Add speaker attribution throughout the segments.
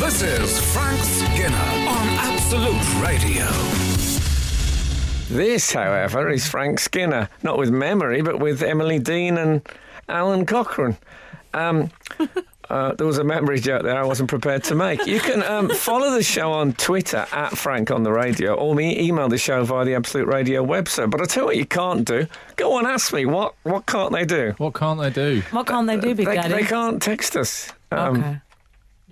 Speaker 1: This is Frank Skinner on Absolute Radio.
Speaker 2: This, however, is Frank Skinner, not with memory, but with Emily Dean and Alan Cochrane. Um, uh, there was a memory joke there I wasn't prepared to make. You can um, follow the show on Twitter at Frank on the Radio, or me email the show via the Absolute Radio website. But I tell you what, you can't do. Go on, ask me what what can't they do?
Speaker 3: What can't they do?
Speaker 4: What can't they do, Big
Speaker 2: They,
Speaker 4: Daddy?
Speaker 2: they can't text us
Speaker 3: um,
Speaker 4: okay.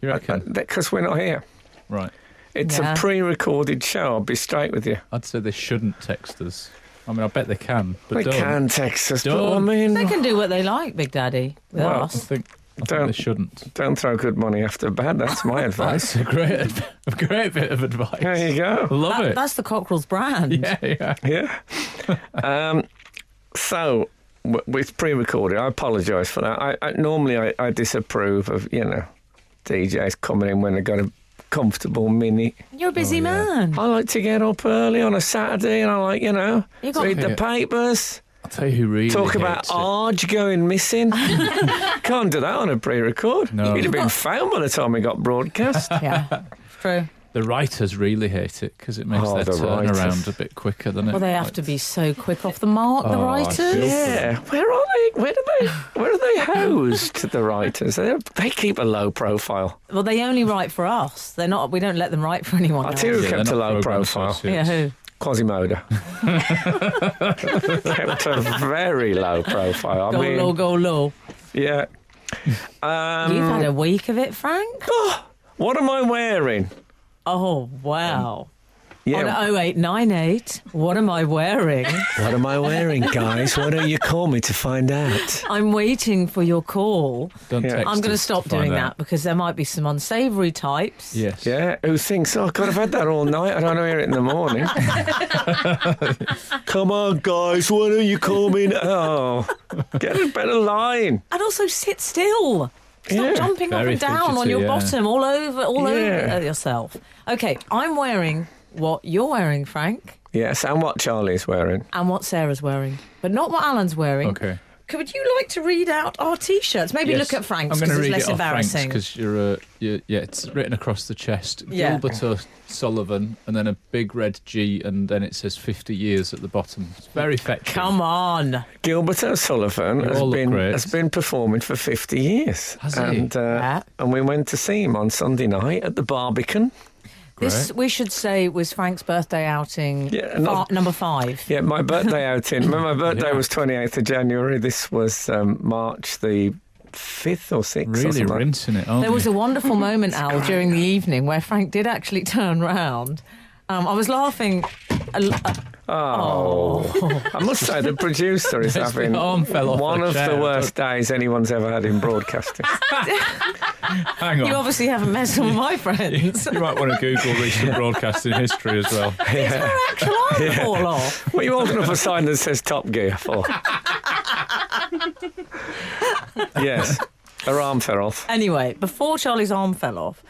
Speaker 3: You reckon?
Speaker 2: because we're not here.
Speaker 3: Right.
Speaker 2: It's
Speaker 4: Yeah.
Speaker 2: a pre-recorded show. I'll be straight with you.
Speaker 3: I'd say they shouldn't text us. I mean, I bet they can, but
Speaker 2: they
Speaker 3: don't.
Speaker 2: can text us, but I
Speaker 3: Don't.
Speaker 2: mean,
Speaker 4: They can do what they like, Big Daddy. They're
Speaker 2: Well,
Speaker 3: I think, I think
Speaker 2: Don't.
Speaker 3: they shouldn't.
Speaker 2: don't throw good money after bad. That's my advice.
Speaker 3: That's a great, a great bit of advice.
Speaker 2: There you go.
Speaker 3: Love
Speaker 4: That-
Speaker 3: it.
Speaker 4: That's the Cockerel's brand.
Speaker 3: yeah, yeah.
Speaker 2: Yeah. um, so w- it's pre-recorded. I apologise for that. I, I normally I, I disapprove of you know DJs coming in when they've got a comfortable mini.
Speaker 4: You're a
Speaker 3: Oh,
Speaker 4: busy man.
Speaker 2: I like to get up early on a Saturday and I like you know
Speaker 4: You got-
Speaker 2: read the
Speaker 3: Yeah.
Speaker 2: papers,
Speaker 3: I'll tell you who really
Speaker 2: talk
Speaker 3: hates
Speaker 2: about
Speaker 3: it.
Speaker 2: Arge going missing. Can't do that on a pre-record.
Speaker 3: No.
Speaker 2: You'd have been found by the time we got broadcast.
Speaker 4: Yeah, true.
Speaker 3: The writers really hate it because it makes
Speaker 2: Oh,
Speaker 3: their
Speaker 2: the
Speaker 3: turnaround
Speaker 2: writers.
Speaker 3: a bit quicker than it.
Speaker 4: Well, they have
Speaker 3: like-
Speaker 4: to be so quick off the mark, the
Speaker 3: Oh, I feel-
Speaker 4: writers.
Speaker 2: Yeah, where are they? Where do they? Where are they housed? the writers they they keep a low profile.
Speaker 4: Well, they only write for us. They're not. We don't let them write for anyone
Speaker 2: I
Speaker 4: else.
Speaker 2: tell you who
Speaker 3: Yeah, they're
Speaker 2: kept a
Speaker 3: not
Speaker 2: low
Speaker 3: programme
Speaker 2: profile.
Speaker 4: Yeah,
Speaker 3: associates.
Speaker 4: who?
Speaker 2: Quasimodo kept a very low profile. I
Speaker 4: Go
Speaker 2: mean,
Speaker 4: low, go low.
Speaker 2: yeah.
Speaker 4: You've
Speaker 2: Um,
Speaker 4: had a week of it, Frank.
Speaker 2: what am I wearing?
Speaker 4: Oh wow. On
Speaker 2: Yeah,
Speaker 4: 0898, what am I wearing?
Speaker 2: what am I wearing, guys? Why don't you call me to find out?
Speaker 4: I'm waiting for your call.
Speaker 3: Don't
Speaker 2: Yeah.
Speaker 3: text
Speaker 4: I'm going to
Speaker 3: us
Speaker 4: stop
Speaker 3: find
Speaker 4: doing
Speaker 3: out.
Speaker 4: that because there might be some unsavoury types.
Speaker 3: Yes.
Speaker 2: Yeah, who thinks, oh, God, I've had that all night. I don't hear it in the morning. Come on, guys, why don't you call me? now? Oh, get a better line.
Speaker 4: And also sit still. Stop
Speaker 2: Yeah.
Speaker 4: jumping up
Speaker 3: Very
Speaker 4: and down on
Speaker 3: fidgety,
Speaker 4: your
Speaker 3: yeah.
Speaker 4: bottom, all over, all
Speaker 2: Yeah.
Speaker 4: over yourself. Okay, I'm wearing what you're wearing, Frank,
Speaker 2: Yes, and what Charlie's wearing.
Speaker 4: and what Sarah's wearing, but not what Alan's wearing.
Speaker 3: Okay.
Speaker 4: Could would you like to read out our t-shirts? Maybe
Speaker 3: Yes.
Speaker 4: look at Frank's
Speaker 3: I'm
Speaker 4: because
Speaker 3: gonna
Speaker 4: it's
Speaker 3: read
Speaker 4: less
Speaker 3: it
Speaker 4: embarrassing.
Speaker 3: Because you're, uh, you yeah, it's written across the chest.
Speaker 4: Yeah.
Speaker 3: Gilbert O'Sullivan, and then a big red G, and then it says 50 years at the bottom. It's very effective.
Speaker 4: Come on.
Speaker 2: Gilbert O'Sullivan has
Speaker 3: all look
Speaker 2: been,
Speaker 3: great.
Speaker 2: has been performing for 50 years.
Speaker 3: Has he?
Speaker 2: and, Uh,
Speaker 4: Yeah.
Speaker 2: and we went to see him on Sunday night at the Barbican.
Speaker 4: This we should say was Frank's birthday outing
Speaker 2: Yeah,
Speaker 4: fi-
Speaker 2: not-
Speaker 4: number five.
Speaker 2: Yeah, my birthday outing. My my birthday was 28th of January. This was um, March the 5th or 6th. or
Speaker 3: Really
Speaker 2: something like
Speaker 3: rinsing it, aren't
Speaker 4: There was
Speaker 3: you?
Speaker 4: a wonderful moment, Al, during the evening where Frank did actually turn round. Um, I was laughing. a l- uh,
Speaker 2: Oh. I must say, the producer is
Speaker 3: His
Speaker 2: having
Speaker 3: arm fell off
Speaker 2: one
Speaker 3: the
Speaker 2: of the
Speaker 3: chair.
Speaker 2: worst days anyone's ever had in broadcasting.
Speaker 3: Hang on.
Speaker 4: you obviously haven't met some of my friends.
Speaker 3: You might want to Google recent broadcasting history as well.
Speaker 4: Her actual arm fall off.
Speaker 2: what are you holding up a sign that says Top Gear for? yes, her arm fell off.
Speaker 4: Anyway, before Charlie's arm fell off,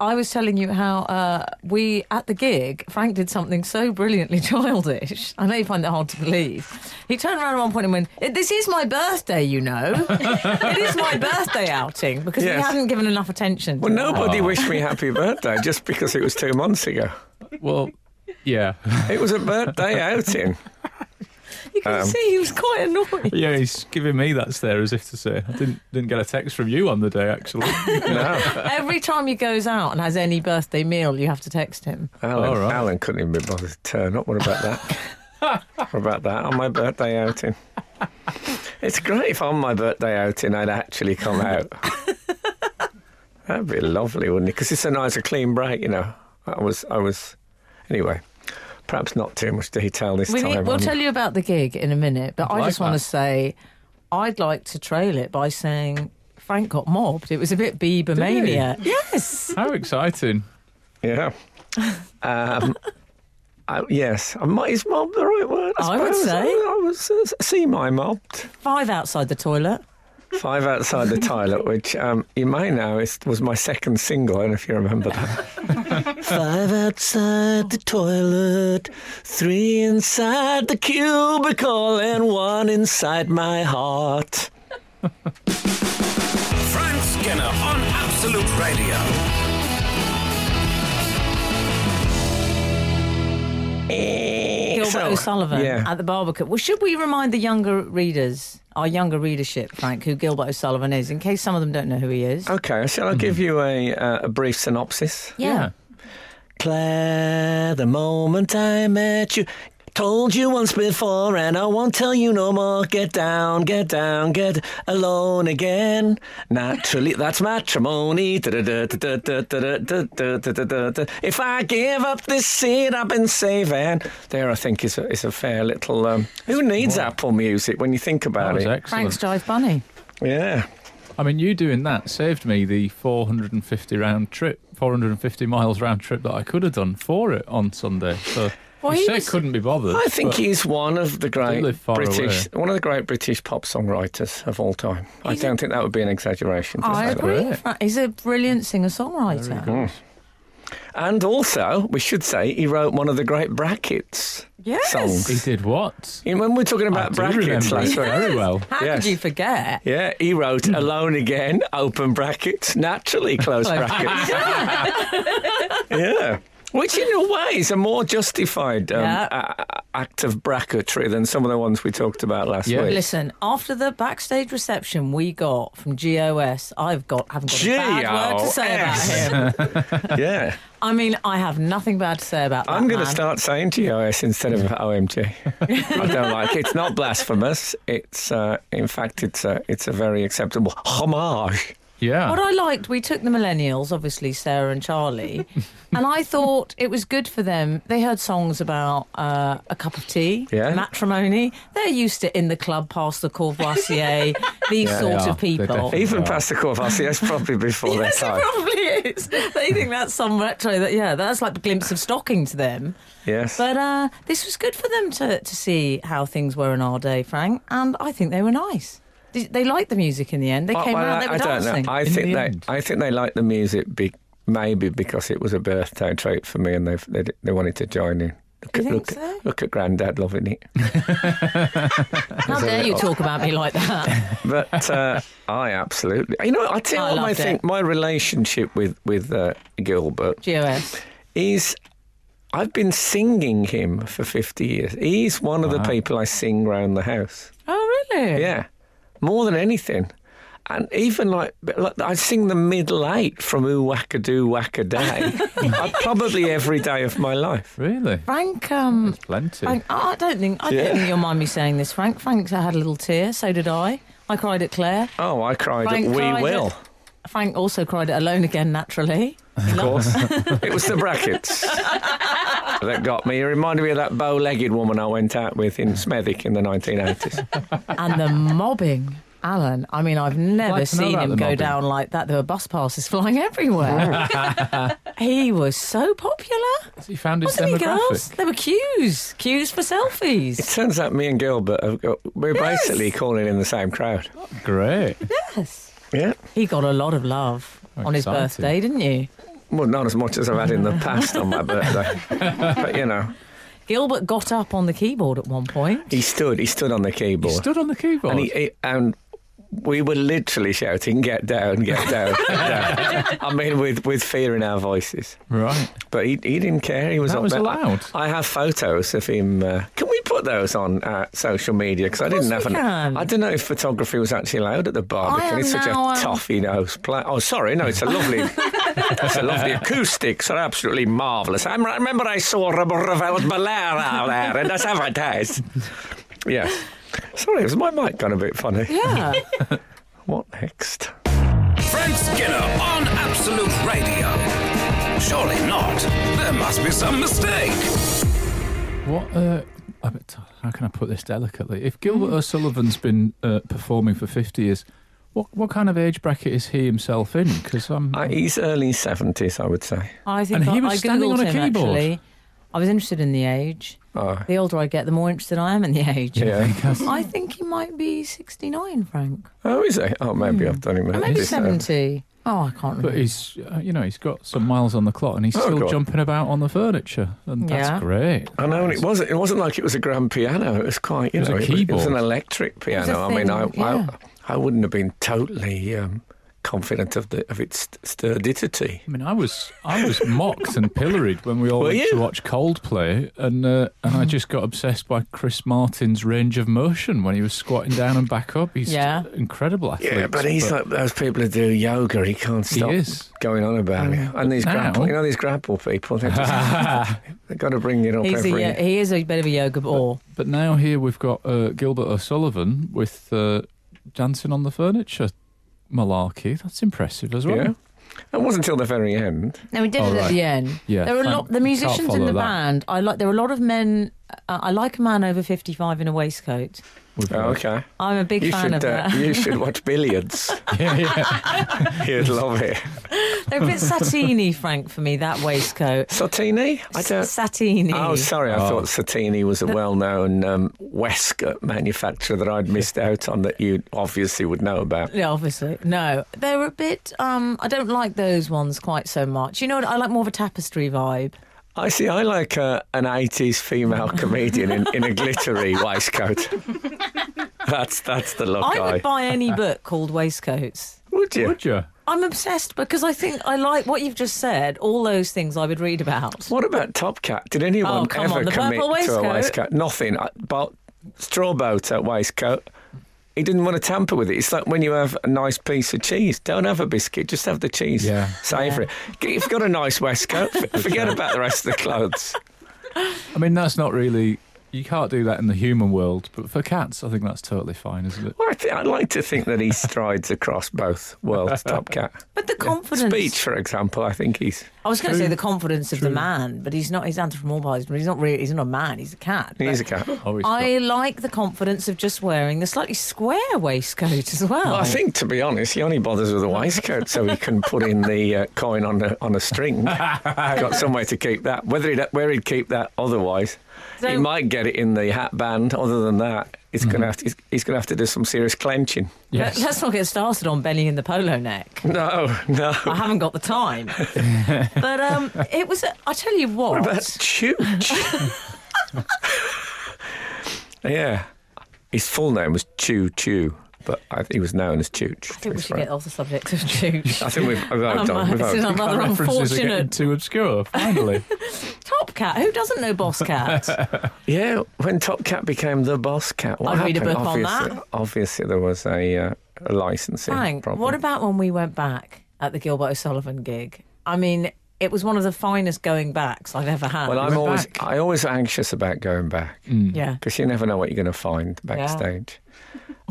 Speaker 4: I was telling you how uh, we at the gig, Frank did something so brilliantly childish. I know you find that hard to believe. He turned around at one point and went, "It- "This is my birthday, you know. it is my birthday outing because he
Speaker 2: Yes.
Speaker 4: hadn't given enough attention." to
Speaker 2: Well,
Speaker 4: it.
Speaker 2: nobody wished me happy birthday just because it was two months ago.
Speaker 3: Well, yeah.
Speaker 2: It was a birthday outing.
Speaker 4: you can
Speaker 2: um,
Speaker 4: see he was quite annoyed.
Speaker 3: Yeah, he's giving me that stare as if to say, I didn't, didn't get a text from you on the day, actually.
Speaker 2: No,
Speaker 4: Every time he goes out and has any birthday meal, you have to text him.
Speaker 2: Alan,
Speaker 3: All right.
Speaker 2: Alan couldn't even be bothered to turn up. What about that? what about that on my birthday outing? It's great if on my birthday outing I'd actually come out. That'd be lovely, wouldn't it? Because it's a nice, a clean break, you know. I was, I was, anyway. Perhaps not too much detail this
Speaker 4: We
Speaker 2: time.
Speaker 4: need, we'll
Speaker 2: on-
Speaker 4: tell you about the gig in a minute, but I
Speaker 3: like
Speaker 4: just want to
Speaker 3: that.
Speaker 4: say I'd like to trail it by saying Frank got mobbed. It was a bit Bieber mania. Yes.
Speaker 3: How exciting.
Speaker 2: Yeah. Um, I, yes, I might, is mob the right word?
Speaker 4: I would
Speaker 2: suppose.
Speaker 4: say.
Speaker 2: I, I was uh, semi mobbed.
Speaker 4: Five outside the toilet.
Speaker 2: Five Outside the Toilet, which um, you may know is, was my second single, I don't know if you remember that. Five outside the toilet, three inside the cubicle, and one inside my heart.
Speaker 1: Frank Skinner on Absolute Radio.
Speaker 4: Gilbert
Speaker 2: So-
Speaker 4: O'Sullivan
Speaker 2: Yeah.
Speaker 4: at the Barbican. Well, should we remind the younger readers, our younger readership, Frank, who Gilbert O'Sullivan is, in case some of them don't know who he is?
Speaker 2: Okay, shall I give you a, uh, a brief synopsis?
Speaker 4: yeah.
Speaker 2: Claire, the moment I met you, told you once before, and I won't tell you no more. Get down, get down, get alone again. Naturally, that's matrimony. Da-da-da-da-da-da-da-da-da-da-da-da. If I give up this seed I've been saving, there I think is a, is a fair little. Um, who needs Apple Music when you think
Speaker 3: That
Speaker 2: about
Speaker 3: was
Speaker 2: it?
Speaker 3: excellent.
Speaker 4: Frank's Jive Bunny.
Speaker 2: Yeah,
Speaker 3: I mean, you doing that saved me the 450 round trip, 450 miles round trip that I could have done for it on Sunday. So
Speaker 4: Well,
Speaker 3: you
Speaker 4: he
Speaker 3: say
Speaker 4: was-
Speaker 3: couldn't be bothered.
Speaker 2: I think
Speaker 3: but
Speaker 2: he's one of the great
Speaker 3: live far
Speaker 2: British, one of the great British pop songwriters of all time. I
Speaker 4: He's a-
Speaker 2: don't think that would be an exaggeration. To
Speaker 4: I
Speaker 2: say that.
Speaker 4: agree.
Speaker 3: Right.
Speaker 4: Frank- He's a brilliant
Speaker 3: very
Speaker 4: singer-songwriter.
Speaker 3: good.
Speaker 2: And also, we should say he wrote one of the great brackets
Speaker 4: Yes.
Speaker 3: He
Speaker 2: songs.
Speaker 3: did what?
Speaker 2: You know, When we were talking
Speaker 3: I
Speaker 2: about
Speaker 3: do
Speaker 2: brackets
Speaker 3: remember
Speaker 2: last
Speaker 3: it
Speaker 2: week.
Speaker 3: very well. Hmm.
Speaker 4: How
Speaker 2: Yes.
Speaker 4: could you forget?
Speaker 2: Yeah, he wrote Alone Again, open brackets, naturally close
Speaker 4: Close
Speaker 2: brackets. yeah. Which, in a way, is a more justified um,
Speaker 4: Yeah.
Speaker 2: a- a- act of bracketry than some of the ones we talked about last
Speaker 3: Yeah.
Speaker 2: week.
Speaker 4: Listen, after the backstage reception we got from GOS, I've got haven't got a bad word to say
Speaker 2: GOS.
Speaker 4: about him.
Speaker 2: yeah.
Speaker 4: I mean, I have nothing bad to say about that
Speaker 2: I'm going to
Speaker 4: man.
Speaker 2: start saying GOS instead of OMG. I don't like it. It's not blasphemous. It's uh, in fact it's a it's a very acceptable homage.
Speaker 3: Yeah.
Speaker 4: What I liked, we took the millennials, obviously Sarah and Charlie, and I thought it was good for them. They heard songs about uh, a cup of tea,
Speaker 2: Yeah.
Speaker 4: matrimony. They're used to in the club, past the Courvoisier, these
Speaker 3: Yeah,
Speaker 4: sorts
Speaker 3: they are.
Speaker 4: of
Speaker 3: They
Speaker 4: people.
Speaker 3: definitely-
Speaker 2: Even
Speaker 3: Oh, Wow.
Speaker 2: past the Corvassiers probably before
Speaker 4: Yes, it
Speaker 2: their time.
Speaker 4: probably is. They think that's some retro. That yeah, that's like a glimpse of stocking to them.
Speaker 2: Yes.
Speaker 4: But uh, this was good for them to to see how things were in our day, Frank. And I think they were nice. They, they liked the music in the end. They
Speaker 2: Oh,
Speaker 4: came
Speaker 2: well,
Speaker 4: round.
Speaker 2: I,
Speaker 4: They were
Speaker 2: I don't
Speaker 4: dancing.
Speaker 2: know. I
Speaker 3: in
Speaker 2: think
Speaker 3: the
Speaker 2: they
Speaker 3: end.
Speaker 2: I think they like the music be, maybe because it was a birthday treat for me and they they, they wanted to join in. Look
Speaker 4: You
Speaker 2: at
Speaker 4: think
Speaker 2: look,
Speaker 4: so?
Speaker 2: look at Grandad loving it.
Speaker 4: How dare you talk about me like that?
Speaker 2: But uh, I absolutely, you know, I tell
Speaker 4: I
Speaker 2: you what I
Speaker 4: loved it.
Speaker 2: think. My relationship with with uh, Gilbert
Speaker 4: GOS.
Speaker 2: is I've been singing him for 50 years. He's one of the people I sing round the house.
Speaker 4: Oh, really?
Speaker 2: Yeah, more than anything. And even like, like I sing the middle eight from Ooh Wacka Doo Wacka Day, uh, probably every day of my life.
Speaker 3: Really?
Speaker 4: Frank, um,
Speaker 3: Plenty.
Speaker 4: Frank, I I don't think I
Speaker 2: Yeah.
Speaker 4: don't think you'll mind me saying this, Frank. Frank had a little tear. So did I. I cried at Claire.
Speaker 2: Oh, I cried
Speaker 4: Frank
Speaker 2: at We
Speaker 4: cried
Speaker 2: Will.
Speaker 4: at- Frank also cried at Alone Again. Naturally,
Speaker 2: Of course. it was the brackets that got me. It reminded me of that bow legged woman I went out with in Smethwick in the 1980s.
Speaker 4: and the mobbing. Alan, I mean, I've never
Speaker 3: Like to know
Speaker 4: seen
Speaker 3: about
Speaker 4: him
Speaker 3: the
Speaker 4: go
Speaker 3: mobbing.
Speaker 4: down like that. There were bus passes flying everywhere. he was so popular.
Speaker 3: he found his
Speaker 4: Wasn't he, girls?
Speaker 3: demographic.
Speaker 4: There were queues, queues for
Speaker 2: It
Speaker 4: selfies.
Speaker 2: turns out me and Gilbert, have got, we're
Speaker 4: Yes.
Speaker 2: basically calling in the same crowd.
Speaker 3: Great.
Speaker 4: Yes.
Speaker 2: Yeah.
Speaker 4: He got a lot of love on his
Speaker 3: Exciting.
Speaker 4: birthday, didn't you?
Speaker 2: Well, not as much as I've had in the past on my birthday. but you know,
Speaker 4: Gilbert got up on the keyboard at one point.
Speaker 2: he stood. He stood on the
Speaker 3: He
Speaker 2: keyboard,
Speaker 3: stood on the keyboard.
Speaker 2: and he, he- and we were literally shouting, "Get down, get down!" get down." I mean, with with fear in our voices.
Speaker 3: right.
Speaker 2: But he he didn't care. He was
Speaker 3: That
Speaker 2: up
Speaker 3: was
Speaker 2: there.
Speaker 3: allowed.
Speaker 2: I have photos of him. Uh, can we put those on uh, social media? Because I didn't
Speaker 4: course
Speaker 2: have.
Speaker 4: we can.
Speaker 2: I don't know if photography was actually allowed at the
Speaker 4: I
Speaker 2: Barbican.
Speaker 4: am
Speaker 2: It's such
Speaker 4: now, um,
Speaker 2: a toffee nose pla Oh, sorry, no, it's a lovely. it's a lovely. Acoustics are absolutely marvellous. I'm- I remember I saw Ravel Balera there, and that's advertised. Yes. Sorry, was my mic gone a bit funny?
Speaker 4: Yeah.
Speaker 2: What next?
Speaker 1: Frank Skinner on Absolute Radio. Surely not. There must be some mistake.
Speaker 3: What? Uh, I bet- how can I put this delicately? If Gilbert O'Sullivan's been uh, performing for fifty years, what what kind of age bracket is he himself in? Because I'm
Speaker 2: Uh, he's early 70s, I would say.
Speaker 4: I think
Speaker 3: And
Speaker 4: I,
Speaker 3: he was
Speaker 4: I
Speaker 3: standing
Speaker 4: googled
Speaker 3: on a
Speaker 4: him,
Speaker 3: keyboard.
Speaker 4: Actually. I was interested in the age.
Speaker 2: Oh.
Speaker 4: The older I get, the more interested I am in the age.
Speaker 2: Yeah.
Speaker 4: I think he might be 69, Frank.
Speaker 2: Oh, is he? Oh, maybe I've done him a
Speaker 4: Hmm. Or maybe
Speaker 3: um,
Speaker 2: disservice.
Speaker 4: 70. Oh, I can't
Speaker 3: But
Speaker 4: remember.
Speaker 3: he's, uh, you know, he's got some miles on the clock, and he's
Speaker 2: Mm-hmm. Oh,
Speaker 3: still
Speaker 2: God.
Speaker 3: jumping about on the furniture, and
Speaker 4: Yeah.
Speaker 3: that's great.
Speaker 2: I know, and it wasn't. It wasn't like it was a grand piano. It was quite, you
Speaker 3: It was
Speaker 2: know,
Speaker 3: a
Speaker 2: it was, it was
Speaker 3: keyboard.
Speaker 2: an electric
Speaker 4: was a
Speaker 2: piano. I mean, I,
Speaker 4: thing, yeah.
Speaker 2: I, I wouldn't have been totally um, confident of the of its sturdity.
Speaker 3: I mean, I was I was mocked and pilloried when we all
Speaker 2: Were
Speaker 3: went to
Speaker 2: you? Mm-hmm.
Speaker 3: watch Coldplay, and uh, and I just got obsessed by Chris Martin's range of motion when he was squatting down and back up. He's
Speaker 4: Yeah.
Speaker 3: incredible athlete.
Speaker 2: Yeah, but he's like those people who do yoga. He Oh, can't
Speaker 3: He
Speaker 2: stop
Speaker 3: is.
Speaker 2: going on about it. And these
Speaker 3: now-
Speaker 2: grapple, you know, these grapple people. They're just, they've got to bring it up
Speaker 4: He's a,
Speaker 2: every.
Speaker 4: yeah, he is a bit of a yoga ball.
Speaker 3: But now here we've got uh, Gilbert O'Sullivan with uh, dancing on the furniture malarkey. That's impressive as well.
Speaker 2: Yeah. It wasn't until the very end.
Speaker 4: No, we did
Speaker 3: Oh,
Speaker 4: it at
Speaker 3: right.
Speaker 4: the end.
Speaker 3: Yeah,
Speaker 4: there were a
Speaker 3: thank-
Speaker 4: lot.
Speaker 3: you
Speaker 4: The
Speaker 3: can't
Speaker 4: musicians in
Speaker 3: follow
Speaker 4: the
Speaker 3: that.
Speaker 4: band. I like. There were a lot of men. Uh, I like a man over fifty-five in a waistcoat.
Speaker 3: We've
Speaker 2: Oh,
Speaker 3: got-
Speaker 2: okay.
Speaker 4: I'm a big
Speaker 2: You
Speaker 4: fan of
Speaker 2: should, uh,
Speaker 4: that.
Speaker 2: you should watch Billiards.
Speaker 3: Yeah, yeah.
Speaker 2: You'd love it.
Speaker 4: They're a bit satiny, Frank, for me. That waistcoat.
Speaker 2: Satini? I
Speaker 4: S-
Speaker 2: don't.
Speaker 4: Satiny.
Speaker 2: Oh, sorry. I
Speaker 3: Oh.
Speaker 2: thought Satini was a well-known um, waistcoat manufacturer that I'd missed out on that you obviously would know about.
Speaker 4: Yeah, obviously. No, they're a bit. Um, I don't like those ones quite so much. You know, what? I like more of a tapestry vibe.
Speaker 2: I see. I like uh, an '80s female comedian in, in a glittery waistcoat. That's that's the look.
Speaker 4: I
Speaker 2: I
Speaker 4: would buy any book called Waistcoats.
Speaker 2: would you?
Speaker 3: Would you?
Speaker 4: I'm obsessed because I think I like what you've just said. All those things I would read about.
Speaker 2: What about Top Cat? Did anyone
Speaker 4: Oh, come
Speaker 2: ever
Speaker 4: on, the
Speaker 2: commit
Speaker 4: purple
Speaker 2: to a
Speaker 4: waistcoat?
Speaker 2: waistcoat? Nothing. I- But straw boat at waistcoat. He didn't want to tamper with it. It's like when you have a nice piece of cheese. Don't have a biscuit, just have the cheese.
Speaker 3: Yeah.
Speaker 2: Savour it. If you've got a nice waistcoat, f- forget about the rest of the clothes.
Speaker 3: I mean, that's not really. You can't do that in the human world, but for cats, I think that's totally fine, isn't it?
Speaker 2: Well, I th- I'd like to think that he strides across both worlds, Top Cat.
Speaker 4: But the confidence.
Speaker 2: Speech, for example, I think he's.
Speaker 4: I was going to
Speaker 3: True.
Speaker 4: say the confidence of
Speaker 3: True.
Speaker 4: the man, but he's not. He's anthropomorphized, but he's not really. He's not a man. He's a cat.
Speaker 2: He's a
Speaker 4: But
Speaker 2: cat.
Speaker 3: Oh, he's got-
Speaker 4: I like the confidence of just wearing the slightly square waistcoat as well.
Speaker 2: Well, I think, to be honest, he only bothers with a waistcoat so he can put in the uh, coin on a, on a string. Got somewhere to keep that. Whether he'd, where he'd keep that otherwise, he
Speaker 4: So- Mm-hmm.
Speaker 2: might get it in the hat band. Other than that, it's gonna have to, he's, he's going to have to do some serious clenching.
Speaker 3: yes.
Speaker 4: Let, us not get started on Benny in the polo neck.
Speaker 2: No, no.
Speaker 4: I haven't got the time. but um, it was. a- I tell you what.
Speaker 2: That's Chooch. yeah. His full name was Choo Choo, but I, he was known as Chooch.
Speaker 4: I
Speaker 2: to
Speaker 4: think we
Speaker 2: his
Speaker 4: should
Speaker 2: friend.
Speaker 4: get off the subject of Chooch.
Speaker 2: I think we've, we've
Speaker 4: Um,
Speaker 2: overdone, we've
Speaker 4: this is
Speaker 2: overdone.
Speaker 4: another
Speaker 3: references are getting
Speaker 4: unfortunate
Speaker 3: too obscure. Finally,
Speaker 4: Top Cat. Who doesn't know Boss Cat?
Speaker 2: Yeah, when Top Cat became the Boss Cat, what
Speaker 4: I'd read
Speaker 2: happened?
Speaker 4: a book on
Speaker 2: obviously,
Speaker 4: that.
Speaker 2: obviously, there was a, uh, a licensing
Speaker 4: Frank,
Speaker 2: problem.
Speaker 4: what about when we went back at the Gilbert O'Sullivan gig? I mean, it was one of the finest going backs I've ever had.
Speaker 2: well, I'm
Speaker 3: went
Speaker 2: always
Speaker 3: back?
Speaker 2: I always anxious about going back
Speaker 4: yeah.
Speaker 2: because you never know what you're going to find backstage.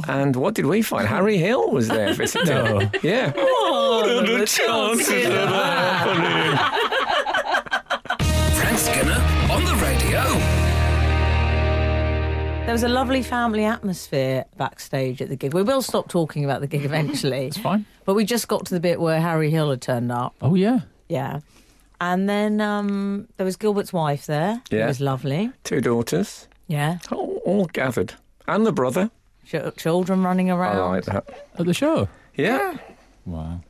Speaker 2: And what did we find? Harry Hill was there visiting.
Speaker 3: No.
Speaker 2: Yeah.
Speaker 4: Oh,
Speaker 2: the chances of
Speaker 1: Frank Skinner on the radio.
Speaker 4: There was a lovely family atmosphere backstage at the gig. We will stop talking about the gig eventually,
Speaker 3: it's fine.
Speaker 4: but we just got to the bit where Harry Hill had turned up.
Speaker 3: Oh yeah,
Speaker 4: Yeah. And then um, there was Gilbert's wife there. It
Speaker 2: Yeah.
Speaker 4: was lovely.
Speaker 2: Two daughters,
Speaker 4: Yeah.
Speaker 2: all, all gathered, and the brother.
Speaker 4: Ch- children running
Speaker 2: I
Speaker 4: around.
Speaker 2: like that.
Speaker 3: at the show.
Speaker 2: Yeah.
Speaker 3: Wow.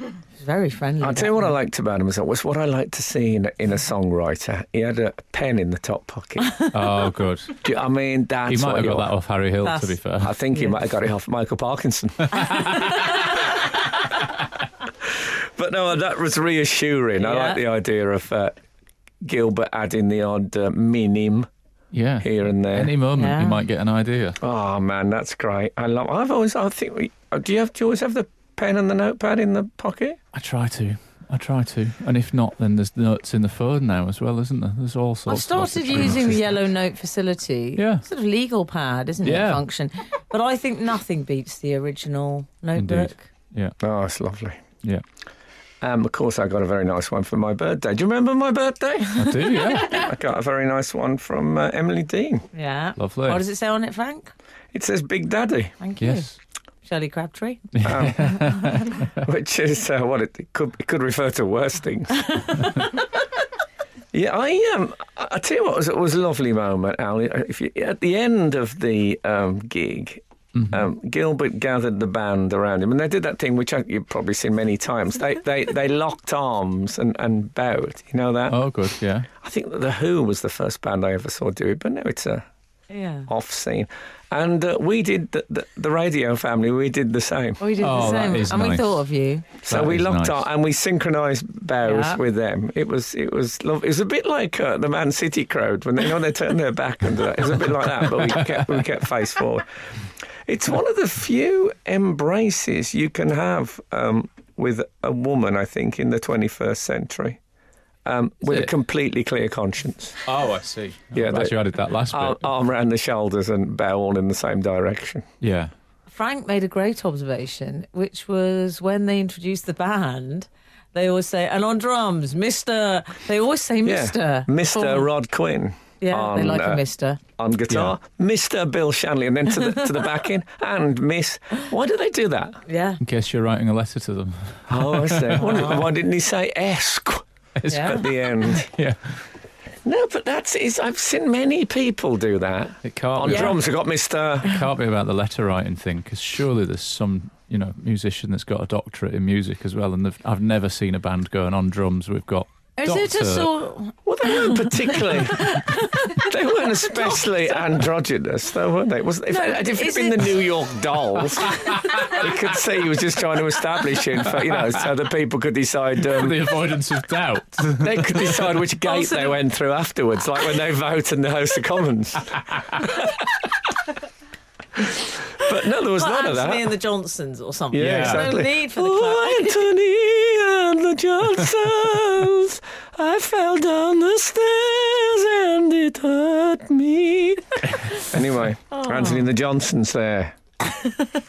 Speaker 4: It was very friendly.
Speaker 2: I'll tell you what I liked about him was was what I like to see in a, in a songwriter. He had a pen in the top pocket.
Speaker 3: Oh, good.
Speaker 2: Do you- I mean, that's
Speaker 3: He might
Speaker 2: what
Speaker 3: have
Speaker 2: you
Speaker 3: got
Speaker 2: want.
Speaker 3: that off uh, Harry Hill, to
Speaker 4: That's-
Speaker 3: be fair.
Speaker 2: I think he
Speaker 4: Yeah.
Speaker 2: might have got it off Michael Parkinson. but no, that was reassuring. I
Speaker 4: Yeah.
Speaker 2: like the idea of uh, Gilbert adding the odd uh, minim
Speaker 3: Yeah.
Speaker 2: here and there.
Speaker 3: Any moment
Speaker 4: Yeah.
Speaker 3: you might get an idea.
Speaker 2: oh man, that's great. I love. I've always. I think. We, oh, do you have? Do you always have the pen and the notepad in the pocket?
Speaker 3: I try to. I try to. And if not, then there's notes in the phone now as well, isn't there? There's all
Speaker 4: I've
Speaker 3: sorts.
Speaker 4: started
Speaker 3: of opportunities.
Speaker 4: using the Yellow Note facility.
Speaker 3: Yeah.
Speaker 4: Sort of legal pad, isn't it?
Speaker 3: Yeah.
Speaker 4: Function. But I think nothing beats the original notebook.
Speaker 3: Indeed. Yeah,
Speaker 2: Oh, it's lovely.
Speaker 3: yeah.
Speaker 2: Um, of course, I got a very nice one for my birthday. Do you remember my birthday?
Speaker 3: I do. Yeah.
Speaker 2: I got a very nice one from uh, Emily Dean.
Speaker 4: Yeah.
Speaker 3: Lovely.
Speaker 4: What does it say on it, Frank?
Speaker 2: It says Big Daddy.
Speaker 4: Thank you.
Speaker 3: yes.
Speaker 4: Shirley Crabtree.
Speaker 2: um, which is uh, what it, it could it could refer to worse things. yeah, I um, I I tell you what, it was, it was a lovely moment, Al. If you, at the end of the um, gig. Um, Gilbert gathered the band around him, and they did that thing which I, you've probably seen many times. They they, they locked arms and, and bowed. You know that?
Speaker 3: Oh, good. Yeah.
Speaker 2: I think that the Who was the first band I ever saw do it, but now it's a
Speaker 4: Yeah.
Speaker 3: Oh,
Speaker 2: off scene. And uh, we did, the, the, the radio family, we did the same.
Speaker 4: We did
Speaker 3: Oh,
Speaker 4: the
Speaker 3: that
Speaker 4: same,
Speaker 3: is
Speaker 4: and we
Speaker 3: nice.
Speaker 4: thought of you.
Speaker 2: So
Speaker 3: That
Speaker 2: we
Speaker 3: is
Speaker 2: locked
Speaker 3: nice.
Speaker 2: on and we synchronised bows
Speaker 4: Yeah.
Speaker 2: with them. It was it was love. It was a bit like uh, the Man City crowd when they you know they turned their back and that. It was a bit like that, but we kept we kept face forward. It's one of the few embraces you can have um, with a woman, I think, in the 21st century, um, with a
Speaker 3: it?
Speaker 2: completely clear conscience.
Speaker 3: Oh, I see.
Speaker 2: Yeah,
Speaker 3: Yeah, glad
Speaker 2: that-
Speaker 3: you added that last bit.
Speaker 2: Arm, arm round the shoulders and bow all in the same direction.
Speaker 3: yeah.
Speaker 4: Frank made a great observation, which was when they introduced the band. They always say, and on drums, Mister. They always say Mister.
Speaker 2: Yeah. Mr.
Speaker 4: For-
Speaker 2: Rod Quinn.
Speaker 4: Yeah, they
Speaker 2: on,
Speaker 4: like
Speaker 2: uh,
Speaker 4: a Mister.
Speaker 2: on guitar, Mr. Bill Shanley, and then to the to the back end, and Miss. Why do they do that?
Speaker 4: Yeah.
Speaker 3: In case you're writing a letter to them.
Speaker 2: Oh, I see. Why, why didn't he say Esq
Speaker 4: yeah.
Speaker 2: at the end?
Speaker 3: yeah.
Speaker 2: No, but that's. It's, I've seen many people do that.
Speaker 3: It can't
Speaker 2: On
Speaker 3: be.
Speaker 2: drums, I got Mr.
Speaker 3: can't be about the letter writing thing because surely there's some you know musician that's got a doctorate in music as well and they've, i've never seen a band going on drums we've got
Speaker 4: Is
Speaker 3: doctor,
Speaker 4: it just all?
Speaker 2: Well, they weren't particularly. they weren't especially androgynous, though, were they? Was, if
Speaker 4: No,
Speaker 2: if it'd
Speaker 4: is
Speaker 2: been
Speaker 4: it-
Speaker 2: the New York Dolls, you could see he was just trying to establish it, for, you know, so that people could decide. Um,
Speaker 3: the avoidance of doubt
Speaker 2: They could decide which gate
Speaker 4: Also-
Speaker 2: they went through afterwards, like when they vote in the House of Commons. but no, there was
Speaker 4: Well,
Speaker 2: none of
Speaker 4: Anthony
Speaker 2: that.
Speaker 4: and the Johnsons or something.
Speaker 2: yeah,
Speaker 4: There's
Speaker 2: exactly.
Speaker 4: No need for the clap.
Speaker 2: oh, Anthony and the Johnsons, I fell down the stairs and it hurt me. Anyway,
Speaker 4: Oh.
Speaker 2: Anthony and the Johnsons there.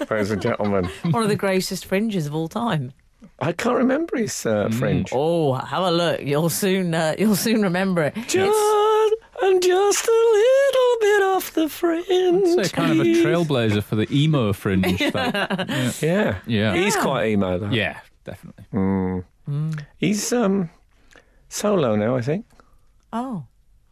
Speaker 2: Ladies and gentlemen,
Speaker 4: One of the greatest fringes of all time.
Speaker 2: I can't remember his uh, fringe.
Speaker 4: Oh, have a look. You'll soon, uh, you'll soon remember it. It's-
Speaker 2: John, I'm just a little bit off the fringe.
Speaker 3: so kind of a trailblazer for the emo fringe that-
Speaker 2: Yeah.
Speaker 3: Yeah.
Speaker 2: He's quite emo though.
Speaker 3: yeah definitely
Speaker 2: He's um solo now, I think.
Speaker 4: oh,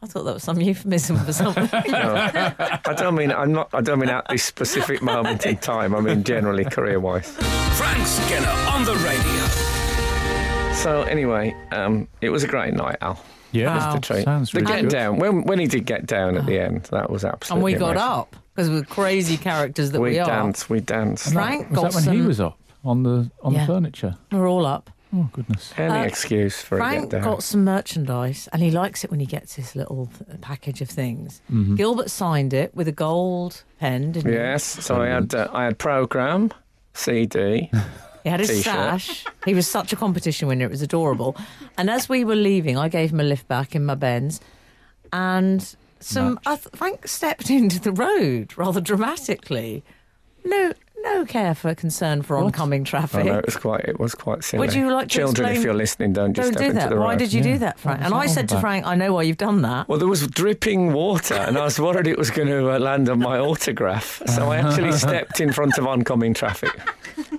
Speaker 4: I thought that was some euphemism for something.
Speaker 2: I don't mean I'm not I don't mean at this specific moment in time. I mean generally career wise.
Speaker 1: Frank Skinner on the radio.
Speaker 2: So anyway, um it was a great night, Al.
Speaker 3: yeah
Speaker 4: Wow.
Speaker 2: The treat.
Speaker 3: sounds
Speaker 2: the
Speaker 3: really
Speaker 2: get
Speaker 3: good.
Speaker 2: down. When when he did get down at the end, that was absolutely
Speaker 4: and we got
Speaker 2: amazing.
Speaker 4: up because we're crazy characters that
Speaker 2: We,
Speaker 4: we, are.
Speaker 2: danced, we danced.
Speaker 4: Frank
Speaker 3: was
Speaker 4: got
Speaker 3: that when
Speaker 4: some.
Speaker 3: he was up on the on
Speaker 4: Yeah.
Speaker 3: the furniture
Speaker 4: We're all up.
Speaker 3: oh goodness
Speaker 2: Any
Speaker 4: Uh,
Speaker 2: excuse for a
Speaker 4: Frank
Speaker 2: get down.
Speaker 4: got some merchandise, and he likes it when he gets his little th- package of things.
Speaker 2: Mm-hmm.
Speaker 4: Gilbert signed it with a gold pen, didn't
Speaker 2: yes, so I had uh, I had program, CD,
Speaker 4: he? He had his
Speaker 2: T-shirt.
Speaker 4: sash. He was such a competition winner; it was adorable. and as we were leaving, I gave him a lift back in my Benz, and some. I th- Frank stepped into the road rather dramatically. No, no care for concern for oncoming
Speaker 2: I
Speaker 4: traffic.
Speaker 2: know it was Oh, quite. It was quite silly.
Speaker 4: Would you like to
Speaker 2: children?
Speaker 4: explain-
Speaker 2: If you're listening, don't just
Speaker 4: Don't
Speaker 2: step
Speaker 4: do
Speaker 2: into
Speaker 4: that.
Speaker 2: the road. Oh,
Speaker 4: Why did you
Speaker 3: Yeah.
Speaker 4: do that, Frank?
Speaker 3: What was
Speaker 4: And
Speaker 3: that
Speaker 4: I
Speaker 3: all
Speaker 4: said to
Speaker 3: about?
Speaker 4: Frank, "I know why you've done that."
Speaker 2: Well, there was dripping water, and I was worried it was going to uh, land on my autograph. So I actually
Speaker 4: Uh-huh.
Speaker 2: stepped in front of oncoming traffic.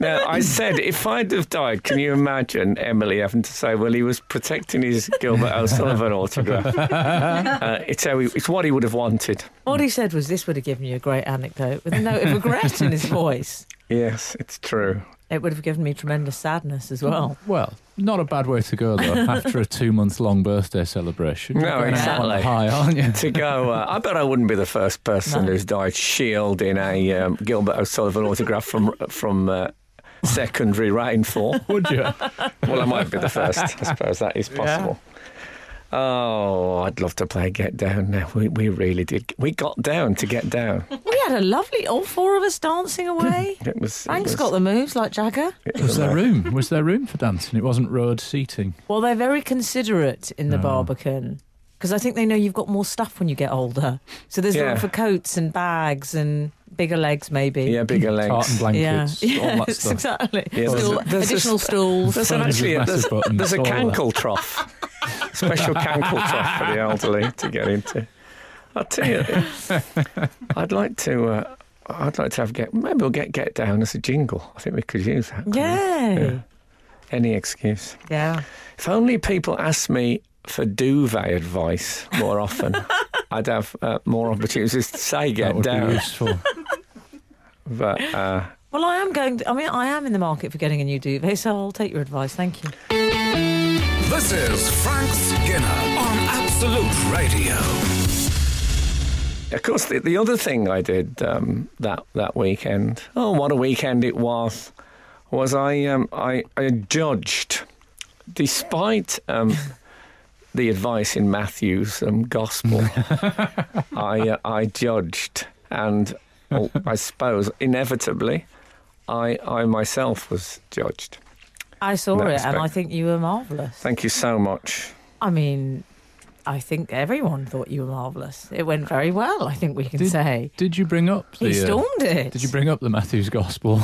Speaker 2: Now, I said, if I'd have died, can you imagine Emily having to say, well, he was protecting his Gilbert O'Sullivan autograph? uh, it's, how he, it's what he would have wanted.
Speaker 4: What he said was, "This would have given you a great anecdote with a note of regret in his voice.
Speaker 2: Yes, it's true.
Speaker 4: It would have given me tremendous sadness as well."
Speaker 3: well not a bad way to go though after a two month long birthday celebration
Speaker 2: No,
Speaker 3: You're going out on
Speaker 2: exactly.
Speaker 3: a high aren't you
Speaker 2: To go, uh, I bet I wouldn't be the first person
Speaker 4: No.
Speaker 2: who's died shielding a um, Gilbert O'Sullivan autograph from from uh, secondary rainfall.
Speaker 3: would you
Speaker 2: Well, I might be the first. I suppose that is possible. Oh, I'd love to play Get Down now. We, we really did. We got down to Get Down.
Speaker 4: We had a lovely, all four of us dancing away.
Speaker 2: It was.
Speaker 4: Frank's
Speaker 2: it
Speaker 4: got
Speaker 2: was,
Speaker 4: the moves like Jagger.
Speaker 2: it
Speaker 3: was there
Speaker 2: a-
Speaker 3: room was there room for dancing it wasn't road seating
Speaker 4: Well, they're very considerate in
Speaker 3: Mm.
Speaker 4: the Barbican because I think they know you've got more stuff when you get older. So there's
Speaker 2: Yeah.
Speaker 4: room for coats and bags and bigger legs, maybe.
Speaker 2: Yeah, bigger
Speaker 3: tartan
Speaker 2: legs.
Speaker 4: Yeah,
Speaker 3: blankets all that
Speaker 4: Yes,
Speaker 3: stuff
Speaker 4: exactly.
Speaker 2: Yeah, there's
Speaker 4: Stool-
Speaker 2: a- there's a
Speaker 4: additional stools.
Speaker 2: There's an,
Speaker 3: Phones with
Speaker 2: actually a, there's,
Speaker 3: massive buttons,
Speaker 2: there's a
Speaker 3: all that.
Speaker 2: cankle trough, special cankle trough for the elderly to get into. I'll tell you, I'd like to. Uh, I'd like to have get. Maybe we'll get get down as a jingle. I think we could use that. couldn't we?
Speaker 4: Yay.
Speaker 2: Any excuse.
Speaker 4: yeah.
Speaker 2: If only people asked me for duvet advice more often, I'd have uh, more opportunities to say
Speaker 3: that
Speaker 2: get
Speaker 3: would be
Speaker 2: down.
Speaker 3: useful
Speaker 2: But uh,
Speaker 4: Well, I am going. I mean, I am in the market for getting a new duvet, so I'll take your advice. Thank you.
Speaker 1: This is Frank Skinner on Absolute Radio.
Speaker 2: of course, the, the other thing I did um, that that weekend. Oh, what a weekend it was! Was I um, I, I judged, despite um, the advice in Matthew's um, gospel. I uh, I judged, and oh, I suppose inevitably, I I myself was judged.
Speaker 4: I saw
Speaker 2: that
Speaker 4: it,
Speaker 2: respect.
Speaker 4: and I think you were marvellous.
Speaker 2: Thank you so much.
Speaker 4: I mean, I think everyone thought you were marvellous. It went very well, I think we can
Speaker 3: Did-
Speaker 4: say.
Speaker 3: Did you bring up the?
Speaker 4: He
Speaker 3: uh,
Speaker 4: stormed it.
Speaker 3: did you bring up the Matthew's Gospel?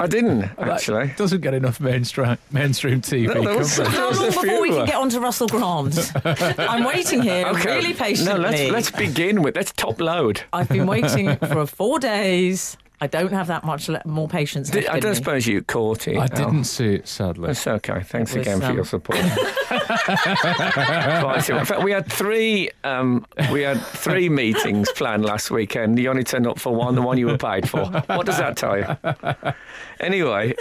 Speaker 2: I didn't
Speaker 3: That
Speaker 2: actually.
Speaker 3: doesn't get enough mainstream mainstream TV.
Speaker 2: No, there was-
Speaker 3: coverage.
Speaker 4: How
Speaker 2: There's a
Speaker 4: long before we
Speaker 2: few.
Speaker 4: can get on to Russell Grant? I'm waiting here really patiently.
Speaker 2: No, let's let's begin with let's top load.
Speaker 4: I've been waiting for four days. I don't have that much le- more patience.
Speaker 2: Did-
Speaker 4: left
Speaker 2: I
Speaker 4: in
Speaker 2: don't
Speaker 4: me.
Speaker 2: suppose you caught it.
Speaker 3: I
Speaker 2: Al.
Speaker 3: didn't see it, sadly.
Speaker 2: That's okay. Thanks
Speaker 4: It was,
Speaker 2: again for
Speaker 4: um,
Speaker 2: your support. Quite a- In fact, we had three um, we had three meetings planned last weekend. You only turned up for one, the one you were paid for. What does that tell you? Anyway,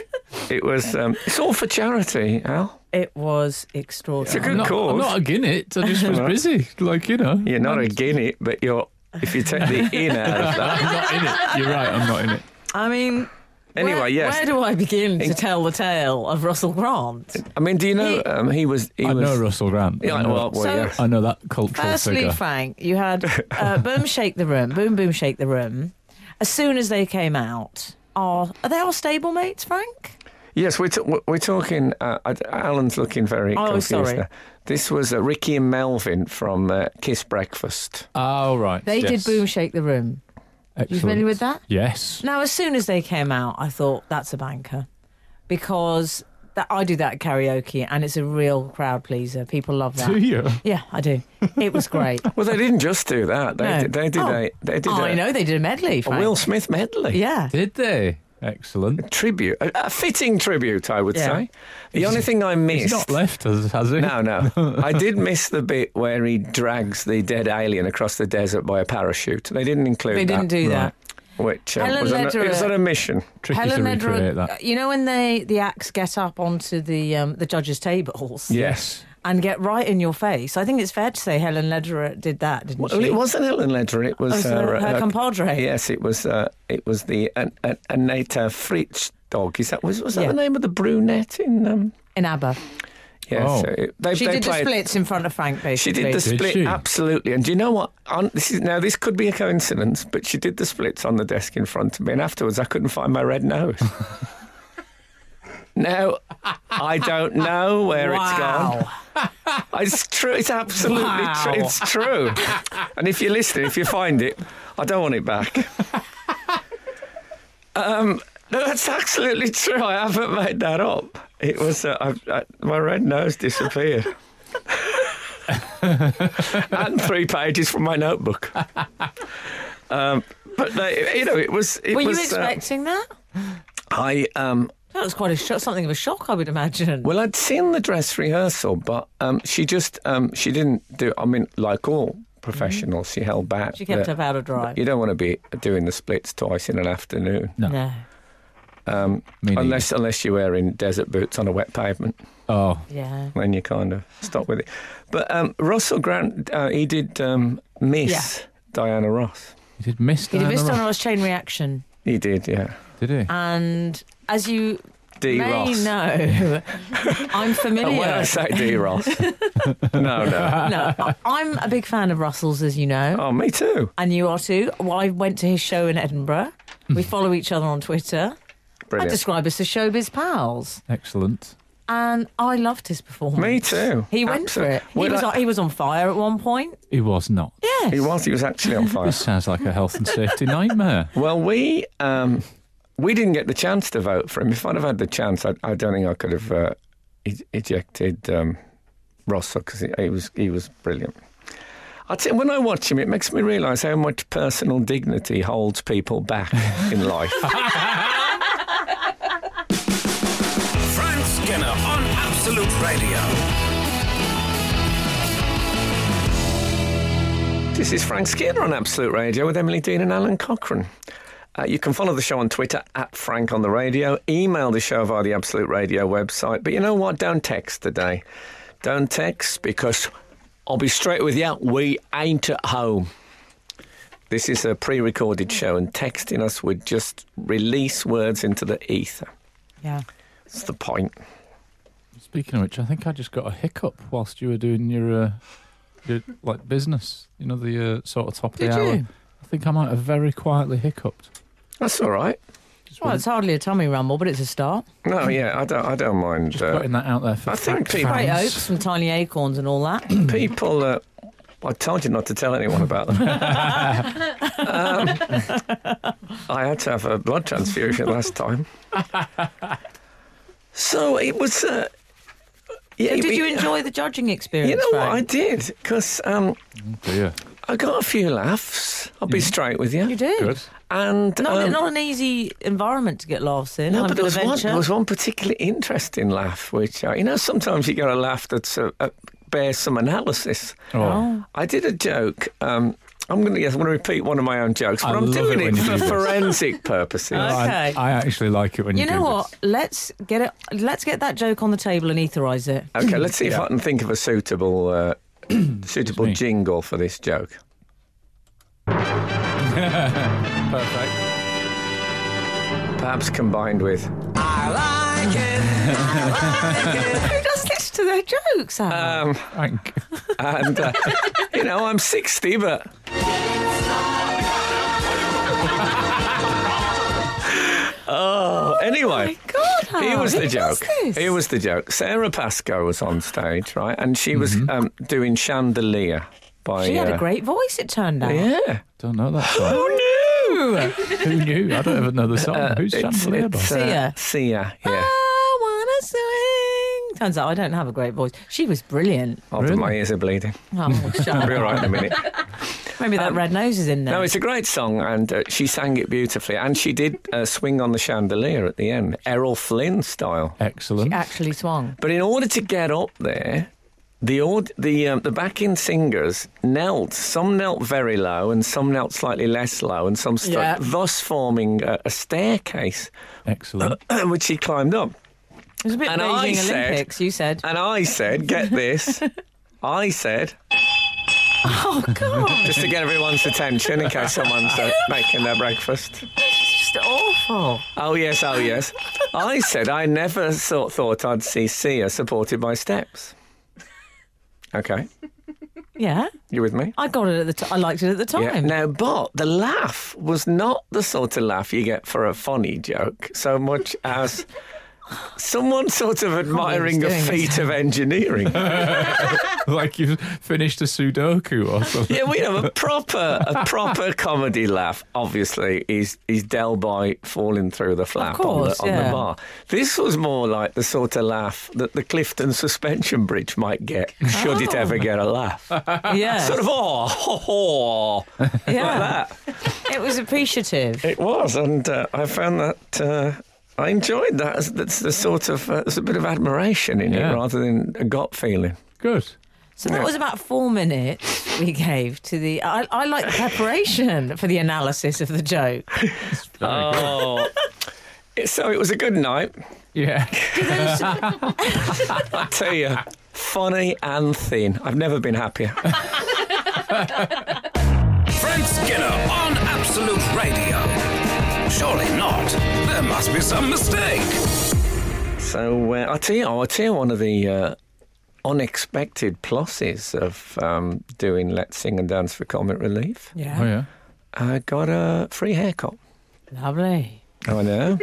Speaker 2: it was um, it's all for charity, Al.
Speaker 4: It was
Speaker 2: It's a
Speaker 4: extraordinary.
Speaker 2: good
Speaker 3: I'm not,
Speaker 2: cause.
Speaker 3: I'm not again it. I just was busy, like you know.
Speaker 2: You're not a guinea, but you're if you take the in out of that.
Speaker 3: I'm not in it. You're right. I'm not in it.
Speaker 4: I mean,
Speaker 2: Anyway,
Speaker 4: where,
Speaker 2: yes.
Speaker 4: Where do I begin to
Speaker 2: In-
Speaker 4: tell the tale of Russell Grant?
Speaker 2: I mean, do you know
Speaker 4: He-
Speaker 2: um, he was he
Speaker 3: I
Speaker 2: was
Speaker 3: know Russell Grant.
Speaker 2: Yeah,
Speaker 3: I know,
Speaker 2: well, well,
Speaker 4: So-
Speaker 2: yes.
Speaker 3: I know that cultural
Speaker 4: Firstly,
Speaker 3: figure.
Speaker 4: Frank, you had uh, Boom Shake the Room, Boom Boom Shake the Room. As soon as they came out, are are they our stable mates, Frank?
Speaker 2: Yes, we're, t- we're talking. Uh, I- Alan's looking very
Speaker 4: Oh,
Speaker 2: confused.
Speaker 4: sorry.
Speaker 2: now. This was uh, Ricky and Melvin from uh, Kiss Breakfast.
Speaker 3: Oh right.
Speaker 4: They
Speaker 3: yes.
Speaker 4: did Boom Shake the Room. You
Speaker 3: Excellent.
Speaker 4: familiar with that?
Speaker 3: Yes.
Speaker 4: Now, as soon as they came out, I thought that's a banker because that I do that at karaoke and it's a real crowd pleaser. People love
Speaker 3: Do
Speaker 4: that.
Speaker 3: you?
Speaker 4: Yeah, I do. It was great.
Speaker 2: Well, they didn't just do that. They,
Speaker 4: No.
Speaker 2: did, they did
Speaker 4: Oh.
Speaker 2: a they did
Speaker 4: I
Speaker 2: a,
Speaker 4: know they did a medley,
Speaker 2: a
Speaker 4: Frank.
Speaker 2: Will Smith medley.
Speaker 4: Yeah.
Speaker 3: Did they? Excellent.
Speaker 2: Tribute, a, a fitting tribute, I would
Speaker 4: Yeah.
Speaker 2: say. The only thing I missed.
Speaker 3: He's not left us, has he?
Speaker 2: no, no. I did miss the bit where he drags the dead alien across the desert by a parachute. They didn't include
Speaker 4: They didn't
Speaker 2: that,
Speaker 4: do that.
Speaker 3: Right.
Speaker 2: which um,
Speaker 4: Helen
Speaker 2: was, an,
Speaker 4: Lederer-
Speaker 2: it was an omission.
Speaker 3: Tricky to
Speaker 4: Helen
Speaker 3: recreate
Speaker 4: Lederer,
Speaker 3: that.
Speaker 4: you know when they the acts get up onto the um, the judges' tables
Speaker 3: Yes.
Speaker 4: and get right in your face. I think it's fair to say Helen Lederer did that, didn't
Speaker 2: Well,
Speaker 4: she?
Speaker 2: it wasn't Helen Lederer. It was, uh,
Speaker 4: Oh, so her,
Speaker 2: her-
Speaker 4: compadre.
Speaker 2: Yes, it was. Uh, it was the An- An- Aneta Fritz dog. Is that was was that
Speaker 4: Yeah.
Speaker 2: the name of the brunette in? Um,
Speaker 4: in ABBA.
Speaker 2: yeah,
Speaker 3: Oh.
Speaker 2: so it- they,
Speaker 4: She
Speaker 2: they
Speaker 4: did
Speaker 2: played-
Speaker 4: the splits in front of Frank,
Speaker 2: She
Speaker 4: basically.
Speaker 2: did the
Speaker 3: Did
Speaker 2: split
Speaker 3: she?
Speaker 2: absolutely, and do you know what? On, this is now this could be a coincidence, but she did the splits on the desk in front of me, and afterwards I couldn't find my red nose. now I don't know where it's gone.
Speaker 4: wow.
Speaker 2: It's true. It's absolutely
Speaker 4: Wow.
Speaker 2: true. It's true. and if you're listening, if you find it, I don't want it back. um, no, that's absolutely true. I haven't made that up. It was uh, I've, I, my red nose disappeared. and three pages from my notebook. Um, but they, you know, it was. It
Speaker 4: Were
Speaker 2: was.
Speaker 4: you
Speaker 2: uh,
Speaker 4: expecting that?
Speaker 2: I um,
Speaker 4: That was quite a shock, something of a shock, I would imagine.
Speaker 2: Well, I'd seen the dress rehearsal, but um, she just um, she didn't do. I mean, like all professionals, she held back.
Speaker 4: she kept
Speaker 2: that-
Speaker 4: her powder dry.
Speaker 2: You don't want to be doing the splits twice in an afternoon,
Speaker 3: No.
Speaker 4: No.
Speaker 2: um,
Speaker 3: Me neither.
Speaker 2: unless unless you're wearing desert boots on a wet pavement.
Speaker 3: Oh,
Speaker 4: Yeah.
Speaker 2: Then you kind of stop with it. But um, Russell Grant, uh, he did um, miss Diana Ross.
Speaker 3: he did miss
Speaker 4: He did
Speaker 3: Diana
Speaker 4: missed on
Speaker 3: Ross,
Speaker 4: Ross chain reaction.
Speaker 2: He did, yeah.
Speaker 3: did he?
Speaker 4: And as you
Speaker 2: D
Speaker 4: may
Speaker 2: Ross.
Speaker 4: know, I'm
Speaker 2: And when I
Speaker 4: familiar.
Speaker 2: say D Ross, no, no.
Speaker 4: no, I- I'm a big fan of Russell's, as you know.
Speaker 2: Oh, me too.
Speaker 4: And you are too. Well, I went to his show in Edinburgh. We follow each other on Twitter. I
Speaker 2: Hmm. Brilliant.
Speaker 4: describe us as showbiz pals.
Speaker 3: Excellent.
Speaker 4: And I loved his performance.
Speaker 2: Me too.
Speaker 4: He went
Speaker 2: Absolutely.
Speaker 4: for it. He
Speaker 2: When
Speaker 4: was,
Speaker 2: I-
Speaker 4: on, he was on fire at one point.
Speaker 3: He was not.
Speaker 4: Yes.
Speaker 2: He was. He was actually on fire.
Speaker 3: This sounds like a health and safety nightmare.
Speaker 2: Well, we um, we didn't get the chance to vote for him. If I'd have had the chance, I, I don't think I could have uh, e- ejected um, Russell because he, he was he was brilliant. I tell you, when I watch him, it makes me realise how much personal dignity holds people back in life.
Speaker 1: Frank Skinner on Absolute Radio.
Speaker 2: This is Frank Skinner on Absolute Radio with Emily Dean and Alan Cochrane. Uh, you can follow the show on Twitter at Frank on the Radio. Email the show via the Absolute Radio website. But you know what? Don't text today. Don't text because I'll be straight with you. We ain't at home. This is a pre recorded show, and texting us would just release words into the ether.
Speaker 4: Yeah.
Speaker 2: That's the point.
Speaker 3: Speaking of which, I think I just got a hiccup whilst you were doing your, uh, your like business. You know, the uh, sort of top of
Speaker 4: Did
Speaker 3: the hour.
Speaker 4: you?
Speaker 3: I think I might have very quietly hiccuped.
Speaker 2: That's all right.
Speaker 3: Just,
Speaker 4: Well,
Speaker 3: wanted-
Speaker 4: it's hardly a tummy rumble, but it's a start.
Speaker 2: No, yeah, I don't, I don't mind.
Speaker 3: just
Speaker 2: uh,
Speaker 3: putting that out there for
Speaker 2: I think
Speaker 3: fact
Speaker 2: people-
Speaker 4: Great
Speaker 3: fans.
Speaker 4: oaks and tiny acorns and all that.
Speaker 2: people. Uh, I told you not to tell anyone about them. um, I had to have a blood transfusion last time. So it was. Uh, yeah,
Speaker 4: Did
Speaker 2: we-
Speaker 4: you enjoy the judging experience?
Speaker 2: You know what I
Speaker 4: Frank?
Speaker 2: did because um,
Speaker 3: Dear.
Speaker 2: I got a few laughs. I'll be straight with
Speaker 4: You
Speaker 2: you.
Speaker 4: did.
Speaker 3: Good.
Speaker 2: And
Speaker 4: Not,
Speaker 2: um,
Speaker 4: not an easy environment to get laughs in.
Speaker 2: no,
Speaker 4: I'm
Speaker 2: but there
Speaker 4: going
Speaker 2: was
Speaker 4: to
Speaker 2: one.
Speaker 4: venture.
Speaker 2: There was one particularly interesting laugh, which uh, you know sometimes you get a laugh that's uh, uh, bears some analysis.
Speaker 3: Oh.
Speaker 2: I did a joke. Um, I'm going to yes, I'm going to repeat one of my own jokes, but
Speaker 3: I
Speaker 2: I'm
Speaker 3: love
Speaker 2: doing
Speaker 3: it
Speaker 2: it,
Speaker 3: when you
Speaker 2: for
Speaker 3: do this.
Speaker 2: forensic purposes.
Speaker 3: I,
Speaker 4: Okay.
Speaker 3: I actually like it when you,
Speaker 4: You
Speaker 3: do
Speaker 4: know what?
Speaker 3: this.
Speaker 4: Let's get it. Let's get that joke on the table and etherize it.
Speaker 2: okay, let's see if
Speaker 3: Yeah.
Speaker 2: I can think of a suitable uh, suitable
Speaker 3: me.
Speaker 2: jingle for this joke.
Speaker 3: Perfect.
Speaker 2: Perhaps combined with Uh,
Speaker 4: Who does listen to their jokes? Alan?
Speaker 2: um,
Speaker 3: Thank you.
Speaker 2: and uh, you know I'm 60, but oh, anyway.
Speaker 4: God,
Speaker 2: Here
Speaker 4: Alan,
Speaker 2: was the
Speaker 4: Ah, who does
Speaker 2: joke.
Speaker 4: this?
Speaker 2: Here was the joke. Sarah Pascoe was on stage, right? And she was
Speaker 3: Mm-hmm.
Speaker 2: um, doing Chandelier by.
Speaker 4: She had
Speaker 2: uh,
Speaker 4: a great voice. It turned out.
Speaker 2: Yeah.
Speaker 3: Don't know that song.
Speaker 2: Oh
Speaker 3: Who knew? I don't even know the song.
Speaker 2: Uh,
Speaker 3: Who's Chandelier by?
Speaker 4: Sia. Ah.
Speaker 2: Sia, yeah.
Speaker 4: I wanna swing. Turns out I don't have a great voice. She was brilliant.
Speaker 2: Oh, but
Speaker 3: Really?
Speaker 2: my ears are bleeding.
Speaker 4: Oh, shut
Speaker 2: I'll
Speaker 4: up.
Speaker 2: be all right in a minute.
Speaker 4: Maybe that red nose is in there.
Speaker 2: Um, No, it's a great song, and uh, she sang it beautifully. And she did uh, swing on the chandelier at the end, Errol Flynn style.
Speaker 3: Excellent.
Speaker 4: actually swung.
Speaker 2: But in order to get up there, the aud- the um, the backing singers knelt. Some knelt very low, and some knelt slightly less low, and some stuck,
Speaker 4: Yeah.
Speaker 2: thus forming a, a staircase
Speaker 3: Excellent.
Speaker 2: which she climbed up.
Speaker 4: It was a bit
Speaker 2: And I
Speaker 4: Beijing
Speaker 2: said- um,
Speaker 4: Olympics. you said,
Speaker 2: And I said, "Get this." I said,
Speaker 4: "Oh God,
Speaker 2: just to get everyone's attention in case someone's uh, making their breakfast.
Speaker 4: it's just awful."
Speaker 2: Oh yes, oh yes. I said I never thought, thought I'd see Sia supported by steps. Okay,
Speaker 4: Yeah,
Speaker 2: you with me?
Speaker 4: I got it at the. T- I liked it at the time.
Speaker 2: Yeah. Now, but the laugh was not the sort of laugh you get for a funny joke, so much as someone sort of admiring the
Speaker 4: doing
Speaker 2: feat of engineering.
Speaker 3: like you finished a Sudoku or something.
Speaker 2: Yeah, we have a proper a proper comedy laugh. Obviously, is is Del Boy falling through the flap
Speaker 4: course,
Speaker 2: on, the, on
Speaker 4: yeah.
Speaker 2: the bar. This was more like the sort of laugh that the Clifton suspension bridge might get should it
Speaker 4: Oh.
Speaker 2: ever get a laugh.
Speaker 4: yeah,
Speaker 2: sort of oh, ho, ho, ah."
Speaker 4: yeah.
Speaker 2: that.
Speaker 4: It was appreciative.
Speaker 2: It was, and uh, I found that. Uh, I enjoyed that. That's the sort of uh, there's a bit of admiration in
Speaker 3: Yeah.
Speaker 2: it rather than a gut feeling.
Speaker 3: Good.
Speaker 4: So that was about four minutes we gave to the. I, I like the preparation for the analysis of the joke.
Speaker 2: Oh, so it was a good night.
Speaker 3: Yeah.
Speaker 2: tell you, funny and thin. I've never been happier.
Speaker 1: Frank Skinner on Absolute Radio. Surely not. There must be some mistake.
Speaker 2: so uh, I'll tell you, I'll tell you one of the uh, unexpected pluses of um, doing Let's Sing and Dance for Comic Relief.
Speaker 4: Yeah,
Speaker 3: Oh yeah.
Speaker 2: I got a free haircut. Oh,
Speaker 4: lovely.
Speaker 2: I know,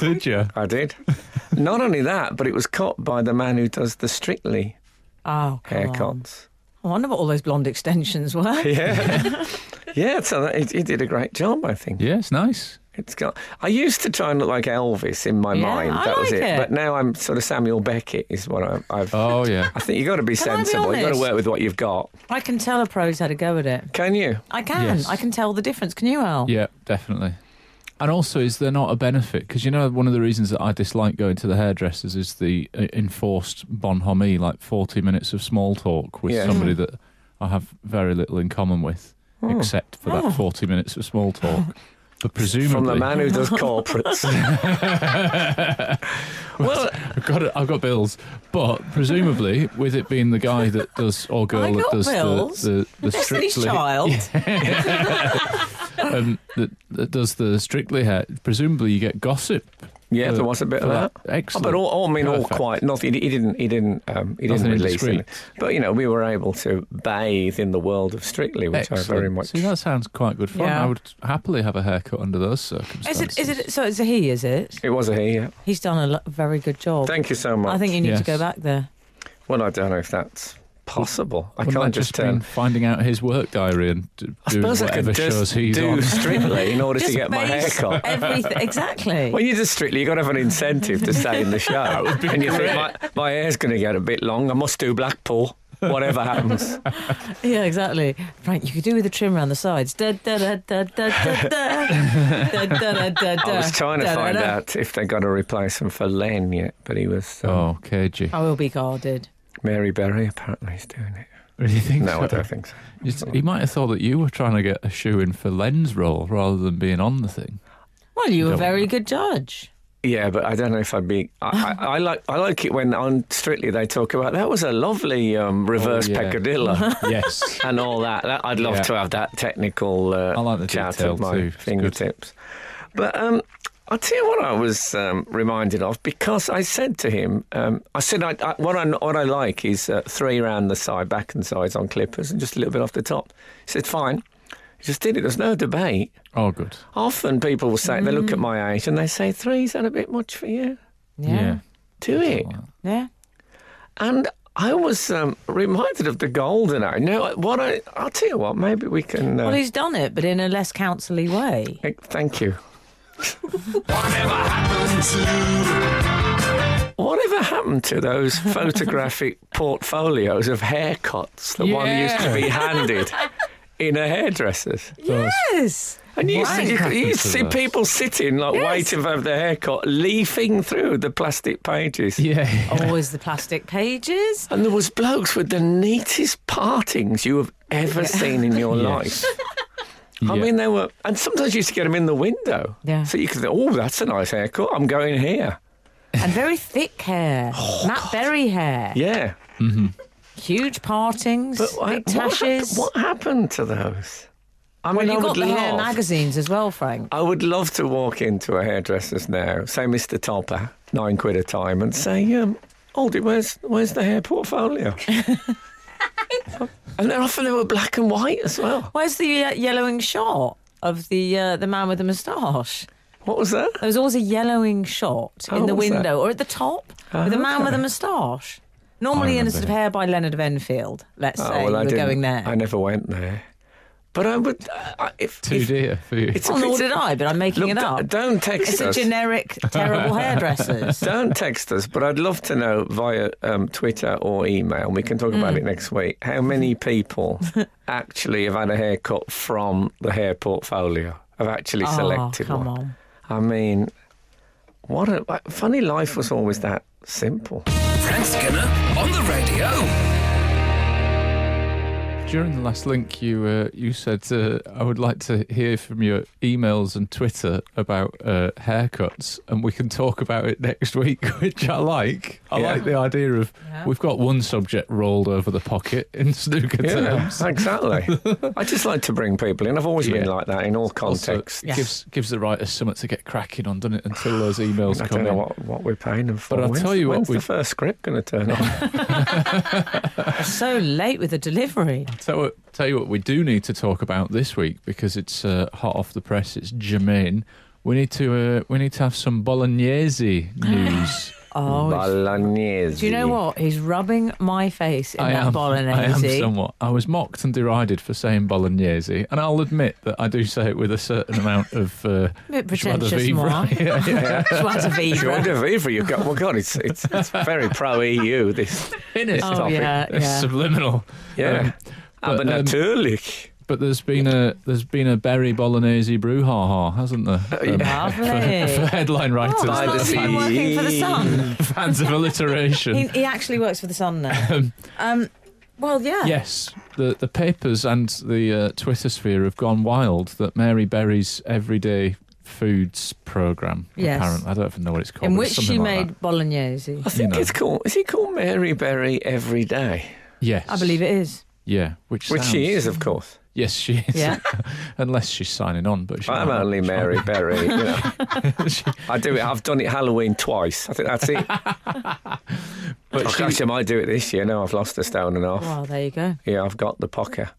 Speaker 3: Did you?
Speaker 2: I did. Not only that, but it was cut by the man who does the Strictly
Speaker 4: Oh, come on.
Speaker 2: haircuts.
Speaker 4: I wonder what all those blonde extensions were.
Speaker 2: Yeah, yeah. So that, he, he did a great job, I think.
Speaker 3: Yeah, it's nice.
Speaker 2: It's got. I used to try and look like Elvis in my
Speaker 4: Yeah,
Speaker 2: mind.
Speaker 4: I
Speaker 2: That was
Speaker 4: like
Speaker 2: it.
Speaker 4: it.
Speaker 2: But now I'm sort of Samuel Beckett is what I, I've.
Speaker 3: Oh yeah.
Speaker 2: I think you got to be
Speaker 4: I be
Speaker 2: sensible. you got to
Speaker 4: honest?
Speaker 2: work with what you've got.
Speaker 4: I can tell a pros had a go at it.
Speaker 2: Can you?
Speaker 4: I can.
Speaker 3: Yes.
Speaker 4: I can tell the difference. Can you, Al?
Speaker 3: Yeah, definitely. And also, is there not a benefit? Because you know, one of the reasons that I dislike going to the hairdressers is the uh, enforced bonhomie, like forty minutes of small talk with
Speaker 2: Yeah.
Speaker 3: somebody that I have very little in common with, except for that forty minutes of small talk. But presumably,
Speaker 2: Oh. from the man who does corporates. well,
Speaker 3: I've got it, I've got bills, but presumably, with it being the guy that does or
Speaker 4: I
Speaker 3: girl that
Speaker 4: got
Speaker 3: does
Speaker 4: bills.
Speaker 3: the the, the
Speaker 4: Destiny's
Speaker 3: strictly
Speaker 4: Child.
Speaker 3: um, that, that does the strictly hair. Presumably, you get gossip.
Speaker 2: yeah,
Speaker 3: for-
Speaker 2: there was a bit
Speaker 3: for
Speaker 2: of that.
Speaker 3: Excellent.
Speaker 2: But all, all I mean, all
Speaker 3: Perfect.
Speaker 2: quite. Nothing. He didn't. He didn't. Um, he didn't
Speaker 3: Nothing
Speaker 2: release
Speaker 3: indiscreet.
Speaker 2: it. But you know, we were able to bathe in the world of Strictly, which I very
Speaker 3: Excellent.
Speaker 2: much.
Speaker 3: See, that sounds quite good fun.
Speaker 4: Yeah.
Speaker 3: I would happily have a haircut under those
Speaker 4: Is
Speaker 3: circumstances.
Speaker 4: it? Is it? So it's a he, is it?
Speaker 2: It was a he. Yeah.
Speaker 4: He's done a lo- very good job.
Speaker 2: Thank you so much.
Speaker 4: I think you need to
Speaker 3: Yes.
Speaker 4: go back there.
Speaker 2: Well, I don't know if that's possible. I
Speaker 3: Wouldn't
Speaker 2: can't
Speaker 3: that just
Speaker 2: just uh, turn.
Speaker 3: mean finding out his work diary and d-
Speaker 2: I
Speaker 3: doing
Speaker 2: suppose I
Speaker 3: whatever
Speaker 2: could
Speaker 3: shows
Speaker 2: just
Speaker 3: he's
Speaker 2: do
Speaker 3: on?
Speaker 2: Strictly in order to
Speaker 4: Just
Speaker 2: get my hair
Speaker 4: base
Speaker 2: cut.
Speaker 4: Everything exactly.
Speaker 2: When you do Strictly, you've got to have an incentive to stay in the show. and you think, my, my hair's going to get a bit long. I must do Blackpool, whatever happens.
Speaker 4: Yeah, exactly. Frank, you could do with a trim around the sides. Da da da da da da da. da da da da da.
Speaker 2: I was trying to
Speaker 4: Da, da,
Speaker 2: find
Speaker 4: da.
Speaker 2: out if they got to replace him for Len yet, but he was. Um,
Speaker 3: Oh, KG.
Speaker 4: I will be guarded.
Speaker 2: Mary Berry apparently is doing it.
Speaker 3: Really think
Speaker 2: No,
Speaker 3: so?
Speaker 2: I don't think so.
Speaker 3: You s- He might have thought that you were trying to get a shoe in for Len's role rather than being on the thing.
Speaker 4: Well, you were a
Speaker 3: Don't
Speaker 4: very
Speaker 3: want
Speaker 4: good judge.
Speaker 2: Yeah, but I don't know if I'd be. I, I, I like I like it when on Strictly they talk about that was a lovely um, reverse
Speaker 3: Oh, yeah.
Speaker 2: peccadillo
Speaker 3: Yes.
Speaker 2: and all that. that I'd love
Speaker 3: Yeah.
Speaker 2: to have that technical uh,
Speaker 3: I like the
Speaker 2: chat
Speaker 3: detail
Speaker 2: at my
Speaker 3: too. It's good.
Speaker 2: fingertips. But um, I'll tell you what I was um, reminded of because I said to him, um, I said I, I, what I what I like is uh, three round the side, back and sides on clippers, and just a little bit off the top. He said, "Fine." He just did it. There's no debate.
Speaker 3: oh, good.
Speaker 2: Often people will say, they look at my age and they say, three's that a bit much for you?
Speaker 4: Yeah.
Speaker 2: Do it.
Speaker 4: Yeah.
Speaker 2: And I was um, reminded of the golden age. Now, what I, I'll tell you what, maybe we can. Uh,
Speaker 4: Well, he's done it, but in a less council-y way.
Speaker 2: eh, thank you.
Speaker 1: Whatever happened to
Speaker 2: Whatever happened to those photographic portfolios of haircuts that one used to be handed in a hairdresser's?
Speaker 4: Yes.
Speaker 2: And you used to,
Speaker 4: Right.
Speaker 2: you could- you
Speaker 3: Happened
Speaker 2: used to
Speaker 3: to
Speaker 2: see
Speaker 3: us.
Speaker 2: people sitting, like
Speaker 4: Yes.
Speaker 2: waiting for their haircut, leafing through the plastic pages.
Speaker 3: Yeah.
Speaker 4: Always the plastic pages.
Speaker 2: And there was blokes with the neatest partings you have ever seen in your life. I
Speaker 3: Yeah.
Speaker 2: mean, they were, and sometimes you used to get them in the window.
Speaker 4: Yeah.
Speaker 2: So you could think, oh, that's a nice haircut. I'm going here.
Speaker 4: And very thick hair.
Speaker 3: Oh,
Speaker 4: Matt Berry hair.
Speaker 2: Yeah.
Speaker 4: Huge partings.
Speaker 2: But I-
Speaker 4: big
Speaker 2: what, hap-
Speaker 4: tashes.
Speaker 2: what happened to those? I mean,
Speaker 4: Well,
Speaker 2: I
Speaker 4: you got
Speaker 2: would
Speaker 4: the hair
Speaker 2: love,
Speaker 4: magazines as well, Frank.
Speaker 2: I would love to walk into a hairdresser's now, say Mr. Topper, nine quid a time, and say, um, Aldi, where's where's the hair portfolio? and then often they were black and white as well.
Speaker 4: Where's the uh, yellowing shot of the uh, the man with the moustache?
Speaker 2: What was that?
Speaker 4: There was always a yellowing shot
Speaker 2: Oh,
Speaker 4: in the
Speaker 2: was there? Oh,
Speaker 4: window or at the top with a man with a moustache. Normally in a sort of hair by Leonard of Enfield, let's say, you were
Speaker 2: didn't-
Speaker 4: going there.
Speaker 2: Oh, I never went there. But I would. I if,
Speaker 3: Too
Speaker 2: if-
Speaker 3: dear for you.
Speaker 2: it's a
Speaker 4: well, Oh, nor
Speaker 2: bit-
Speaker 4: did I, but I'm making
Speaker 2: Look,
Speaker 4: it
Speaker 2: d-
Speaker 4: up.
Speaker 2: Don't text
Speaker 4: It's a
Speaker 2: us.
Speaker 4: generic, terrible hairdressers.
Speaker 2: don't text us, but I'd love to know via um, Twitter or email. We can talk about
Speaker 4: Mm.
Speaker 2: it next week. How many people actually have had a haircut from the hair portfolio? Have actually selected
Speaker 4: oh, come
Speaker 2: one.
Speaker 4: on.
Speaker 2: I mean, what a like, funny life was always that simple.
Speaker 1: Frank Skinner on the radio.
Speaker 3: During the last link, you uh, you said uh, I would like to hear from your emails and Twitter about uh, haircuts, and we can talk about it next week, which I like. I
Speaker 2: Yeah.
Speaker 3: like the idea of we've got one subject rolled over the pocket in snooker
Speaker 2: Yeah,
Speaker 3: terms.
Speaker 2: exactly. I just like to bring people in. I've always been
Speaker 3: Yeah.
Speaker 2: like that in all contexts.
Speaker 3: Also, gives gives the writers something to get cracking on, doesn't it? Until those emails
Speaker 2: I
Speaker 3: come
Speaker 2: don't know
Speaker 3: in.
Speaker 2: what, what we're paying them for.
Speaker 3: But I'll
Speaker 2: When's-
Speaker 3: tell you what,
Speaker 2: when's the
Speaker 3: we-
Speaker 2: first script going to turn up?
Speaker 4: They're so late with the delivery.
Speaker 2: Mm,
Speaker 3: Tell, what- tell you what, we do need to talk about this week because it's uh, hot off the press. It's Jermaine. We need to uh, we need to have some Bolognese news.
Speaker 4: Oh,
Speaker 2: Bolognese.
Speaker 4: do you know what? He's rubbing my face in that bolognese.
Speaker 3: I am somewhat. I was mocked and derided for saying Bolognese, and I'll admit that I do say it with a certain amount of uh,
Speaker 4: Bit
Speaker 3: joie de
Speaker 4: pretentious,
Speaker 3: vivre.
Speaker 4: moi.
Speaker 3: yeah, yeah.
Speaker 4: Joie de vivre.
Speaker 2: Joy de vivre, you've got. Well, God, it's it's, it's very pro EU. This,
Speaker 3: In it.
Speaker 4: Oh,
Speaker 2: topic.
Speaker 4: yeah,
Speaker 3: It's
Speaker 4: yeah.
Speaker 3: subliminal.
Speaker 2: yeah. Ah,
Speaker 3: but,
Speaker 2: but,
Speaker 3: um,
Speaker 2: natürlich.
Speaker 3: But there's been a there's been a berry Bolognese brouhaha, hasn't there?
Speaker 4: Oh,
Speaker 3: Um,
Speaker 4: Lovely.
Speaker 3: for headline writers,
Speaker 2: by
Speaker 4: Well,
Speaker 2: the
Speaker 4: Oh, that's
Speaker 2: sea.
Speaker 4: why I'm working for the Sun.
Speaker 3: fans of alliteration.
Speaker 4: He, he actually works for the Sun now. Um, well, yeah.
Speaker 3: Yes, the, the papers and the uh, Twitter sphere have gone wild that Mary Berry's everyday foods program.
Speaker 4: Yes.
Speaker 3: Apparently, I don't even know what it's called.
Speaker 4: in
Speaker 3: but it's
Speaker 4: which she
Speaker 3: something like
Speaker 4: made bolognese.
Speaker 2: I
Speaker 3: You
Speaker 2: think
Speaker 3: know.
Speaker 2: it's called. Is it called Mary Berry every day?
Speaker 3: that. Yes,
Speaker 4: I believe it is.
Speaker 3: Yeah, which
Speaker 2: Which she is,
Speaker 3: sounds-
Speaker 2: of course.
Speaker 3: Yes, she is.
Speaker 4: Yeah.
Speaker 3: Unless she's signing on, but she
Speaker 2: I'm
Speaker 3: might not.
Speaker 2: only
Speaker 3: She might
Speaker 2: Mary Berry. You know.
Speaker 3: not. She-
Speaker 2: I do it. I've done it Halloween twice. I think that's it. Oh,
Speaker 3: but
Speaker 2: Gosh,
Speaker 3: she,
Speaker 2: I might do it this year. No, I've lost a stone and a half.
Speaker 4: Well, there you go.
Speaker 2: Yeah, I've got the pocker.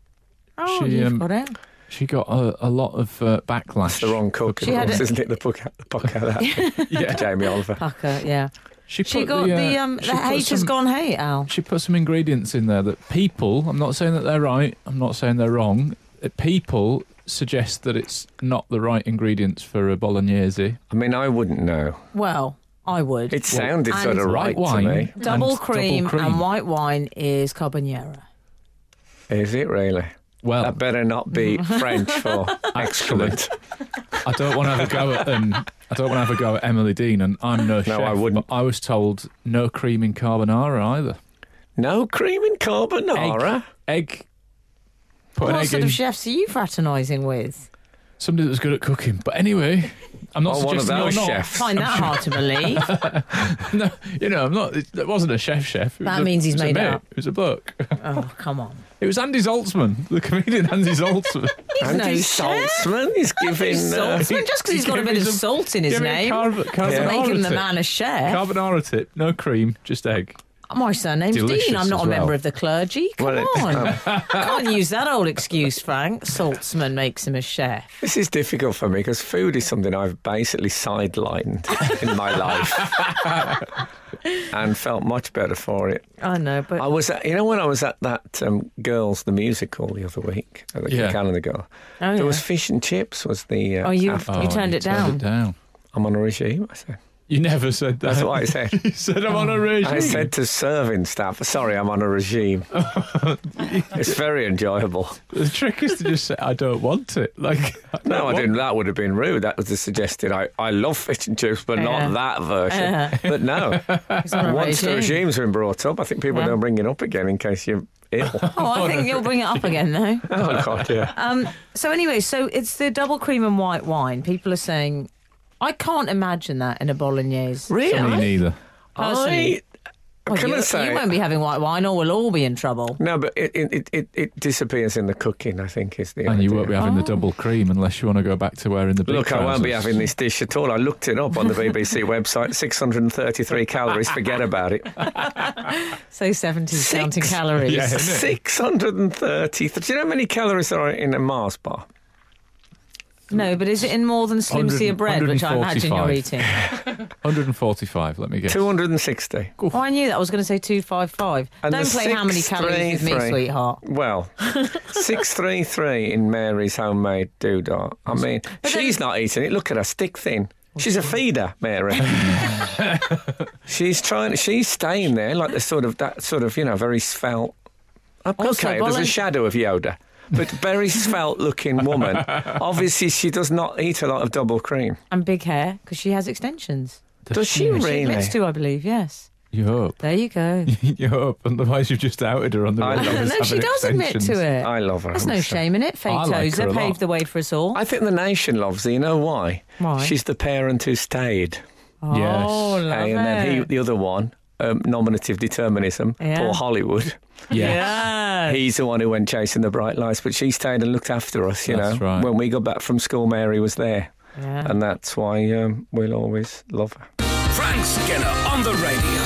Speaker 4: Oh,
Speaker 3: She,
Speaker 4: you've
Speaker 3: um,
Speaker 4: got it.
Speaker 3: she got a, a lot of uh,
Speaker 2: It's
Speaker 3: backlash.
Speaker 2: the wrong cook, of
Speaker 4: She had
Speaker 2: course,
Speaker 4: a-
Speaker 2: isn't it? The pocker, the pocker that
Speaker 3: Yeah.
Speaker 2: Jamie Oliver.
Speaker 4: Pucker, yeah. She
Speaker 3: put
Speaker 4: got the,
Speaker 3: uh,
Speaker 4: um, the
Speaker 3: she put
Speaker 4: hate has
Speaker 3: some-
Speaker 4: gone hate, Al.
Speaker 3: She put some ingredients in there that people, I'm not saying that they're right, I'm not saying they're wrong, uh, people suggest that it's not the right ingredients for a bolognese.
Speaker 2: I mean, I wouldn't know.
Speaker 4: Well, I would.
Speaker 2: It sounded
Speaker 4: and
Speaker 2: sort of right
Speaker 3: White wine.
Speaker 2: to me.
Speaker 3: and
Speaker 4: double, cream
Speaker 3: double cream.
Speaker 4: and white wine is carbonara.
Speaker 2: Is it really?
Speaker 4: Oh.
Speaker 3: Well,
Speaker 2: That better not be French for excellent.
Speaker 3: I don't want to have a go at um, I don't want to have a go at Emily Dean, and I'm no, chef.
Speaker 2: I wouldn't.
Speaker 3: but I was told no cream in carbonara either.
Speaker 2: No cream in carbonara.
Speaker 3: Egg. Put an
Speaker 4: What
Speaker 3: egg
Speaker 4: sort
Speaker 3: in.
Speaker 4: of chefs are you fraternising with?
Speaker 3: Somebody that was good at cooking. But anyway, I'm not
Speaker 2: Or one of
Speaker 3: suggesting
Speaker 2: those
Speaker 3: you're not.
Speaker 2: chefs.
Speaker 4: Find that hard to believe.
Speaker 3: No, you know, I'm not. It, it wasn't a chef. Chef. It was
Speaker 4: That
Speaker 3: a-
Speaker 4: means he's
Speaker 3: it was a
Speaker 4: made it
Speaker 3: mate.
Speaker 4: up.
Speaker 3: It was a bloke.
Speaker 4: Oh, come on.
Speaker 3: It was Andy Zoltzman, the comedian Andy Zoltzman.
Speaker 2: Andy
Speaker 4: no chef.
Speaker 2: Saltzman is giving. Uh,
Speaker 4: Saltzman, just because he's got a
Speaker 3: Give
Speaker 4: bit
Speaker 3: me
Speaker 4: of
Speaker 3: some-
Speaker 4: salt in his
Speaker 3: Give me a
Speaker 4: name.
Speaker 3: carb-
Speaker 4: Doesn't
Speaker 3: carbonara
Speaker 4: make him the
Speaker 3: tip.
Speaker 4: man a chef.
Speaker 3: Carbonara tip, no cream, just egg.
Speaker 4: My surname's
Speaker 3: Delicious
Speaker 4: Dean. I'm not
Speaker 3: as
Speaker 4: a member
Speaker 3: well.
Speaker 4: of the clergy. Come
Speaker 2: Well, it-
Speaker 4: on. Can't use that old excuse, Frank. Saltzman makes him a chef.
Speaker 2: this is difficult for me because food is something I've basically sidelined in my life and felt much better for it.
Speaker 4: I know, but oh,
Speaker 2: I was, at, you know, when I was at that um, girls, the musical the other week at the
Speaker 3: Yeah.
Speaker 2: Calendar Girl,
Speaker 4: Oh,
Speaker 2: there
Speaker 4: yeah.
Speaker 2: was fish and chips. Was the uh,
Speaker 4: Oh, you-
Speaker 2: after-
Speaker 4: You turned it down.
Speaker 2: I'm on a regime. I said
Speaker 3: You never said that.
Speaker 2: that's what I said.
Speaker 3: you said I'm on a regime.
Speaker 2: I said to serving staff, "Sorry, I'm on a regime." it's very enjoyable.
Speaker 3: the trick is to just say I don't want it. Like I
Speaker 2: No, I
Speaker 3: want-
Speaker 2: didn't. That would have been rude. That was the suggested. I, I love fish and chips, but
Speaker 4: Yeah. Uh-huh.
Speaker 2: not that version.
Speaker 4: Yeah.
Speaker 2: But no,
Speaker 4: he's on a
Speaker 2: once the
Speaker 4: regime.
Speaker 2: regime's been brought up, I think people
Speaker 4: Yeah.
Speaker 2: don't bring it up again in case you're ill. oh
Speaker 4: Oh, I think you'll bring it up again, though.
Speaker 2: God, yeah.
Speaker 4: Um, so anyway, so it's the double cream and white wine. People are saying, I can't imagine that in a bolognese.
Speaker 3: Me
Speaker 2: Really?
Speaker 3: neither.
Speaker 2: I,
Speaker 4: Personally. Well,
Speaker 2: can
Speaker 4: you,
Speaker 2: I say?
Speaker 4: you won't be having white wine, or we'll all be in trouble.
Speaker 2: No, but it, it, it- it, it disappears in the cooking, I think, is the
Speaker 3: And you
Speaker 2: idea.
Speaker 3: won't be having the double cream unless you want to go back to wearing the big
Speaker 2: Look, I won't be
Speaker 3: trousers.
Speaker 2: having this dish at all. I looked it up on the BBC website 633 calories, forget about it.
Speaker 4: Say 70
Speaker 2: Six.
Speaker 4: counting calories.
Speaker 3: Yeah.
Speaker 2: 633. Do you know how many calories there are in a Mars bar?
Speaker 4: No, but is it in more than Slimsia
Speaker 3: 100
Speaker 4: bread, which I imagine you're
Speaker 3: 145.
Speaker 4: eating?
Speaker 3: 145. Let me guess.
Speaker 2: 260.
Speaker 4: Oh, I knew that. I was going to say 255.
Speaker 2: And
Speaker 4: Don't
Speaker 2: the
Speaker 4: play how many
Speaker 2: six,
Speaker 4: calories with
Speaker 2: three,
Speaker 4: me,
Speaker 2: three.
Speaker 4: sweetheart.
Speaker 2: Well, 633 in Mary's homemade doodah. I mean, she's not eating it. Look at her, stick thin. She's a feeder, Mary. she's trying. She's staying there like the sort of that sort of you know very svelte. Uh,
Speaker 4: Also,
Speaker 2: okay, there's
Speaker 4: volun-
Speaker 2: a shadow of Yoda, but very svelte-looking woman. Obviously, she does not eat a lot of double cream.
Speaker 4: And big hair, because she has extensions.
Speaker 2: Does she
Speaker 4: She
Speaker 2: really?
Speaker 4: admits to, I believe, yes.
Speaker 3: You hope.
Speaker 4: There you go.
Speaker 3: you hope. Otherwise, you've just outed her on the.
Speaker 2: I
Speaker 3: road
Speaker 2: love
Speaker 3: as
Speaker 2: it.
Speaker 4: no, she
Speaker 3: having
Speaker 4: does admit
Speaker 3: extensions.
Speaker 4: to it.
Speaker 2: I love her.
Speaker 4: There's
Speaker 2: I'm
Speaker 4: no
Speaker 2: sorry.
Speaker 4: shame in it. Fake
Speaker 3: I like her
Speaker 4: Tozer
Speaker 3: a lot.
Speaker 4: paved the way for us all.
Speaker 2: I think the nation loves her. You know why?
Speaker 4: Why?
Speaker 2: She's the parent who stayed.
Speaker 3: Yes.
Speaker 4: Oh, love
Speaker 2: Okay, and then he,
Speaker 4: it.
Speaker 2: the other one, um, nominative determinism,
Speaker 4: Yeah.
Speaker 2: poor Hollywood.
Speaker 3: Yeah.
Speaker 4: yeah.
Speaker 2: He's the one who went chasing the bright lights, but she stayed and looked after us. You
Speaker 3: That's
Speaker 2: know,
Speaker 3: right.
Speaker 2: when we got back from school, Mary was there,
Speaker 4: Yeah.
Speaker 2: and that's why um, we'll always love her.
Speaker 1: Frank Skinner on the radio.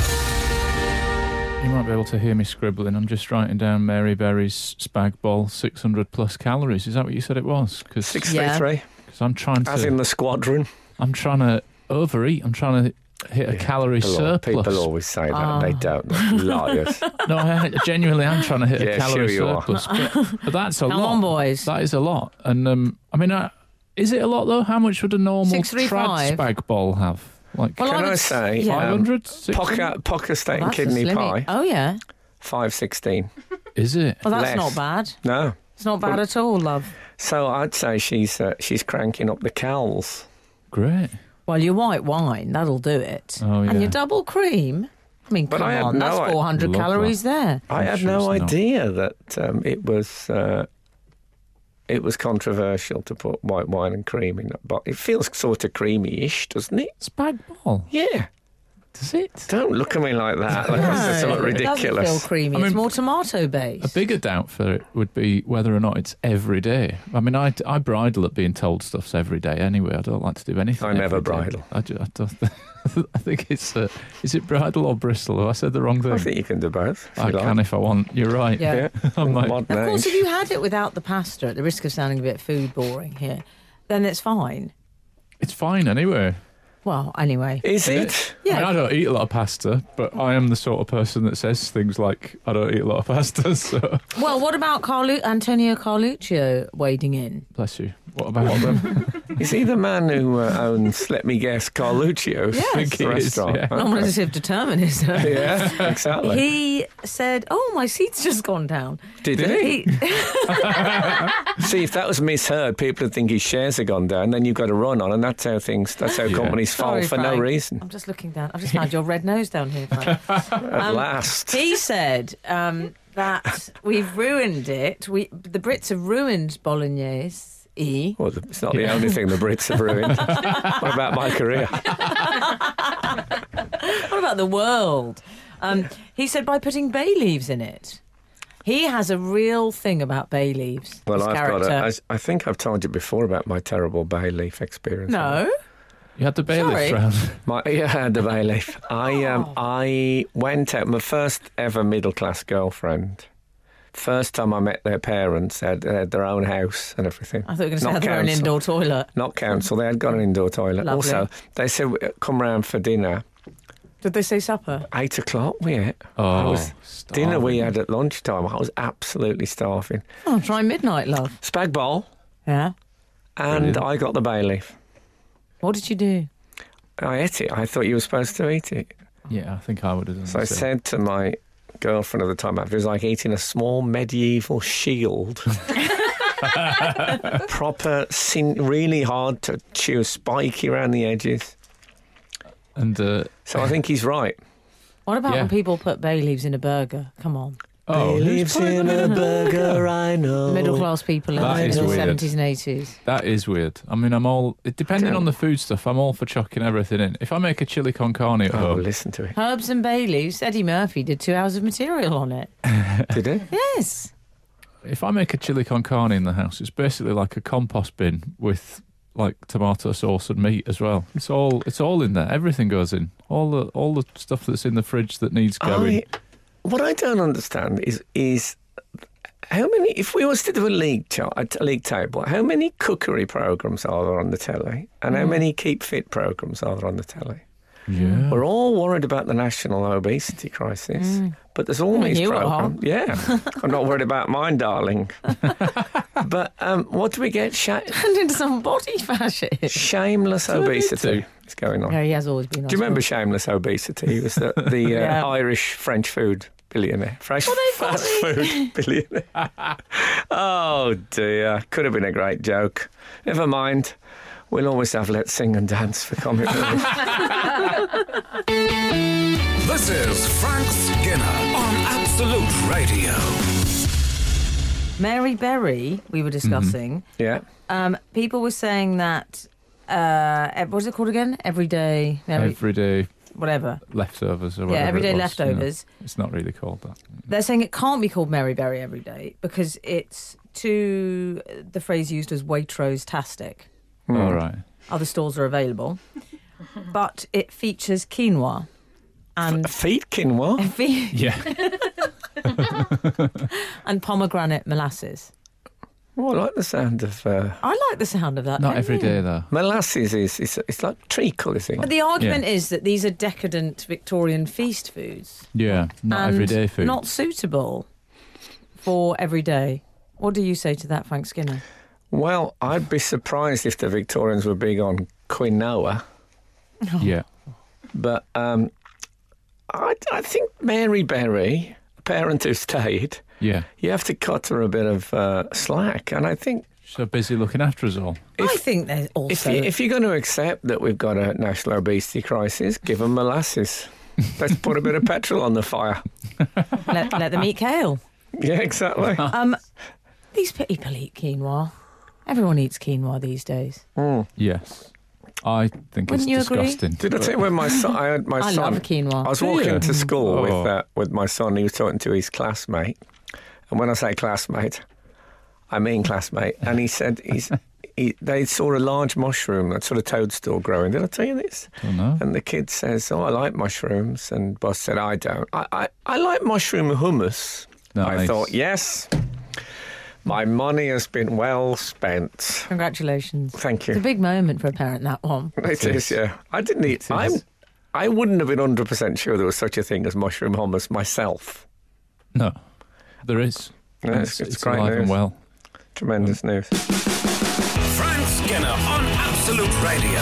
Speaker 3: You might be able to hear me scribbling. I'm just writing down Mary Berry's spag bol, 600 plus calories. Is that what you said it was? Because
Speaker 2: Six
Speaker 4: Yeah.
Speaker 2: three three,
Speaker 3: I'm trying
Speaker 2: as in
Speaker 3: to.
Speaker 2: the squadron.
Speaker 3: I'm trying to overeat. I'm trying to hit a calorie
Speaker 2: People, al-
Speaker 3: surplus.
Speaker 2: people always say that, and
Speaker 4: Ah.
Speaker 2: they don't. They're Liars.
Speaker 3: No, I genuinely am trying to hit
Speaker 2: Yeah,
Speaker 3: a calorie
Speaker 2: sure you are.
Speaker 3: surplus, but, but that's a
Speaker 4: Come
Speaker 3: lot.
Speaker 4: on, boys.
Speaker 3: That is a lot, and um, I mean, uh, is it a lot though? How much would a normal
Speaker 4: Six, three,
Speaker 3: trad
Speaker 4: five.
Speaker 3: spag ball have? Like
Speaker 4: Well,
Speaker 2: Can
Speaker 4: I
Speaker 2: I,
Speaker 4: would-
Speaker 2: say
Speaker 4: yeah.
Speaker 3: five
Speaker 2: um,
Speaker 3: hundred?
Speaker 2: pocker, pocker steak and
Speaker 4: That's a
Speaker 2: kidney
Speaker 4: slimmy.
Speaker 2: pie,
Speaker 4: Oh, yeah.
Speaker 2: five sixteen.
Speaker 3: Is it?
Speaker 4: Well, that's
Speaker 2: Less.
Speaker 4: not bad.
Speaker 2: No,
Speaker 4: It's not bad at all, love.
Speaker 2: so I'd say she's uh, she's cranking up the cals.
Speaker 3: Great.
Speaker 4: Well, your white wine, that'll do it.
Speaker 3: Oh, yeah.
Speaker 4: And your double cream, I mean,
Speaker 2: But
Speaker 4: come
Speaker 2: I had
Speaker 4: on, that's
Speaker 2: no i-
Speaker 4: 400
Speaker 3: Love
Speaker 4: calories there.
Speaker 2: I
Speaker 3: I'm
Speaker 2: had
Speaker 3: sure
Speaker 2: no
Speaker 3: it's not.
Speaker 2: idea that um, it was uh, it was controversial to put white wine and cream in that bottle. It feels sort of creamy-ish, doesn't it?
Speaker 3: It's bag ball.
Speaker 2: Yeah.
Speaker 3: Does it?
Speaker 2: Don't look at me like that. Like, this is somewhat
Speaker 4: It doesn't
Speaker 2: ridiculous.
Speaker 4: feel creamy.
Speaker 3: I mean-
Speaker 4: it's more tomato
Speaker 3: A
Speaker 4: based.
Speaker 3: bigger doubt for it would be whether or not it's every day. I mean, I, I bridle at being told stuff's every day anyway. I don't like to do anything.
Speaker 2: I never
Speaker 3: every day.
Speaker 2: bridle.
Speaker 3: I, ju- I don't, I think it's. Uh, is it bridle or bristle? Have I said the wrong thing?
Speaker 2: I think you can do both. If
Speaker 3: I
Speaker 2: you like.
Speaker 3: can if I want. You're right.
Speaker 4: Yeah.
Speaker 3: I'm like-
Speaker 2: Modern
Speaker 4: Of course,
Speaker 2: age.
Speaker 4: if you had it without the pasta, at the risk of sounding a bit food boring here, then it's fine.
Speaker 3: It's fine anyway.
Speaker 4: Well, anyway.
Speaker 2: Is it?
Speaker 3: I, mean,
Speaker 4: Yeah.
Speaker 3: I don't eat a lot of pasta, but I am the sort of person that says things like, I don't eat a lot of pasta, so.
Speaker 4: Well, what about Carlu- Antonio Carluccio wading in?
Speaker 3: Bless you. What about them?
Speaker 2: Is he the man who uh, owns, let me guess, Carluccio's
Speaker 4: Yes.
Speaker 3: Think he is,
Speaker 2: restaurant?
Speaker 3: yeah.
Speaker 4: Nominative determinism.
Speaker 2: Yeah, exactly.
Speaker 4: He said, "Oh, my seat's just gone down."
Speaker 2: Did he?
Speaker 4: He,
Speaker 2: See, if that was misheard, people would think his shares have gone down. Then you've got to run on, and that's how things. That's how
Speaker 3: Yeah.
Speaker 2: companies fall
Speaker 4: Sorry,
Speaker 2: for no
Speaker 4: Frank.
Speaker 2: reason.
Speaker 4: I'm just looking down. I've just found your red nose down here. Frank.
Speaker 2: At last,
Speaker 4: Um, He said um, that we've ruined it. We the Brits have ruined bolognese. E.
Speaker 2: well, it's not the
Speaker 3: Yeah.
Speaker 2: only thing the Brits have ruined. what about my career?
Speaker 4: What about the world? Um, he said by putting bay leaves in it. He has a real thing about bay leaves.
Speaker 2: Well,
Speaker 4: his
Speaker 2: I've
Speaker 4: character.
Speaker 2: got. A, I, I think I've told you before about my terrible bay leaf experience.
Speaker 4: no.
Speaker 3: You had the
Speaker 4: Sorry.
Speaker 3: bailiff round.
Speaker 2: My, yeah, the bay leaf. I
Speaker 4: Oh.
Speaker 2: um, I went out. My first ever middle class girlfriend. First time I met their parents, they had, they had their own house and everything.
Speaker 4: I thought you were going to say
Speaker 2: Not
Speaker 4: have their own
Speaker 2: council.
Speaker 4: indoor toilet.
Speaker 2: Not council. They had got an indoor toilet.
Speaker 4: Lovely.
Speaker 2: Also, they said come round for dinner.
Speaker 4: Did they say supper?
Speaker 2: Eight o'clock we ate.
Speaker 3: Oh,
Speaker 2: I was-
Speaker 3: starving.
Speaker 2: dinner we had at lunchtime. I was absolutely starving.
Speaker 4: Oh, try midnight, love.
Speaker 2: Spag bowl,
Speaker 4: Yeah.
Speaker 2: and
Speaker 3: Brilliant.
Speaker 2: I got the bay leaf.
Speaker 4: What did you do?
Speaker 2: I ate it. I thought you were supposed to eat it.
Speaker 3: Yeah, I think I would have done
Speaker 2: So I
Speaker 3: the same.
Speaker 2: said to my girlfriend at the time, after it was like eating a small medieval shield. Proper, sin- really hard to chew, spiky around the edges.
Speaker 3: And, uh,
Speaker 2: So I think he's right.
Speaker 4: What about
Speaker 3: Yeah.
Speaker 4: when people put bay leaves in a burger? Come on.
Speaker 3: oh, who's putting them in a burger?
Speaker 2: I know.
Speaker 4: Middle class people in
Speaker 3: That
Speaker 4: the
Speaker 3: is
Speaker 4: middle
Speaker 3: weird.
Speaker 4: 70s and 80s.
Speaker 3: That is weird. I mean, I'm all, it- depending
Speaker 2: Don't-
Speaker 3: on the food stuff, I'm all for chucking everything in. If I make a chili con carne at
Speaker 2: Oh,
Speaker 3: home,
Speaker 2: listen to it.
Speaker 4: Herbs and bay leaves. Eddie Murphy did two hours of material on it.
Speaker 2: Did it?
Speaker 4: Yes.
Speaker 3: if I make a chili con carne in the house, it's basically like a compost bin with like tomato sauce and meat as well. It's all it's all in there. Everything goes in. All the all the stuff that's in the fridge that needs going.
Speaker 2: I, what I don't understand is is how many. If we was to do a league chart, a t- league table, how many cookery programs are there on the telly, and how many keep fit programs are there on the telly?
Speaker 3: yeah.
Speaker 2: We're all worried about the national obesity crisis, but there's all
Speaker 4: Well,
Speaker 2: these
Speaker 4: Mm. you are.
Speaker 2: programs. Yeah, I'm not worried about mine, darling. but um, what do we get? Sha-
Speaker 4: And into some body fashion.
Speaker 2: shameless
Speaker 3: I need
Speaker 2: obesity
Speaker 3: to?
Speaker 2: is going on.
Speaker 4: Yeah, he has always been.
Speaker 2: Do you remember Shameless Obesity? He was the, the uh,
Speaker 4: Yeah.
Speaker 2: Irish French food billionaire. Fresh
Speaker 4: they've got
Speaker 2: fast food billionaire. oh dear. Could have been a great joke. Never mind. We'll always have Let's Sing and Dance for comic relief.
Speaker 1: This is Frank Skinner on Absolute Radio.
Speaker 4: Mary Berry, we
Speaker 3: Mm-hmm.
Speaker 4: were discussing.
Speaker 2: Yeah.
Speaker 4: Um, people were saying that. Uh, ev- what is it called again? Everyday. Mary,
Speaker 3: Everyday
Speaker 4: whatever.
Speaker 3: leftovers or whatever. it was,
Speaker 4: everyday
Speaker 3: Mm-hmm.
Speaker 4: leftovers.
Speaker 3: you know. It's not really called that.
Speaker 4: They're saying it can't be called Mary Berry every day because it's too. The phrase used as Waitrose tastic.
Speaker 3: All right.
Speaker 4: Other stores are available, but it features quinoa and
Speaker 2: A feet quinoa?
Speaker 4: fe-
Speaker 3: Yeah.
Speaker 4: and pomegranate molasses.
Speaker 2: Oh, I like the sound of uh,
Speaker 4: I like the sound of that.
Speaker 3: Not
Speaker 4: don't
Speaker 3: every
Speaker 4: you?
Speaker 3: day though.
Speaker 2: molasses. Is it's, it's like treacle, is it?
Speaker 4: But the argument is that these are decadent Victorian feast foods,
Speaker 3: Yeah. Not
Speaker 4: and
Speaker 3: everyday food.
Speaker 4: not suitable for every day. What do you say to that, Frank Skinner?
Speaker 2: Well, I'd be surprised if the Victorians were big on quinoa.
Speaker 3: Yeah.
Speaker 2: But um, I, I think Mary Berry, a parent who stayed,
Speaker 3: Yeah.
Speaker 2: you have to cut her a bit of uh, slack. And I think
Speaker 3: So busy looking after us all.
Speaker 4: I think there's also
Speaker 2: if, you, if you're going to accept that we've got a national obesity crisis, give them molasses. Let's put a bit of petrol on the fire.
Speaker 4: let, let them eat kale.
Speaker 2: Yeah, exactly.
Speaker 4: Um, these pe- people eat quinoa. Everyone eats quinoa these days.
Speaker 3: Yes. I think
Speaker 4: Wouldn't you
Speaker 3: it's
Speaker 4: agree?
Speaker 3: disgusting.
Speaker 2: Did I tell you when my son? I had my
Speaker 4: I
Speaker 2: son.
Speaker 4: love quinoa.
Speaker 2: I was
Speaker 3: Do
Speaker 2: walking
Speaker 3: you?
Speaker 2: to school
Speaker 3: Oh.
Speaker 2: with uh, with my son. He was talking to his classmate, and when I say classmate, I mean classmate. And he said he's. He, they saw a large mushroom, that sort of toadstool growing. Did I tell you this?
Speaker 3: Don't know.
Speaker 2: And the kid says, "Oh, I like mushrooms." And boss said, "I don't. I I, I like mushroom hummus." I
Speaker 3: Nice.
Speaker 2: thought, yes, my money has been well spent.
Speaker 4: Congratulations.
Speaker 2: Thank
Speaker 4: It's a
Speaker 2: you.
Speaker 4: big moment for a parent, that one.
Speaker 2: It
Speaker 3: It
Speaker 2: is,
Speaker 3: is.
Speaker 2: yeah. I didn't eat.
Speaker 3: is.
Speaker 2: I'm. I wouldn't have been hundred percent sure there was such a thing as mushroom hummus myself.
Speaker 3: No. There is.
Speaker 2: No,
Speaker 3: And
Speaker 2: it's- it's great
Speaker 3: alive
Speaker 2: news.
Speaker 3: and well.
Speaker 2: Tremendous
Speaker 3: Mm.
Speaker 2: news.
Speaker 1: Frank Skinner on Absolute Radio.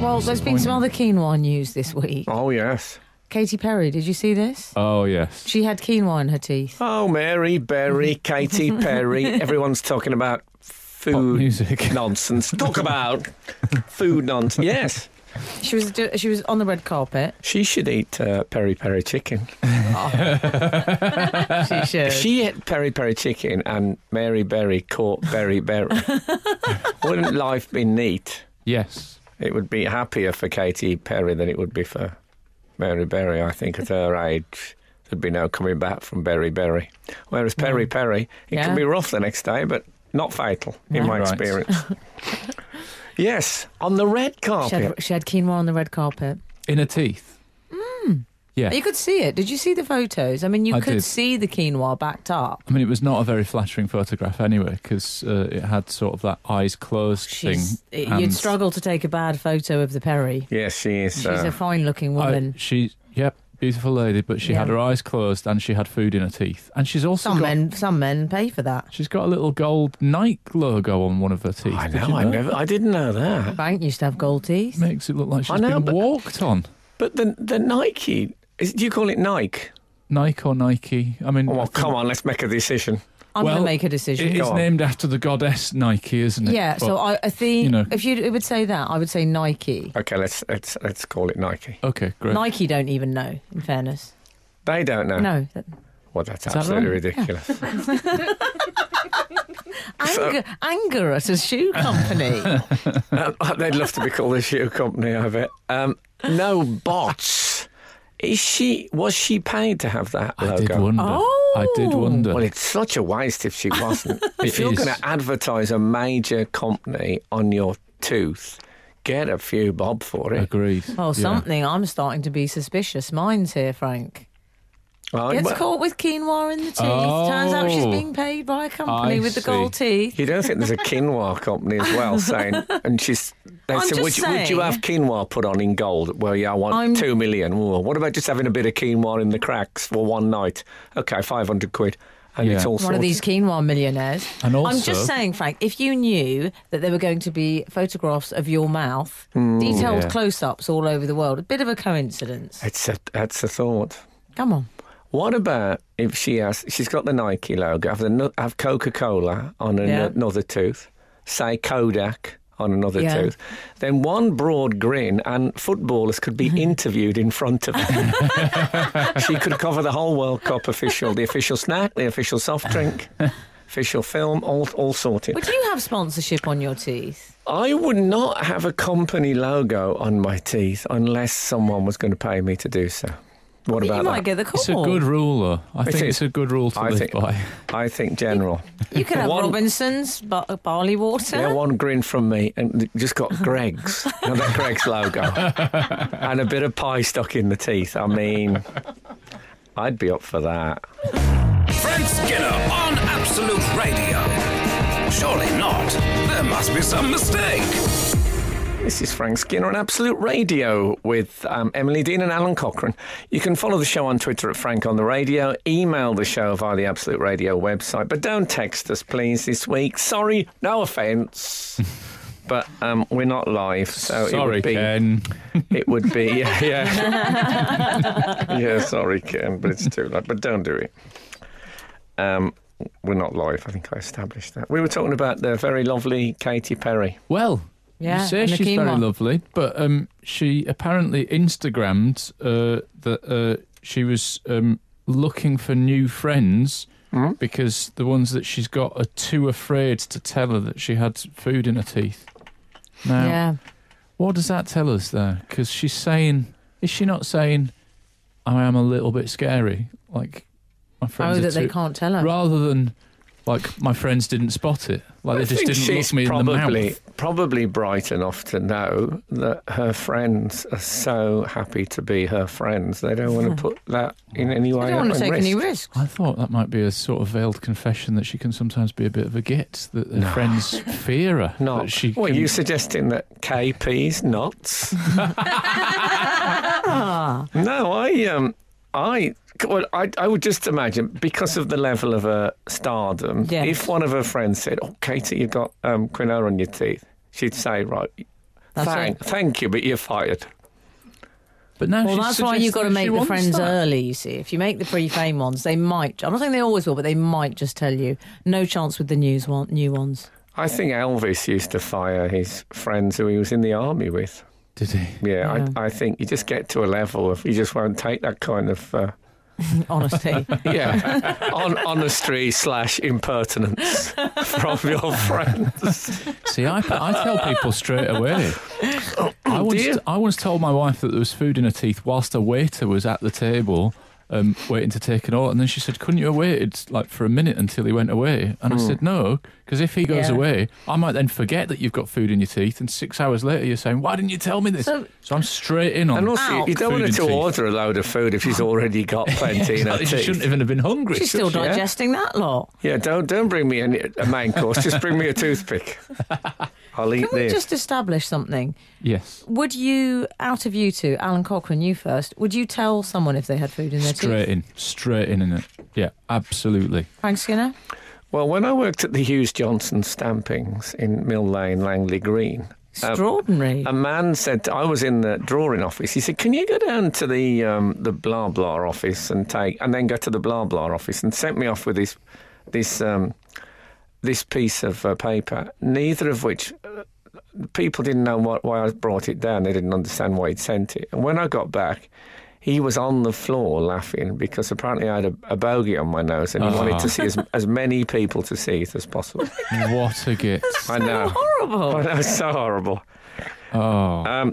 Speaker 4: Well, there's been some other quinoa news this week.
Speaker 2: Oh yes.
Speaker 4: Katy Perry, did you see this?
Speaker 3: Oh, yes.
Speaker 4: She had quinoa in her teeth.
Speaker 2: Oh Mary Berry, Katy Perry. Everyone's talking about
Speaker 3: Pop
Speaker 2: food
Speaker 3: music.
Speaker 2: nonsense. Talk about food nonsense. Yes,
Speaker 4: She was do- she was on the red carpet.
Speaker 2: she should eat uh, peri peri chicken.
Speaker 4: She should.
Speaker 2: She ate peri peri chicken and Mary Berry caught Berry Berry. Wouldn't life be neat?
Speaker 3: Yes.
Speaker 2: It would be happier for Katy Perry than it would be for Mary Berry, I think, at her age. There'd be no coming back from Berry Berry. Whereas Perry Perry, it
Speaker 4: Yeah.
Speaker 2: can be rough the next day, but not fatal, in
Speaker 4: Right.
Speaker 2: my
Speaker 3: Right.
Speaker 2: experience. yes, on the red
Speaker 4: she,
Speaker 2: carpet.
Speaker 4: had, she had quinoa on the red carpet.
Speaker 3: Inner teeth. Yeah.
Speaker 4: You could see it. Did you see the photos? I mean, you
Speaker 3: I
Speaker 4: could
Speaker 3: did.
Speaker 4: see the quinoa backed up.
Speaker 3: I mean, it was not a very flattering photograph anyway, because uh, it had sort of that eyes closed
Speaker 4: She's,
Speaker 3: thing.
Speaker 4: you'd
Speaker 3: and
Speaker 4: struggle to take a bad photo of the Perry.
Speaker 2: Yes, she is.
Speaker 4: She's
Speaker 2: uh,
Speaker 4: a fine-looking
Speaker 3: I-
Speaker 4: woman.
Speaker 3: she, yep, beautiful lady, but she had
Speaker 4: Yeah.
Speaker 3: her eyes closed and she had food in her teeth. And she's also
Speaker 4: some
Speaker 3: got,
Speaker 4: men, some men pay for that.
Speaker 3: she's got a little gold Nike logo on one of her teeth.
Speaker 2: I
Speaker 3: Did
Speaker 2: know,
Speaker 3: you
Speaker 2: I never, I didn't know that.
Speaker 4: Frank used to have gold teeth.
Speaker 3: Makes it look like
Speaker 2: I
Speaker 3: she's
Speaker 2: know, but-
Speaker 3: been walked on.
Speaker 2: But the the Nike, is, do you call it Nike?
Speaker 3: Nike or Nike? I mean,
Speaker 2: Oh,
Speaker 3: I
Speaker 2: well,
Speaker 3: think
Speaker 2: come on, let's make a decision.
Speaker 4: I'm going
Speaker 3: Well,
Speaker 4: to make a
Speaker 3: It
Speaker 4: decision.
Speaker 2: Go
Speaker 3: is
Speaker 2: on.
Speaker 3: named after the goddess Nike, isn't it?
Speaker 4: yeah, so
Speaker 3: But-
Speaker 4: I, I think
Speaker 3: you know.
Speaker 4: if you would say that, I would say Nike.
Speaker 2: Okay, let's let's let's call it Nike.
Speaker 3: okay, great.
Speaker 4: Nike don't even know, in fairness.
Speaker 2: They don't know.
Speaker 4: No. that-
Speaker 2: Well, that's
Speaker 3: Is that
Speaker 2: absolutely
Speaker 3: right?
Speaker 2: ridiculous.
Speaker 4: Anger, anger at a shoe company.
Speaker 2: Um, they'd love to be called a shoe company, I bet. Um, no bots. Is she? Was she paid to have that
Speaker 3: I
Speaker 2: logo?
Speaker 3: did wonder. I did
Speaker 4: Oh.
Speaker 3: wonder.
Speaker 2: Well, it's such a waste if she wasn't. if
Speaker 3: It
Speaker 2: you're
Speaker 3: is.
Speaker 2: going to advertise a major company on your tooth, get a few bob for it.
Speaker 3: Agreed.
Speaker 4: Oh,
Speaker 3: Yeah.
Speaker 4: something. I'm starting to be suspicious. Mine's here, Frank.
Speaker 2: Right,
Speaker 4: Gets
Speaker 2: well,
Speaker 4: caught with quinoa in the teeth. Turns out she's
Speaker 3: Oh.
Speaker 4: being paid by a company
Speaker 3: I
Speaker 4: with the
Speaker 3: see.
Speaker 4: gold teeth.
Speaker 2: You don't think there's a quinoa company as well saying, and she's. They
Speaker 4: I'm
Speaker 2: said,
Speaker 4: just
Speaker 2: would, you- would you
Speaker 4: saying.
Speaker 2: have quinoa put on in gold? Well, yeah, I want
Speaker 4: I'm-
Speaker 2: two million. Well, what about just having a bit of quinoa in the cracks for one night? Okay, 500 quid. And it's
Speaker 3: Yeah.
Speaker 2: all
Speaker 4: One of
Speaker 2: sorted.
Speaker 4: these quinoa millionaires.
Speaker 3: And also,
Speaker 4: I'm just saying, Frank, if you knew that there were going to be photographs of your mouth, detailed
Speaker 3: Mm, Yeah.
Speaker 4: close ups all over the world, a bit of a coincidence.
Speaker 2: It's a, that's a thought.
Speaker 4: Come on.
Speaker 2: What about if she has, she's got the Nike logo, have, the, no- have Coca Cola on an-
Speaker 4: Yeah.
Speaker 2: another tooth, say Kodak on another
Speaker 4: Yeah.
Speaker 2: tooth, then one broad grin and footballers could be interviewed in front of her. she could cover the whole World Cup official, the official snack, the official soft drink. Official film, all, all sorted.
Speaker 4: Would you have sponsorship on your teeth?
Speaker 2: I would not have a company logo on my teeth unless someone was going to pay me to do so. What
Speaker 4: you
Speaker 2: about
Speaker 4: might
Speaker 2: that?
Speaker 4: get the call.
Speaker 3: It's a good rule, though. I
Speaker 2: It
Speaker 3: think
Speaker 2: is.
Speaker 3: it's a good rule to
Speaker 2: I
Speaker 3: live
Speaker 2: think-
Speaker 3: by.
Speaker 2: I think general.
Speaker 4: You could have
Speaker 2: One-
Speaker 4: Robinson's bar- barley water.
Speaker 2: Yeah, one grin from me, and just got Greg's, you know, that Greg's logo, and a bit of pie stuck in the teeth. I mean, I'd be up for that.
Speaker 1: Frank Skinner on Absolute Radio. Surely not. There must be some mistake.
Speaker 2: This is Frank Skinner on Absolute Radio with um, Emily Dean and Alan Cochrane. You can follow the show on Twitter at Frank on the Radio, email the show via the Absolute Radio website, but don't text us, please, this week. Sorry, no offence, but um, we're not live, so it
Speaker 3: Sorry,
Speaker 2: would be.
Speaker 3: Ken.
Speaker 2: It would be, yeah, yeah. yeah, sorry, Ken, but it's too late. But don't do it. Um, we're not live. I think I established that. We were talking about the very lovely Katy Perry.
Speaker 3: Well,
Speaker 4: Yeah,
Speaker 3: you say
Speaker 4: and the
Speaker 3: she's very
Speaker 4: quinoa.
Speaker 3: lovely, but um, she apparently Instagrammed uh, that uh, she was um, looking for new friends
Speaker 2: Hmm?
Speaker 3: because the ones that she's got are too afraid to tell her that she had food in her teeth. Now,
Speaker 4: Yeah.
Speaker 3: what does that tell us there? Because she's saying, is she not saying, I am a little bit scary? Like, my friends
Speaker 4: Oh,
Speaker 3: are
Speaker 4: that they
Speaker 3: too-
Speaker 4: can't tell her.
Speaker 3: Rather than, like, my friends didn't spot it. Like, they
Speaker 2: I
Speaker 3: just
Speaker 2: think
Speaker 3: didn't
Speaker 2: she's
Speaker 3: look me in the mouth.
Speaker 2: probably probably bright enough to know that her friends are so happy to be her friends. They don't
Speaker 3: Hmm.
Speaker 2: want to put that in any way.
Speaker 4: I don't want
Speaker 2: at
Speaker 4: to take
Speaker 2: risk.
Speaker 4: any risks.
Speaker 3: I thought that might be a sort of veiled confession that she can sometimes be a bit of a git, that her friends fear her.
Speaker 2: Not.
Speaker 3: That she
Speaker 2: Well,
Speaker 3: can-
Speaker 2: you suggesting that KP's nuts? no, I um, I well, I I would just imagine because of the level of her stardom,
Speaker 4: Yes.
Speaker 2: if one of her friends said, "Oh, Katie, you've got um, quinoa on your teeth," she'd say, "Right,
Speaker 4: That's
Speaker 2: thank, thank you, but you're fired."
Speaker 3: But now
Speaker 4: Well,
Speaker 3: she's
Speaker 4: that's why you've got to
Speaker 3: suggesting she
Speaker 4: make the
Speaker 3: wants
Speaker 4: friends
Speaker 3: that.
Speaker 4: early, you see. If you make the pre fame ones, they might, I'm not saying they always will, but they might just tell you. No chance with the news one, new ones.
Speaker 2: I think Elvis used to fire his friends who he was in the army with.
Speaker 3: Did he?
Speaker 2: Yeah,
Speaker 4: Yeah.
Speaker 2: I, I think you just get to a level of you just won't take that kind of uh,
Speaker 4: Honestly.
Speaker 2: yeah on, honesty slash impertinence from your friends.
Speaker 3: See, I, I tell people straight away. I once,
Speaker 2: Oh, dear.
Speaker 3: I once told my wife that there was food in her teeth whilst a waiter was at the table um, waiting to take an order. And then she said, Couldn't you have waited like, for a minute until he went away? And I
Speaker 2: Hmm.
Speaker 3: said, No, because if he goes
Speaker 4: Yeah.
Speaker 3: away, I might then forget that you've got food in your teeth. And six hours later, you're saying, Why didn't you tell me this?
Speaker 4: So-
Speaker 3: So, I'm straight in on
Speaker 2: And also, you- you don't
Speaker 3: food
Speaker 2: want her
Speaker 3: in
Speaker 2: to
Speaker 3: teeth.
Speaker 2: order a load of food if she's already got plenty in her
Speaker 3: She shouldn't
Speaker 2: teeth.
Speaker 3: even have been hungry.
Speaker 4: She's still
Speaker 3: should she?
Speaker 2: yeah.
Speaker 4: digesting that lot.
Speaker 2: Yeah, don't don't bring me any, a main course. Just bring me a toothpick. I'll eat
Speaker 4: Can we
Speaker 2: this.
Speaker 4: just establish something?
Speaker 3: Yes.
Speaker 4: Would you, out of you two, Alan Cochrane, you first, would you tell someone if they had food in their
Speaker 3: Straight
Speaker 4: teeth?
Speaker 3: in. Straight in in it. Yeah, absolutely.
Speaker 4: Frank Skinner?
Speaker 2: Um, Well, when I worked at the Hughes Johnson Stampings in Mill Lane, Langley Green,
Speaker 4: Extraordinary.
Speaker 2: a man said I was in the drawing office. He said, "Can you go down to the um, the blah blah office and take, and then go to the blah blah office?" And sent me off with this this um, this piece of uh, paper. Neither of which uh, people didn't know what, why I brought it down. They didn't understand why he'd sent it. And when I got back. He was on the floor laughing because apparently I had a, a bogey on my nose and he
Speaker 4: Uh-huh.
Speaker 2: wanted to see as, as many people to see it as possible.
Speaker 3: What a git.
Speaker 2: I know.
Speaker 4: Horrible.
Speaker 2: I know, it's so horrible.
Speaker 3: Oh.
Speaker 2: Um,
Speaker 4: and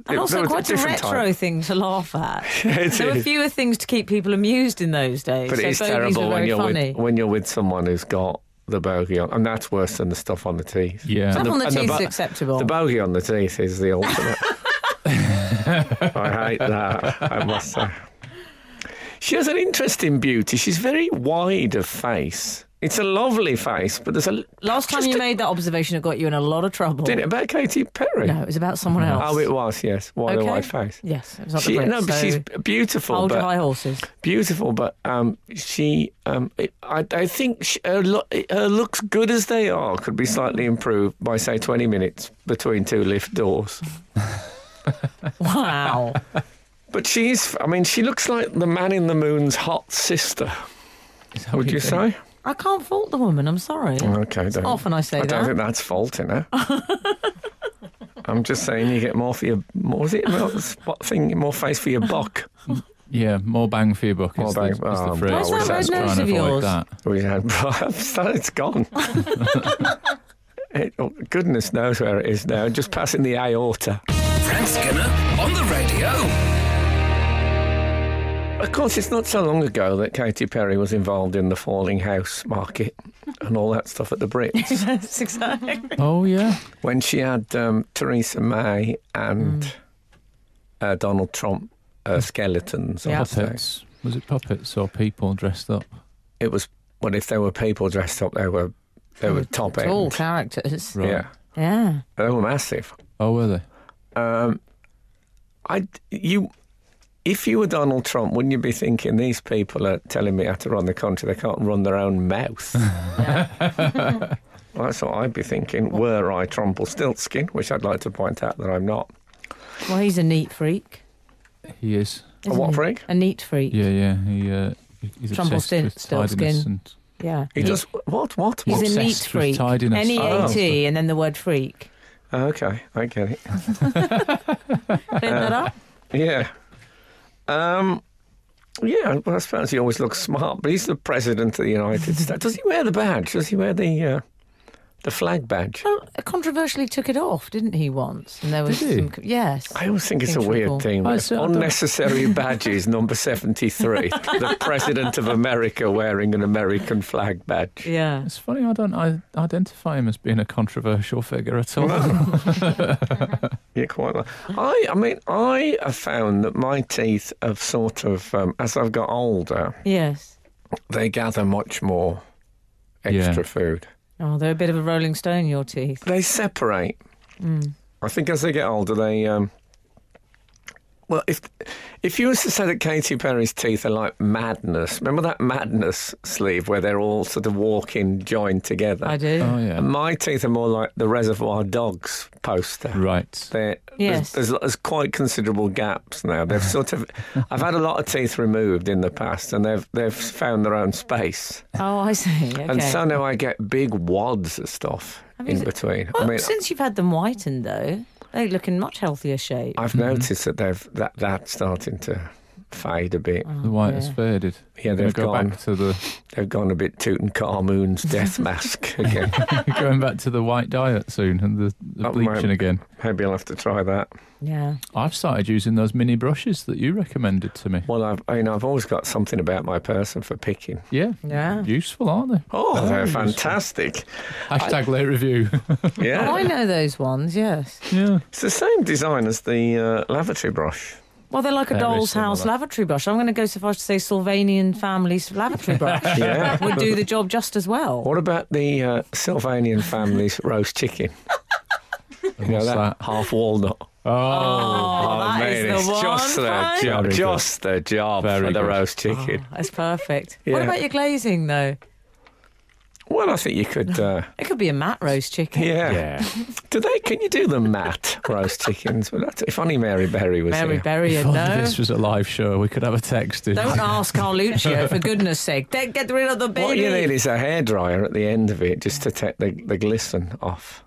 Speaker 2: it- there
Speaker 4: also
Speaker 2: was
Speaker 4: quite a
Speaker 2: different
Speaker 4: retro
Speaker 2: time.
Speaker 4: thing to laugh at.
Speaker 2: It
Speaker 4: there were
Speaker 2: is.
Speaker 4: fewer things to keep people amused in those days.
Speaker 2: But
Speaker 4: so
Speaker 2: it is
Speaker 4: bogeys
Speaker 2: terrible
Speaker 4: were
Speaker 2: when
Speaker 4: very
Speaker 2: you're
Speaker 4: funny.
Speaker 2: with when you're with someone who's got the bogey on, and that's worse than the stuff on the teeth.
Speaker 3: Yeah.
Speaker 4: Stuff on the
Speaker 2: and the
Speaker 4: teeth is
Speaker 2: bu-
Speaker 4: acceptable.
Speaker 2: The bogey on the teeth is the ultimate. I hate that. I must say. She has an interesting beauty. She's very wide of face. It's a lovely face, but there's a
Speaker 4: Last time
Speaker 2: just
Speaker 4: you
Speaker 2: a-
Speaker 4: made that observation, it got you in a lot of trouble.
Speaker 2: Did it about Katy Perry?
Speaker 4: No, it was about someone else.
Speaker 2: Oh, it was yes. Wide a
Speaker 4: Okay.
Speaker 2: wide face.
Speaker 4: Yes, it was not
Speaker 2: She,
Speaker 4: the Brits,
Speaker 2: no, but
Speaker 4: so
Speaker 2: she's beautiful.
Speaker 4: Hold
Speaker 2: but
Speaker 4: your high horses.
Speaker 2: beautiful, but um, she, um, I, I think she, her, lo- her looks good as they are could be slightly improved by say twenty minutes between two lift doors.
Speaker 4: Wow.
Speaker 2: But she's, I mean, she looks like the man in the moon's hot sister.
Speaker 3: Is that
Speaker 2: Would
Speaker 3: what
Speaker 2: you
Speaker 3: think?
Speaker 2: say?
Speaker 4: I can't fault the woman, I'm sorry.
Speaker 2: Oh, Okay, don't.
Speaker 4: Often I
Speaker 2: I
Speaker 4: say
Speaker 2: don't
Speaker 4: that.
Speaker 2: think that's faulting her. I'm just saying you get more for your more was it more spot thing more face for your buck.
Speaker 3: Yeah, more bang for your buck.
Speaker 2: More
Speaker 3: is
Speaker 2: bang-
Speaker 3: The, is
Speaker 2: oh,
Speaker 3: the phrase.
Speaker 2: Where's that
Speaker 3: It's
Speaker 2: red
Speaker 3: trying
Speaker 4: nose
Speaker 3: to
Speaker 4: of
Speaker 3: avoid
Speaker 4: yours?
Speaker 3: That.
Speaker 2: We had it's gone. It- oh, goodness knows where it is now. Just passing the aorta.
Speaker 1: Frank Skinner on the radio.
Speaker 2: Of course, it's not so long ago that Katy Perry was involved in the falling house market and all that stuff at the Brits
Speaker 4: That's exactly.
Speaker 3: Oh yeah,
Speaker 2: when she had um, Theresa May and uh, Donald Trump uh, skeletons.
Speaker 4: Yeah.
Speaker 2: on stage.
Speaker 3: puppets. Was it puppets or people dressed up?
Speaker 2: It was well, if there were people dressed up, they were they were top end.
Speaker 4: All characters.
Speaker 3: Right.
Speaker 2: Yeah,
Speaker 4: Yeah.
Speaker 2: they were massive.
Speaker 3: Oh, were they?
Speaker 2: Um, I you, if you were Donald Trump, wouldn't you be thinking these people are telling me how to run the country? They can't run their own mouth. Well, that's what I'd be thinking. Were I Trumpelstiltskin, which I'd like to point out that I'm not.
Speaker 4: Well, he's a neat freak.
Speaker 3: He is.
Speaker 2: A
Speaker 4: isn't
Speaker 2: what
Speaker 4: he?
Speaker 2: freak?
Speaker 4: A neat freak.
Speaker 3: Yeah, yeah. He uh, he's
Speaker 4: Trumble
Speaker 3: obsessed
Speaker 4: stin-
Speaker 3: with
Speaker 4: still
Speaker 3: tidiness
Speaker 4: skin.
Speaker 3: and
Speaker 4: Yeah.
Speaker 2: He
Speaker 3: Yeah.
Speaker 2: does what? What?
Speaker 4: He's
Speaker 2: what?
Speaker 4: a neat
Speaker 3: Obsessed with
Speaker 4: freak.
Speaker 3: tidiness.
Speaker 4: N E A T
Speaker 2: Oh.
Speaker 4: and then the word freak.
Speaker 2: Okay, I get it.
Speaker 4: Clean that up.
Speaker 2: Yeah. Um, yeah, well, I suppose he always looks smart, but he's the president of the United States. Does he wear the badge? Does he wear the uh, the flag badge?
Speaker 4: Well, controversially took it off, didn't he? Once, and there was
Speaker 3: Did he?
Speaker 4: some. Yes.
Speaker 2: I always think it's a
Speaker 4: Think
Speaker 2: weird
Speaker 4: football.
Speaker 2: thing.
Speaker 3: I
Speaker 2: with
Speaker 3: see, I don't-
Speaker 2: Unnecessary badges, number 73. the President of America wearing an American flag badge.
Speaker 4: Yeah.
Speaker 3: It's funny, I don't I identify him as being a controversial figure at all.
Speaker 2: Yeah, quite right. I, I mean, I have found that my teeth have sort of, um, as I've got older,
Speaker 4: Yes.
Speaker 2: they gather much more
Speaker 3: Yeah.
Speaker 2: extra food.
Speaker 4: Oh, they're a bit of a rolling stone. Your teeth.
Speaker 2: They separate. I think as they get older, they. Um, well, if if you was to say that Katy Perry's teeth are like madness, remember that madness sleeve where they're all sort of walking joined together.
Speaker 4: I do.
Speaker 3: Oh yeah.
Speaker 2: My teeth are more like the Reservoir Dogs poster.
Speaker 3: Right.
Speaker 2: They're,
Speaker 4: Yes.
Speaker 2: there's, there's, there's quite considerable gaps now. They've sort of, I've had a lot of teeth removed in the past, and they've they've found their own space,
Speaker 4: Oh, I see. Okay.
Speaker 2: and so now I get big wads of stuff
Speaker 4: Have you
Speaker 2: in
Speaker 4: s-
Speaker 2: between.
Speaker 4: well,
Speaker 2: I mean,
Speaker 4: since you've had them whitened, though, they look in much healthier shape.
Speaker 2: I've noticed that they've that that's starting to fade a bit.
Speaker 3: The white
Speaker 4: yeah.
Speaker 3: has faded.
Speaker 2: Yeah,
Speaker 3: We're gonna
Speaker 2: they've
Speaker 3: go
Speaker 2: gone.
Speaker 3: back to the
Speaker 2: They've gone a bit Tutankhamun's death mask again.
Speaker 3: You're going back to the white diet soon and the, the
Speaker 2: Oh,
Speaker 3: bleaching
Speaker 2: right.
Speaker 3: again.
Speaker 2: Maybe I'll have to try that.
Speaker 4: Yeah.
Speaker 3: I've started using those mini brushes that you recommended to me.
Speaker 2: Well, I've I mean, I've always got something about my person for picking.
Speaker 3: Yeah.
Speaker 4: Yeah.
Speaker 3: Useful, aren't they?
Speaker 2: Oh, they're
Speaker 3: useful.
Speaker 2: fantastic!
Speaker 3: Hashtag late review.
Speaker 2: Yeah,
Speaker 4: Oh, I know those ones. Yes.
Speaker 3: yeah.
Speaker 2: it's the same design as the uh, lavatory brush.
Speaker 4: Well, they're like a
Speaker 3: Very
Speaker 4: doll's
Speaker 3: similar.
Speaker 4: house lavatory brush. I'm going to go so far as to say Sylvanian family's lavatory brush
Speaker 2: Yeah.
Speaker 4: would do the job just as well.
Speaker 2: What about the uh, Sylvanian family's roast chicken? You know
Speaker 3: What's
Speaker 2: that,
Speaker 3: that?
Speaker 2: half walnut.
Speaker 3: Oh,
Speaker 4: Oh, that
Speaker 2: man,
Speaker 4: is
Speaker 2: it's
Speaker 4: the one.
Speaker 2: just the
Speaker 4: Frank.
Speaker 2: job,
Speaker 3: Very good.
Speaker 2: just the job
Speaker 3: Very
Speaker 2: for the
Speaker 3: good.
Speaker 2: roast chicken.
Speaker 4: That's perfect.
Speaker 2: Yeah.
Speaker 4: What about your glazing, though?
Speaker 2: Well, I think you could. Uh,
Speaker 4: It could be a mat roast chicken.
Speaker 2: yeah.
Speaker 3: yeah.
Speaker 2: Do they? Can you do the mat roast chickens? Well, that's, if only Mary Berry was
Speaker 4: Mary
Speaker 2: here.
Speaker 4: Berry,
Speaker 3: If
Speaker 4: no.
Speaker 3: only this was a live show, we could have a text in.
Speaker 4: Don't ask Carluccio, for goodness sake. Don't get rid of the baby.
Speaker 2: What you need is a hairdryer at the end of it just to take the, the glisten off.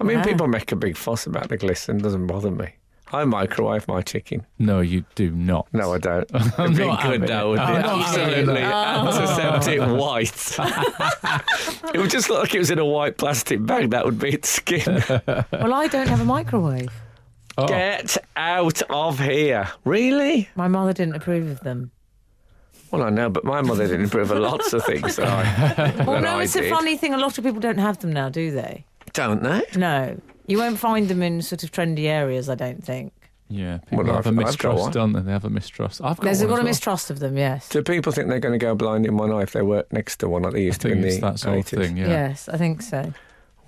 Speaker 2: I mean,
Speaker 3: Ah.
Speaker 4: Yeah.
Speaker 2: people make a big fuss about the glisten. Doesn't bother me. I microwave my chicken.
Speaker 3: No, you do not.
Speaker 2: No, I don't. It'd
Speaker 3: not
Speaker 2: be
Speaker 3: having
Speaker 2: good, that
Speaker 3: it.
Speaker 2: would be
Speaker 3: I'm not Oh.
Speaker 2: absolutely antiseptic white. it would just look like it was in a white plastic bag. That would be its skin.
Speaker 4: Well, I don't have a microwave.
Speaker 3: Oh.
Speaker 2: Get out of here. Really?
Speaker 4: My mother didn't approve of them.
Speaker 2: Well, I know, but my mother didn't approve of lots of things that I,
Speaker 4: Well,
Speaker 2: that
Speaker 4: no,
Speaker 2: I
Speaker 4: it's
Speaker 2: did.
Speaker 4: a funny thing. A lot of people don't have them now, do they?
Speaker 2: Don't they?
Speaker 4: No. You won't find them in sort of trendy areas, I don't think.
Speaker 3: Yeah, people
Speaker 2: Well,
Speaker 3: have
Speaker 2: I've-
Speaker 3: a
Speaker 2: I've got
Speaker 3: mistrust,
Speaker 2: one.
Speaker 3: don't they? They have a mistrust. I've got
Speaker 4: There's
Speaker 3: one
Speaker 4: got
Speaker 3: as
Speaker 4: a
Speaker 3: well.
Speaker 4: mistrust of them, yes.
Speaker 2: Do people think they're going to go blind in one eye if they work next to one like they
Speaker 3: I
Speaker 2: used to in
Speaker 3: think
Speaker 2: the
Speaker 3: it's that sort
Speaker 2: 80s?
Speaker 3: of thing. Yeah.
Speaker 4: Yes, I think so.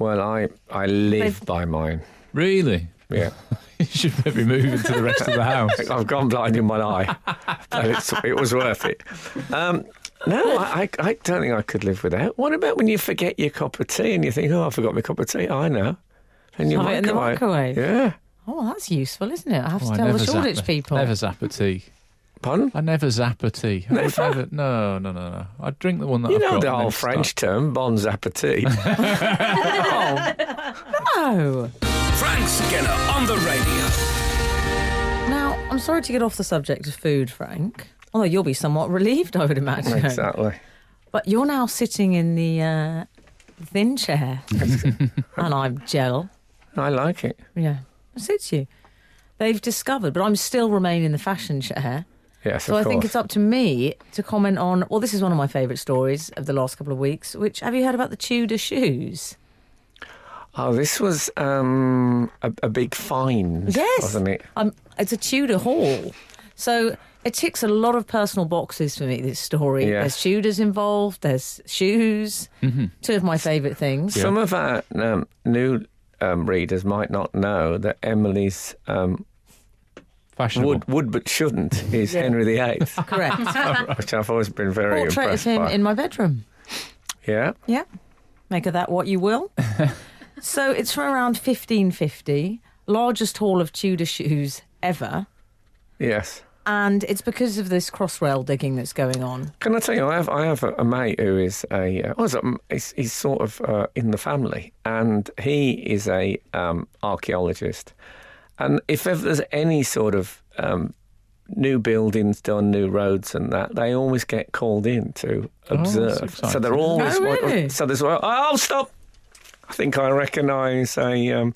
Speaker 2: Well, I, I live by mine.
Speaker 3: Really?
Speaker 2: Yeah.
Speaker 3: You should maybe move into the rest of the house.
Speaker 2: I've gone blind in one eye. but it's, it was worth it. Um, no, I, I, I don't think I could live without. What about when you forget your cup of tea and you think, oh, I forgot my cup of tea? I know. And you
Speaker 4: Have it in the microwave.
Speaker 2: Yeah.
Speaker 4: Oh, well, that's useful, isn't it? I have
Speaker 3: Oh,
Speaker 4: to
Speaker 3: I
Speaker 4: tell the
Speaker 3: never zap
Speaker 4: Shoreditch
Speaker 3: a-
Speaker 4: people.
Speaker 3: Never zap a tea.
Speaker 2: Pardon?
Speaker 3: I never zap a tea. I would never. No, no, no, no. I drink the one that
Speaker 2: You
Speaker 3: I've
Speaker 2: know
Speaker 3: got
Speaker 2: the
Speaker 3: and then
Speaker 2: whole French term, bon appetit.
Speaker 4: No.
Speaker 1: Frank Skinner on the radio.
Speaker 4: Now, I'm sorry to get off the subject of food, Frank. Although you'll be somewhat relieved, I would imagine.
Speaker 2: exactly.
Speaker 4: But you're now sitting in the uh, thin chair, and I'm gel.
Speaker 2: I like it.
Speaker 4: Yeah, it suits you. They've discovered, but I'm still remaining in the fashion chair.
Speaker 2: Yes,
Speaker 4: So
Speaker 2: of
Speaker 4: I
Speaker 2: course.
Speaker 4: think it's up to me to comment on. Well, this is one of my favourite stories of the last couple of weeks. Which have you heard about the Tudor shoes?
Speaker 2: Oh, this was um, a, a big find,
Speaker 4: Yes.
Speaker 2: wasn't it?
Speaker 4: Um, it's a Tudor haul. So it ticks a lot of personal boxes for me, this story.
Speaker 2: Yeah. Mm-hmm.
Speaker 4: There's Tudors involved, there's shoes, two of my favourite things.
Speaker 2: Some of our um, new um, readers might not know that Emily's um,
Speaker 3: Fashionable.
Speaker 2: would, would but shouldn't is Henry VIII,
Speaker 4: Correct.
Speaker 2: which I've always been very
Speaker 4: Portrait of
Speaker 2: impressed
Speaker 4: him
Speaker 2: by.
Speaker 4: in my bedroom.
Speaker 2: yeah,
Speaker 4: Yeah. Make of that what you will. so it's from around 1550, largest haul of Tudor shoes ever.
Speaker 2: yes.
Speaker 4: and it's because of this crossrail digging that's going on.
Speaker 2: Can I tell you, I have I have a, a mate who is a uh, well, he's, a- he's, he's sort of uh, in the family, and he is a um, archaeologist. And if ever there's any sort of um, new buildings done, new roads, and that, they always get called in to
Speaker 3: Oh, that's
Speaker 2: observe. so they're
Speaker 3: exciting.
Speaker 2: always
Speaker 4: Oh, really?
Speaker 2: so there's oh stop. I think I recognise a um,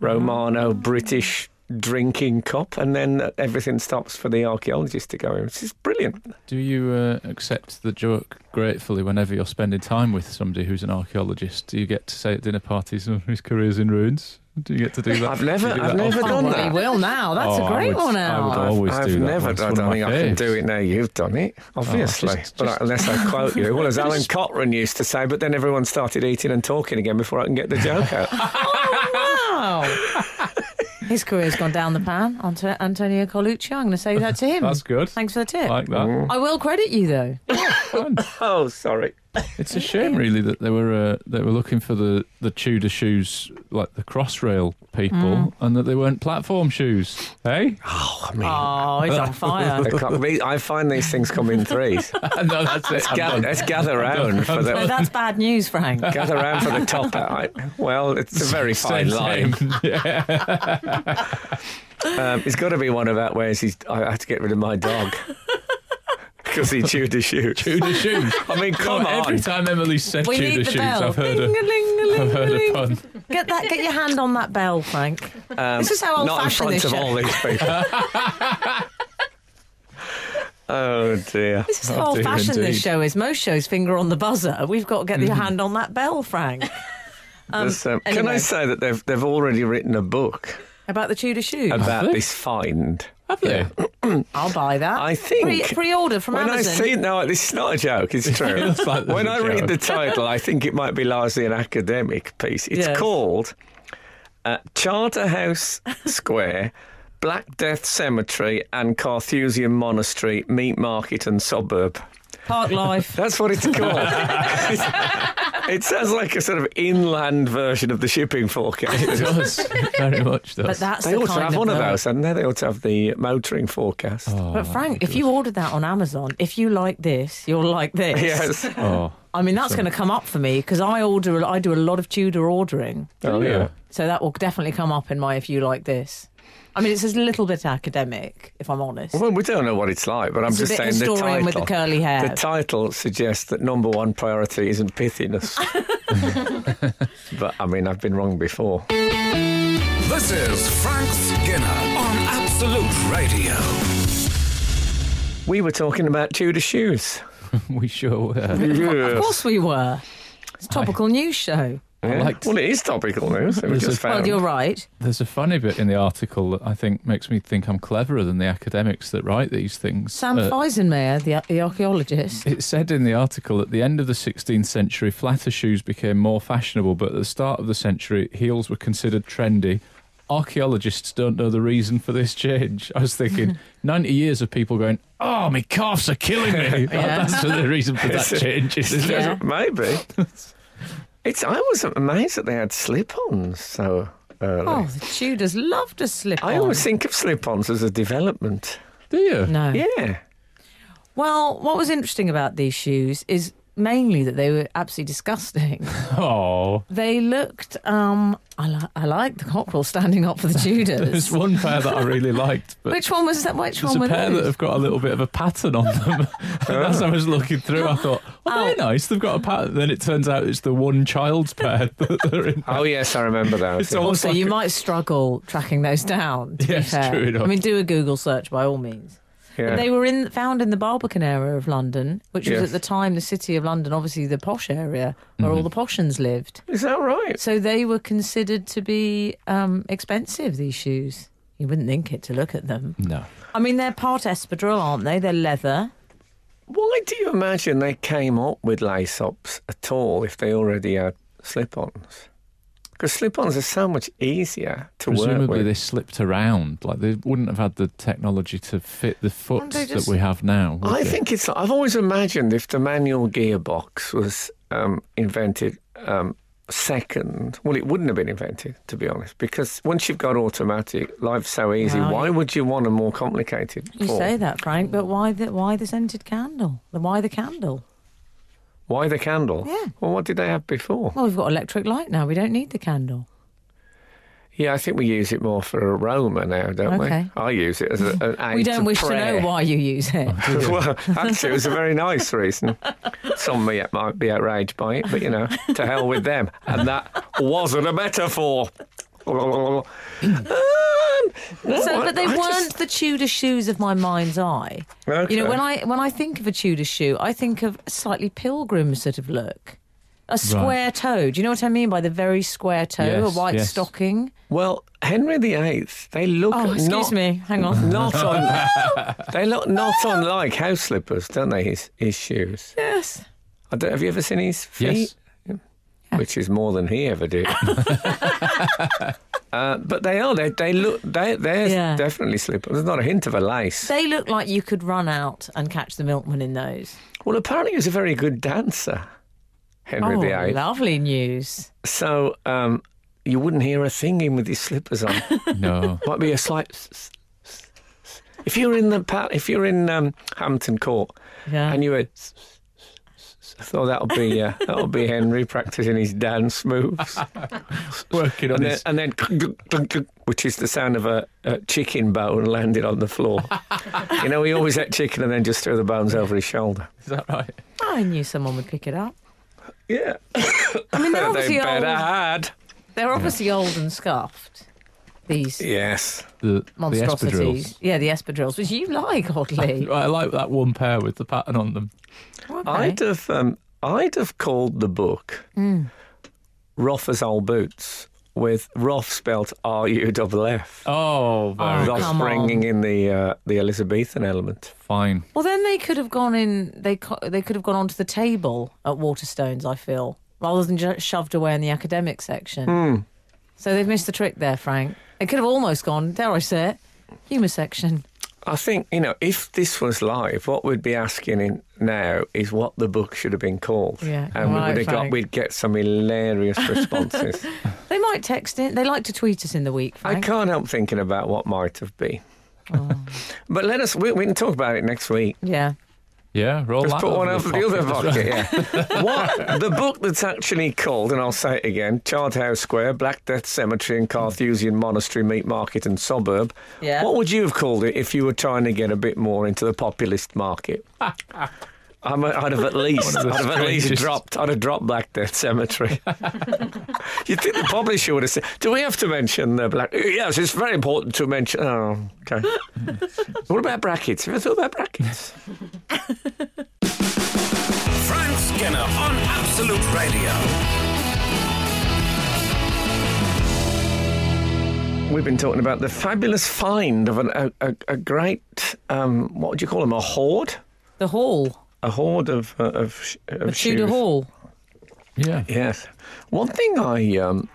Speaker 4: Oh.
Speaker 2: Romano British drinking cup, and then everything stops for the archaeologist to go in, which is brilliant.
Speaker 3: Do you uh, accept the joke gratefully whenever you're spending time with somebody who's an archaeologist? Do you get to say at dinner parties, "Oh, his career's in ruins"? Do you get to do that?
Speaker 2: I've never-
Speaker 3: Do you do
Speaker 2: I've
Speaker 3: that
Speaker 2: never
Speaker 3: often?
Speaker 2: done
Speaker 4: oh,
Speaker 2: that.
Speaker 4: we will now. That's
Speaker 3: Oh,
Speaker 4: a
Speaker 3: I
Speaker 4: great
Speaker 3: would-
Speaker 4: one
Speaker 3: I would
Speaker 4: out.
Speaker 3: al- always
Speaker 2: I've
Speaker 3: do that.
Speaker 2: never.
Speaker 3: That's
Speaker 2: I
Speaker 3: one of
Speaker 2: don't
Speaker 3: my
Speaker 2: think I can
Speaker 3: faves. Oh,
Speaker 2: do it now. You've done it, obviously.
Speaker 3: just-
Speaker 2: But
Speaker 3: just-
Speaker 2: unless I quote you, well, as Alan Cochrane used to say. But then everyone started eating and talking again before I can get the joke out.
Speaker 4: Oh, Wow. His career's gone down the pan. Ant- Antonio Colucci. I'm going to say that to him.
Speaker 3: That's good.
Speaker 4: Thanks for the tip.
Speaker 3: like that.
Speaker 4: I will credit you though.
Speaker 3: Fun.
Speaker 2: oh, sorry.
Speaker 3: It's a shame, really, that they were uh, they were looking for the, the Tudor shoes, like the Crossrail people,
Speaker 4: Mm.
Speaker 3: and that they weren't platform shoes. Hey,
Speaker 2: Oh, I mean.
Speaker 4: Oh, he's on
Speaker 3: Uh.
Speaker 4: fire.
Speaker 2: I can't- me- I find these things come in threes.
Speaker 3: no, that's it. I'm
Speaker 2: Gather,
Speaker 3: done.
Speaker 2: let's gather round for
Speaker 4: No,
Speaker 2: the
Speaker 4: that's bad news, Frank.
Speaker 2: gather round for the top out. Well, it's a very fine
Speaker 3: Same,
Speaker 2: line.
Speaker 3: same. yeah.
Speaker 2: Um, it's got to be one about where he's. I had to get rid of my dog because he chewed his shoe.
Speaker 3: Tudor shoes.
Speaker 2: I mean, come
Speaker 3: No,
Speaker 2: on.
Speaker 3: Every time Emily said
Speaker 4: We
Speaker 3: Tudor
Speaker 4: need the
Speaker 3: shoes,
Speaker 4: bell.
Speaker 3: I've heard a, I've heard a
Speaker 4: Ding-a-ling-a-ling-a-ling.
Speaker 3: pun.
Speaker 4: Get that. Get your hand on that bell, Frank.
Speaker 2: Um,
Speaker 4: This is how
Speaker 2: not in
Speaker 4: old-fashioned
Speaker 2: front
Speaker 4: this
Speaker 2: of
Speaker 4: show-
Speaker 2: all these people. oh dear.
Speaker 4: This is
Speaker 3: Oh,
Speaker 4: how
Speaker 3: dear,
Speaker 4: old-fashioned this
Speaker 3: indeed.
Speaker 4: show is. Most shows finger on the buzzer. We've got to get
Speaker 2: Mm-hmm.
Speaker 4: your hand on that bell, Frank. Um,
Speaker 2: There's, um, Can
Speaker 4: anyway,
Speaker 2: I say that they've they've already written a book
Speaker 4: about the Tudor shoes?
Speaker 2: about
Speaker 3: they?
Speaker 2: this find?
Speaker 3: Have they?
Speaker 4: I'll buy that.
Speaker 2: I think-
Speaker 4: Pre- pre-order from
Speaker 2: When I
Speaker 4: Amazon.
Speaker 2: see no, this is not a joke. It's
Speaker 3: It
Speaker 2: true.
Speaker 3: looks like there's
Speaker 2: when
Speaker 3: a
Speaker 2: I read
Speaker 3: joke.
Speaker 2: the title, I think it might be largely an academic piece. It's
Speaker 4: Yes.
Speaker 2: called uh, Charterhouse Square. Black Death Cemetery and Carthusian Monastery, Meat Market and Suburb.
Speaker 4: Park Life.
Speaker 2: That's what it's called. it sounds like a sort of inland version of the shipping
Speaker 3: It
Speaker 2: forecast.
Speaker 3: does. It very much does.
Speaker 4: But that's
Speaker 2: They
Speaker 4: the
Speaker 2: ought to
Speaker 4: kind
Speaker 2: have
Speaker 4: of
Speaker 2: one of
Speaker 4: bell.
Speaker 2: those, and they ought to have the motoring forecast.
Speaker 3: Oh,
Speaker 4: But Frank, if you ordered that on Amazon, if you like this, you'll like this.
Speaker 2: Yes.
Speaker 3: Oh.
Speaker 4: I mean, that's
Speaker 3: So-
Speaker 4: going to come up for me because I order. I do a lot of Tudor ordering,
Speaker 2: Oh, yeah.
Speaker 4: so that will definitely come up in my if you like this. I mean, it's a little bit academic, if I'm honest.
Speaker 2: Well, we don't know what it's like, but I'm
Speaker 4: It's a
Speaker 2: just
Speaker 4: bit
Speaker 2: saying the
Speaker 4: historian
Speaker 2: title.
Speaker 4: with the curly hair.
Speaker 2: the title suggests that number one priority isn't pithiness. but I mean, I've been wrong before.
Speaker 1: This is Frank Skinner on Absolute Radio.
Speaker 2: We were talking about Tudor shoes.
Speaker 3: we uh, sure were.
Speaker 4: of course we were. It's a topical news show.
Speaker 2: Yeah.
Speaker 3: liked-
Speaker 2: Well, it is topical news. It was
Speaker 3: There's
Speaker 2: just
Speaker 3: a-
Speaker 2: found.
Speaker 4: Well, you're right.
Speaker 3: There's a funny bit in the article that I think makes me think I'm cleverer than the academics that write these things.
Speaker 4: Sam
Speaker 3: Uh,
Speaker 4: Feisenmayer, the, the archaeologist.
Speaker 3: It said in the article at the end of the 16th century, flatter shoes became more fashionable, but at the start of the century, heels were considered trendy. Archaeologists don't know the reason for this change. I was thinking, 90 years of people going, oh, my calves are killing me. That-
Speaker 4: Yeah.
Speaker 3: That's the reason for that change. isn't it?
Speaker 4: Yeah.
Speaker 2: Maybe. It's. I was amazed that they had slip-ons so early.
Speaker 4: Oh, the Tudors loved a slip.
Speaker 2: I always think of slip-ons as a development.
Speaker 3: Do you?
Speaker 4: no.
Speaker 2: Yeah.
Speaker 4: Well, what was interesting about these shoes is mainly that they were absolutely disgusting.
Speaker 3: Oh,
Speaker 4: They looked. Um, I, li- I like the cockerel standing up for the
Speaker 3: there's
Speaker 4: Tudors.
Speaker 3: one pair that I really liked, but
Speaker 4: Which one was that? Which
Speaker 3: there's
Speaker 4: one
Speaker 3: a
Speaker 4: was
Speaker 3: pair that have got a little bit of a pattern on them. and as I was looking through, I thought, oh, they're nice. They've got a pattern. Then it turns out it's the one child's pair that they're in.
Speaker 2: Oh yes, I remember those.
Speaker 3: It's
Speaker 2: yeah.
Speaker 3: all-
Speaker 4: Also,
Speaker 3: like
Speaker 4: you
Speaker 3: a-
Speaker 4: might struggle tracking those down. To
Speaker 3: Yes,
Speaker 4: be fair.
Speaker 3: true enough.
Speaker 4: I mean, do a Google search by all means.
Speaker 2: Yeah.
Speaker 4: But They were in found in the Barbican area of London, which
Speaker 2: Yes. Mm-hmm.
Speaker 4: was at the time the city of London, obviously the posh area where all the poshans lived.
Speaker 2: Is that right?
Speaker 4: So they were considered to be um, expensive. These shoes, you wouldn't think it to look at them.
Speaker 3: No.
Speaker 4: I mean, they're part espadrille, aren't they? They're leather.
Speaker 2: Why do you imagine they came up with lace-ups at all if they already had slip-ons? Because slip-ons are so much easier to work
Speaker 3: Presumably
Speaker 2: with.
Speaker 3: they slipped around. Like they wouldn't have had the technology to fit the foot
Speaker 4: Aren't they
Speaker 3: that
Speaker 4: just-
Speaker 3: we have now. would
Speaker 2: I
Speaker 3: they?
Speaker 2: think it's. I've always imagined if the manual gearbox was um, invented um, second. Well, it wouldn't have been invented, to be honest, because once you've got automatic, life's so easy.
Speaker 4: Wow,
Speaker 2: Why
Speaker 4: yeah.
Speaker 2: would you want a more complicated
Speaker 4: You
Speaker 2: form?
Speaker 4: say that, Frank, but why the why the scented candle? The why the candle?
Speaker 2: Why the candle?
Speaker 4: Yeah.
Speaker 2: Well, what did they have before?
Speaker 4: Well, we've got electric light now. We don't need the candle.
Speaker 2: Yeah, I think we use it more for aroma now, don't
Speaker 4: Okay.
Speaker 2: we? I use it as a, an aid
Speaker 4: we don't
Speaker 2: to
Speaker 4: wish
Speaker 2: prayer.
Speaker 4: to know why you use it.
Speaker 2: well, actually, it was a very nice reason. Some may- might be outraged by it, but you know, to hell with them. And that wasn't a metaphor. Um, no,
Speaker 4: So,
Speaker 2: I-
Speaker 4: but they
Speaker 2: Oh, I
Speaker 4: weren't
Speaker 2: just-
Speaker 4: the Tudor shoes of my mind's eye. You
Speaker 2: Okay.
Speaker 4: know, when I when I think of a Tudor shoe, I think of a slightly pilgrim sort of look, a square toe. Do you know what I mean by the very square toe,
Speaker 3: Yes,
Speaker 4: a white
Speaker 3: yes.
Speaker 4: stocking?
Speaker 2: Well, Henry VIII, they look
Speaker 4: Oh, excuse
Speaker 2: not,
Speaker 4: me, hang on.
Speaker 2: not on. they look not unlike house slippers, don't they? His, his shoes.
Speaker 4: Yes.
Speaker 2: I don't, have you ever seen his feet?
Speaker 3: Yes.
Speaker 2: which is more than he ever did. Uh, but they are. They, they look. They, they're
Speaker 4: Yeah.
Speaker 2: definitely slippers. There's not a hint of a lace.
Speaker 4: They look like you could run out and catch the milkman in those.
Speaker 2: Well, apparently he was a very good dancer, Henry
Speaker 4: oh,
Speaker 2: VIII.
Speaker 4: lovely news.
Speaker 2: So um, you wouldn't hear a thing in with his slippers on.
Speaker 3: No.
Speaker 2: Might be a slight. s- s- s- s- If you're in the pa- if you're in um, Hampton Court
Speaker 4: Yeah.
Speaker 2: and you were, s- s- s- s- I thought that'll be uh, that'll be Henry practicing his dance moves.
Speaker 3: Working on
Speaker 2: and then,
Speaker 3: this.
Speaker 2: and then clunk, clunk, clunk, which is the sound of a, a chicken bone landed on the floor. you know, he always ate chicken and then just threw the bones over his shoulder.
Speaker 3: Is that right?
Speaker 4: I knew someone would pick it up.
Speaker 2: Yeah,
Speaker 4: I mean, they're
Speaker 2: they
Speaker 4: obviously
Speaker 2: better
Speaker 4: old.
Speaker 2: had.
Speaker 4: They're obviously old and scuffed. These
Speaker 2: Yes,
Speaker 3: The, the
Speaker 4: monstrosities.
Speaker 3: espadrilles.
Speaker 4: yeah, the espadrilles, which you like, oddly.
Speaker 3: Right, I like that one pair with the pattern on them.
Speaker 4: Okay.
Speaker 2: I'd have um, I'd have called the book "Rough as Old Boots" with Rough spelt R U double F.
Speaker 3: Oh, very
Speaker 4: Oh,
Speaker 3: good.
Speaker 2: Thus
Speaker 4: come
Speaker 2: bringing in the uh, the Elizabethan element.
Speaker 3: fine.
Speaker 4: Well, then they could have gone in. They co- they could have gone onto the table at Waterstones. I feel rather than just shoved away in the academic section. So they've missed the trick there, Frank. They could have almost gone. Dare I say it? Humour section.
Speaker 2: I think you know if this was live, what we'd be asking in now is what the book should have been called,
Speaker 4: Yeah,
Speaker 2: and we
Speaker 4: right,
Speaker 2: would have got
Speaker 4: Frank.
Speaker 2: we'd get some hilarious responses.
Speaker 4: They might text in. They like to tweet us in the week,
Speaker 2: I
Speaker 4: Frank.
Speaker 2: can't help thinking about what might have been. but let us we, we can talk about it next week.
Speaker 4: Yeah.
Speaker 3: Yeah, roll
Speaker 2: Let's
Speaker 3: that
Speaker 2: put
Speaker 3: over
Speaker 2: one
Speaker 3: the
Speaker 2: out for the other
Speaker 3: pocket.
Speaker 2: pocket. Yeah. what the book that's actually called, and I'll say it again: Childhouse Square, Black Death Cemetery, and Carthusian Monastery Meat Market and Suburb.
Speaker 4: Yeah.
Speaker 2: What would you have called it if you were trying to get a bit more into the populist market? I'm, I'd have at least, I'd
Speaker 3: the
Speaker 2: have at least
Speaker 3: strangest-
Speaker 2: dropped, I'd have dropped Black Death Cemetery. You'd think the publisher would have said, "Do we have to mention the black?" Yes, it's very important to mention. Oh, okay. what about brackets? Have you thought about brackets?
Speaker 1: Frank Skinner on Absolute Radio.
Speaker 2: We've been talking about the fabulous find of an, a, a, a great, um, what would you call them, a hoard?
Speaker 4: The hall.
Speaker 2: A hoard of, uh, of, sh- of
Speaker 4: The Tudor
Speaker 2: shoes.
Speaker 4: Hall.
Speaker 3: Yeah.
Speaker 2: Yes. One thing I, um,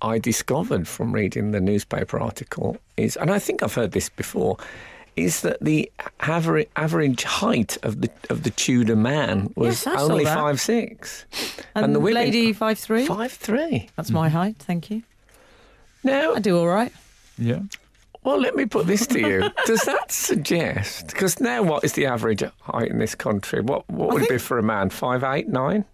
Speaker 2: I discovered from reading the newspaper article is, and I think I've heard this before, is that the average, average height of the, of the Tudor man was
Speaker 4: Yes, I saw
Speaker 2: only
Speaker 4: that.
Speaker 2: 5'6".
Speaker 4: And,
Speaker 2: the women-
Speaker 4: lady five three.
Speaker 2: 5'3".
Speaker 4: That's my height. Thank you.
Speaker 2: Now,
Speaker 4: I do all right.
Speaker 3: Yeah.
Speaker 2: Well, let me put this to you. Does that suggest? Because now, what is the average height in this country? What what would it be for a man? Five, eight, nine.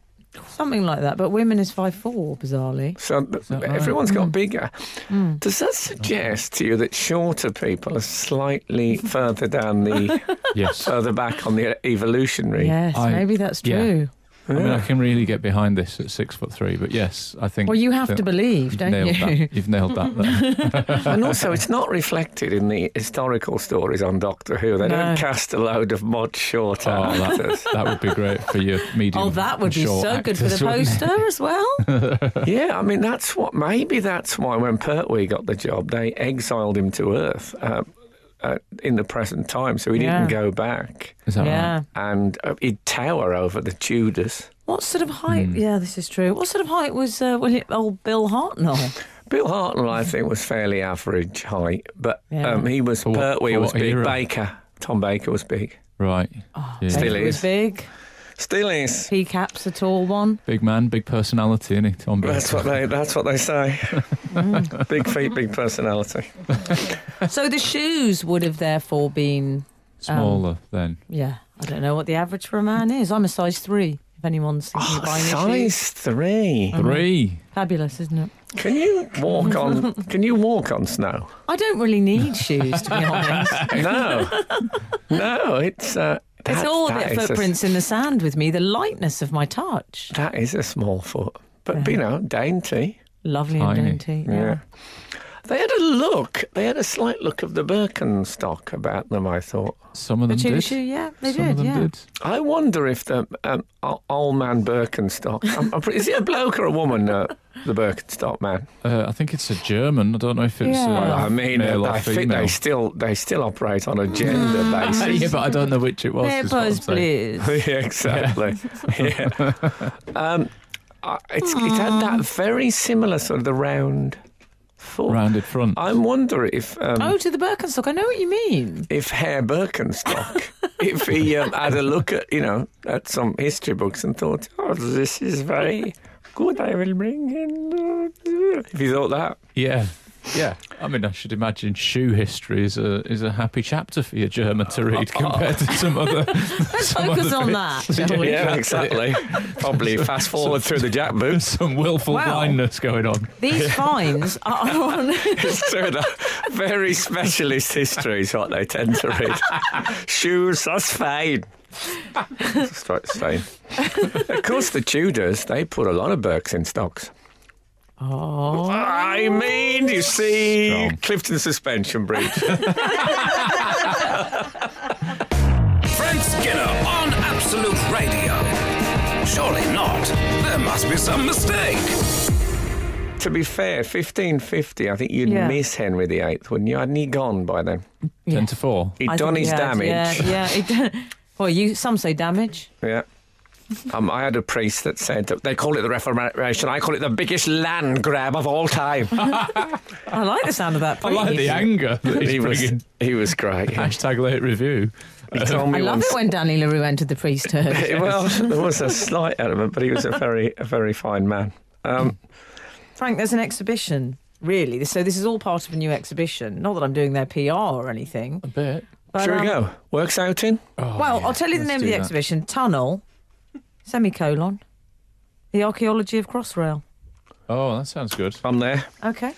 Speaker 4: Something like that. But women is five four. Bizarrely.
Speaker 2: So th-
Speaker 3: that right?
Speaker 2: everyone's got bigger.
Speaker 3: Mm.
Speaker 2: Does that suggest to you that shorter people are slightly further down the
Speaker 3: Yes.
Speaker 2: further back on the evolutionary?
Speaker 4: Yes.
Speaker 3: I-
Speaker 4: maybe that's
Speaker 3: yeah.
Speaker 4: true.
Speaker 3: I mean, I can really get behind this at six foot three, but yes, I think.
Speaker 4: Well, you have
Speaker 3: think
Speaker 4: to believe,
Speaker 3: you've
Speaker 4: don't
Speaker 3: nailed
Speaker 4: you?
Speaker 3: That. You've nailed that. There.
Speaker 2: And also, it's not reflected in the historical stories on Doctor Who. They
Speaker 4: No.
Speaker 2: don't cast a load of much shorter
Speaker 3: Oh,
Speaker 2: actors.
Speaker 3: that would be great for your medium.
Speaker 4: Oh, that would
Speaker 3: and
Speaker 4: be
Speaker 3: short
Speaker 4: so good for the
Speaker 3: actors, wouldn't it?
Speaker 4: poster as well.
Speaker 2: Yeah, I mean that's what. Maybe that's why when Pertwee got the job, they exiled him to Earth uh, uh, in the present time, so he
Speaker 4: Yeah.
Speaker 2: didn't go back,
Speaker 3: Is that right?
Speaker 4: yeah.
Speaker 2: and uh, he'd tower over the Tudors.
Speaker 4: What sort of
Speaker 3: Hmm.
Speaker 4: height? Yeah, this is true. What sort of height was uh, William, old Bill Hartnell?
Speaker 2: Bill Hartnell, I think, was fairly average height, but
Speaker 4: Yeah.
Speaker 2: um, he was
Speaker 3: what-
Speaker 2: Pertwee
Speaker 3: for
Speaker 2: was
Speaker 3: what
Speaker 2: big.
Speaker 3: era?
Speaker 2: Baker, Tom Baker was big.
Speaker 4: Oh,
Speaker 3: Right. yeah.
Speaker 2: Still
Speaker 4: it was
Speaker 2: is.
Speaker 4: big.
Speaker 2: Still is.
Speaker 4: Peacaps, a tall one.
Speaker 3: Big man, big personality, innit? Tom Baker.
Speaker 2: That's what they. That's what they say.
Speaker 4: Mm.
Speaker 2: big feet, big personality.
Speaker 4: so the shoes would have therefore been,
Speaker 3: Smaller then.
Speaker 4: yeah, I don't know what the average for a man is. I'm a size three. If anyone's thinking
Speaker 3: Oh,
Speaker 4: of buying a shoe,
Speaker 2: Size three.
Speaker 4: Mm-hmm.
Speaker 3: Three.
Speaker 4: fabulous, isn't it?
Speaker 2: Can you walk on? Can you walk on snow?
Speaker 4: I don't really need shoes, to be honest.
Speaker 2: No, no. It's uh,
Speaker 4: It's
Speaker 2: that-
Speaker 4: all a
Speaker 2: that
Speaker 4: bit
Speaker 2: is
Speaker 4: footprints in the sand with me. The lightness of my touch,
Speaker 2: that is a small foot, but you know, dainty.
Speaker 4: lovely and
Speaker 3: Tiny.
Speaker 4: dainty. Yeah.
Speaker 2: Yeah. They had a look. They had a slight look of the Birkenstock about them. I thought.
Speaker 3: Some of
Speaker 4: The
Speaker 3: them
Speaker 4: chili
Speaker 3: did.
Speaker 4: shoe, yeah, they
Speaker 3: Some
Speaker 4: did.
Speaker 3: of them
Speaker 4: yeah.
Speaker 3: did.
Speaker 2: I wonder if the um, o- old man Birkenstock. I'm, I'm, pre- is it a bloke or a woman? Uh, the Birkenstock man.
Speaker 3: Uh, I think it's a German. I don't know if it's.
Speaker 4: Yeah.
Speaker 3: Uh,
Speaker 4: Well,
Speaker 2: I mean,
Speaker 3: male
Speaker 2: I
Speaker 3: or
Speaker 2: think
Speaker 3: female.
Speaker 2: they still they still operate on a gender basis.
Speaker 3: yeah, but I don't know which it was. is what I'm
Speaker 4: Peppers,
Speaker 3: saying.
Speaker 4: please.
Speaker 2: yeah, exactly. Yeah. Ah. Um, I- it's, it had that very similar sort of the round foot.
Speaker 3: Rounded front.
Speaker 2: I wonder if um,
Speaker 4: Oh, to the Birkenstock. I know what you mean.
Speaker 2: if Herr Birkenstock, if he um, had a look at you know at some history books and thought, oh, this is very good. I will bring in. uh, If he thought that,
Speaker 3: Yeah. Yeah, I mean, I should imagine shoe history is a is a happy chapter for your German to read compared to some other. Let's
Speaker 4: Focus on that, shall we?
Speaker 2: Oh. yeah, exactly. Probably fast forward through the jack boots.
Speaker 3: Some willful
Speaker 4: Wow.
Speaker 3: blindness going on.
Speaker 4: These finds are on.
Speaker 2: So the very specialist history is what they tend to read. Shoes, that's fine. Straight fine. Of course, the Tudors, they put a lot of Burkes in stocks.
Speaker 4: Oh,
Speaker 2: I mean, you see,
Speaker 3: Strong.
Speaker 2: Clifton suspension breach.
Speaker 1: Frank Skinner on Absolute Radio. Surely not. There must be some mistake.
Speaker 2: to be fair, 1550, I think you'd
Speaker 4: Yeah.
Speaker 2: miss Henry VIII, wouldn't you? Hadn't he gone by then?
Speaker 3: Ten to four.
Speaker 2: He'd
Speaker 4: I
Speaker 2: done
Speaker 4: think
Speaker 2: his
Speaker 4: he has.
Speaker 2: damage.
Speaker 4: Yeah, yeah. It, well, you some say damage.
Speaker 2: Yeah. Um, I had a priest that said that they call it the Reformation. I call it the biggest land grab of all time.
Speaker 4: I like the sound of that.
Speaker 3: I like the anger that he's
Speaker 2: he was
Speaker 3: bringing.
Speaker 2: he was great. yeah.
Speaker 3: Hashtag late review.
Speaker 2: He told
Speaker 4: I
Speaker 2: me
Speaker 4: love
Speaker 2: once.
Speaker 4: it when Danny LaRue entered the priesthood.
Speaker 2: well, there was a slight element, but he was a very a very fine man. Um,
Speaker 4: Frank, there's an exhibition. Really, so this is all part of a new exhibition. Not that I'm doing their PR or anything.
Speaker 3: A bit.
Speaker 4: But,
Speaker 2: shall
Speaker 4: um,
Speaker 2: we go? Works out in. Oh,
Speaker 4: Well, I'll tell you the name of the exhibition: Tunnel, semicolon, the archaeology of Crossrail.
Speaker 3: Oh, that sounds good.
Speaker 2: I'm there.
Speaker 4: Okay.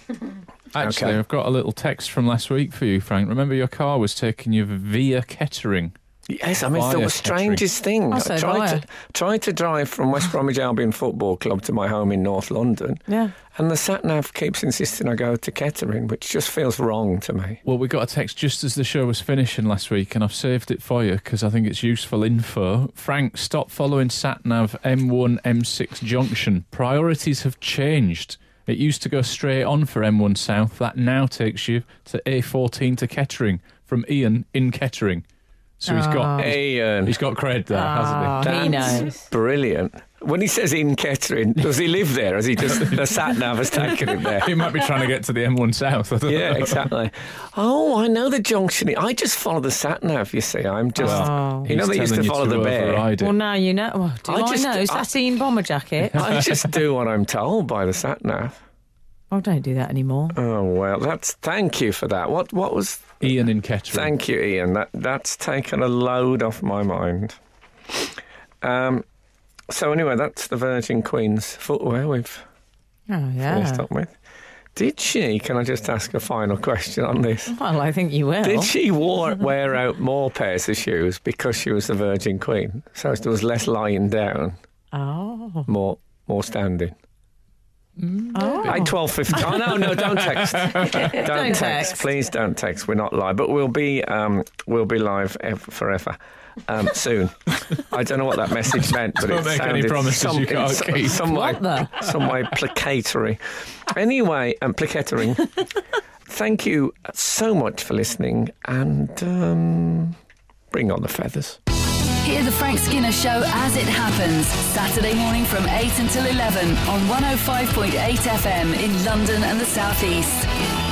Speaker 3: Actually,
Speaker 2: Okay.
Speaker 3: I've got a little text from last week for you, Frank. Remember, your car was taking you via Kettering.
Speaker 2: Yes, I mean it's
Speaker 3: Via
Speaker 2: the
Speaker 3: Petrie.
Speaker 2: strangest thing.
Speaker 4: Oh, so
Speaker 2: I tried
Speaker 4: via.
Speaker 2: to tried to drive from West Bromwich Albion Football Club to my home in North London,
Speaker 4: Yeah.
Speaker 2: and the sat nav keeps insisting I go to Kettering, which just feels wrong to me.
Speaker 3: Well, we got a text just as the show was finishing last week, and I've saved it for you because I think it's useful info. Frank, stop following SatNav M1 M6 junction. Priorities have changed. It used to go straight on for M1 South. That now takes you to A14 to Kettering from Ian in Kettering. So he's got
Speaker 2: Ian.
Speaker 3: he's got cred there,
Speaker 4: Ah,
Speaker 3: hasn't
Speaker 4: he
Speaker 2: That's
Speaker 4: knows.
Speaker 2: Brilliant. When he says in Kettering, does he live there? Has he just the sat nav has taken him there?
Speaker 3: he? He might be trying to get to the M1 South. I don't
Speaker 2: Yeah,
Speaker 3: know.
Speaker 2: exactly. Oh, I know the junction. I just follow the sat nav. You see, I'm just
Speaker 4: Well,
Speaker 2: you know
Speaker 3: He's
Speaker 2: they used to
Speaker 3: telling you
Speaker 2: follow the bear.
Speaker 3: override it.
Speaker 4: Well, now you know. Well, do
Speaker 2: I
Speaker 4: I,
Speaker 2: just-
Speaker 4: know?
Speaker 2: I-
Speaker 4: Sateen bomber jacket.
Speaker 2: I just do what I'm told by the sat nav.
Speaker 4: Oh, don't do that anymore.
Speaker 2: Oh well, that's thank you for that. What what was?
Speaker 3: Ian in Kettering.
Speaker 2: Thank you, Ian. That that's taken a load off my mind. Um, so anyway, that's the Virgin Queen's footwear we've
Speaker 4: Oh, yeah.
Speaker 2: finished up with. Did she? Can I just ask a final question on this?
Speaker 4: Well, I think you will.
Speaker 2: Did she wore, wear out more pairs of shoes because she was the Virgin Queen? So there was less lying down,
Speaker 4: Oh.
Speaker 2: more more standing.
Speaker 4: oh.
Speaker 2: Hey, twelve fifty. Oh no, no, don't text. Don't, text.
Speaker 4: text.
Speaker 2: Please don't text. We're not live, but we'll be um, we'll be live ev- forever um, soon. I don't know what that message meant, but
Speaker 3: Don't
Speaker 2: it
Speaker 3: make any
Speaker 2: sounded
Speaker 3: promises
Speaker 2: some,
Speaker 3: you can't
Speaker 2: in so-
Speaker 3: keep.
Speaker 2: some way,
Speaker 4: What the?
Speaker 2: some way placatory. Anyway, um, placatoring. Thank you so much for listening, and um, bring on the feathers.
Speaker 5: Hear the Frank Skinner Show as it happens. Saturday morning from oh 8 until 11 on 105.8 FM in London and the South East.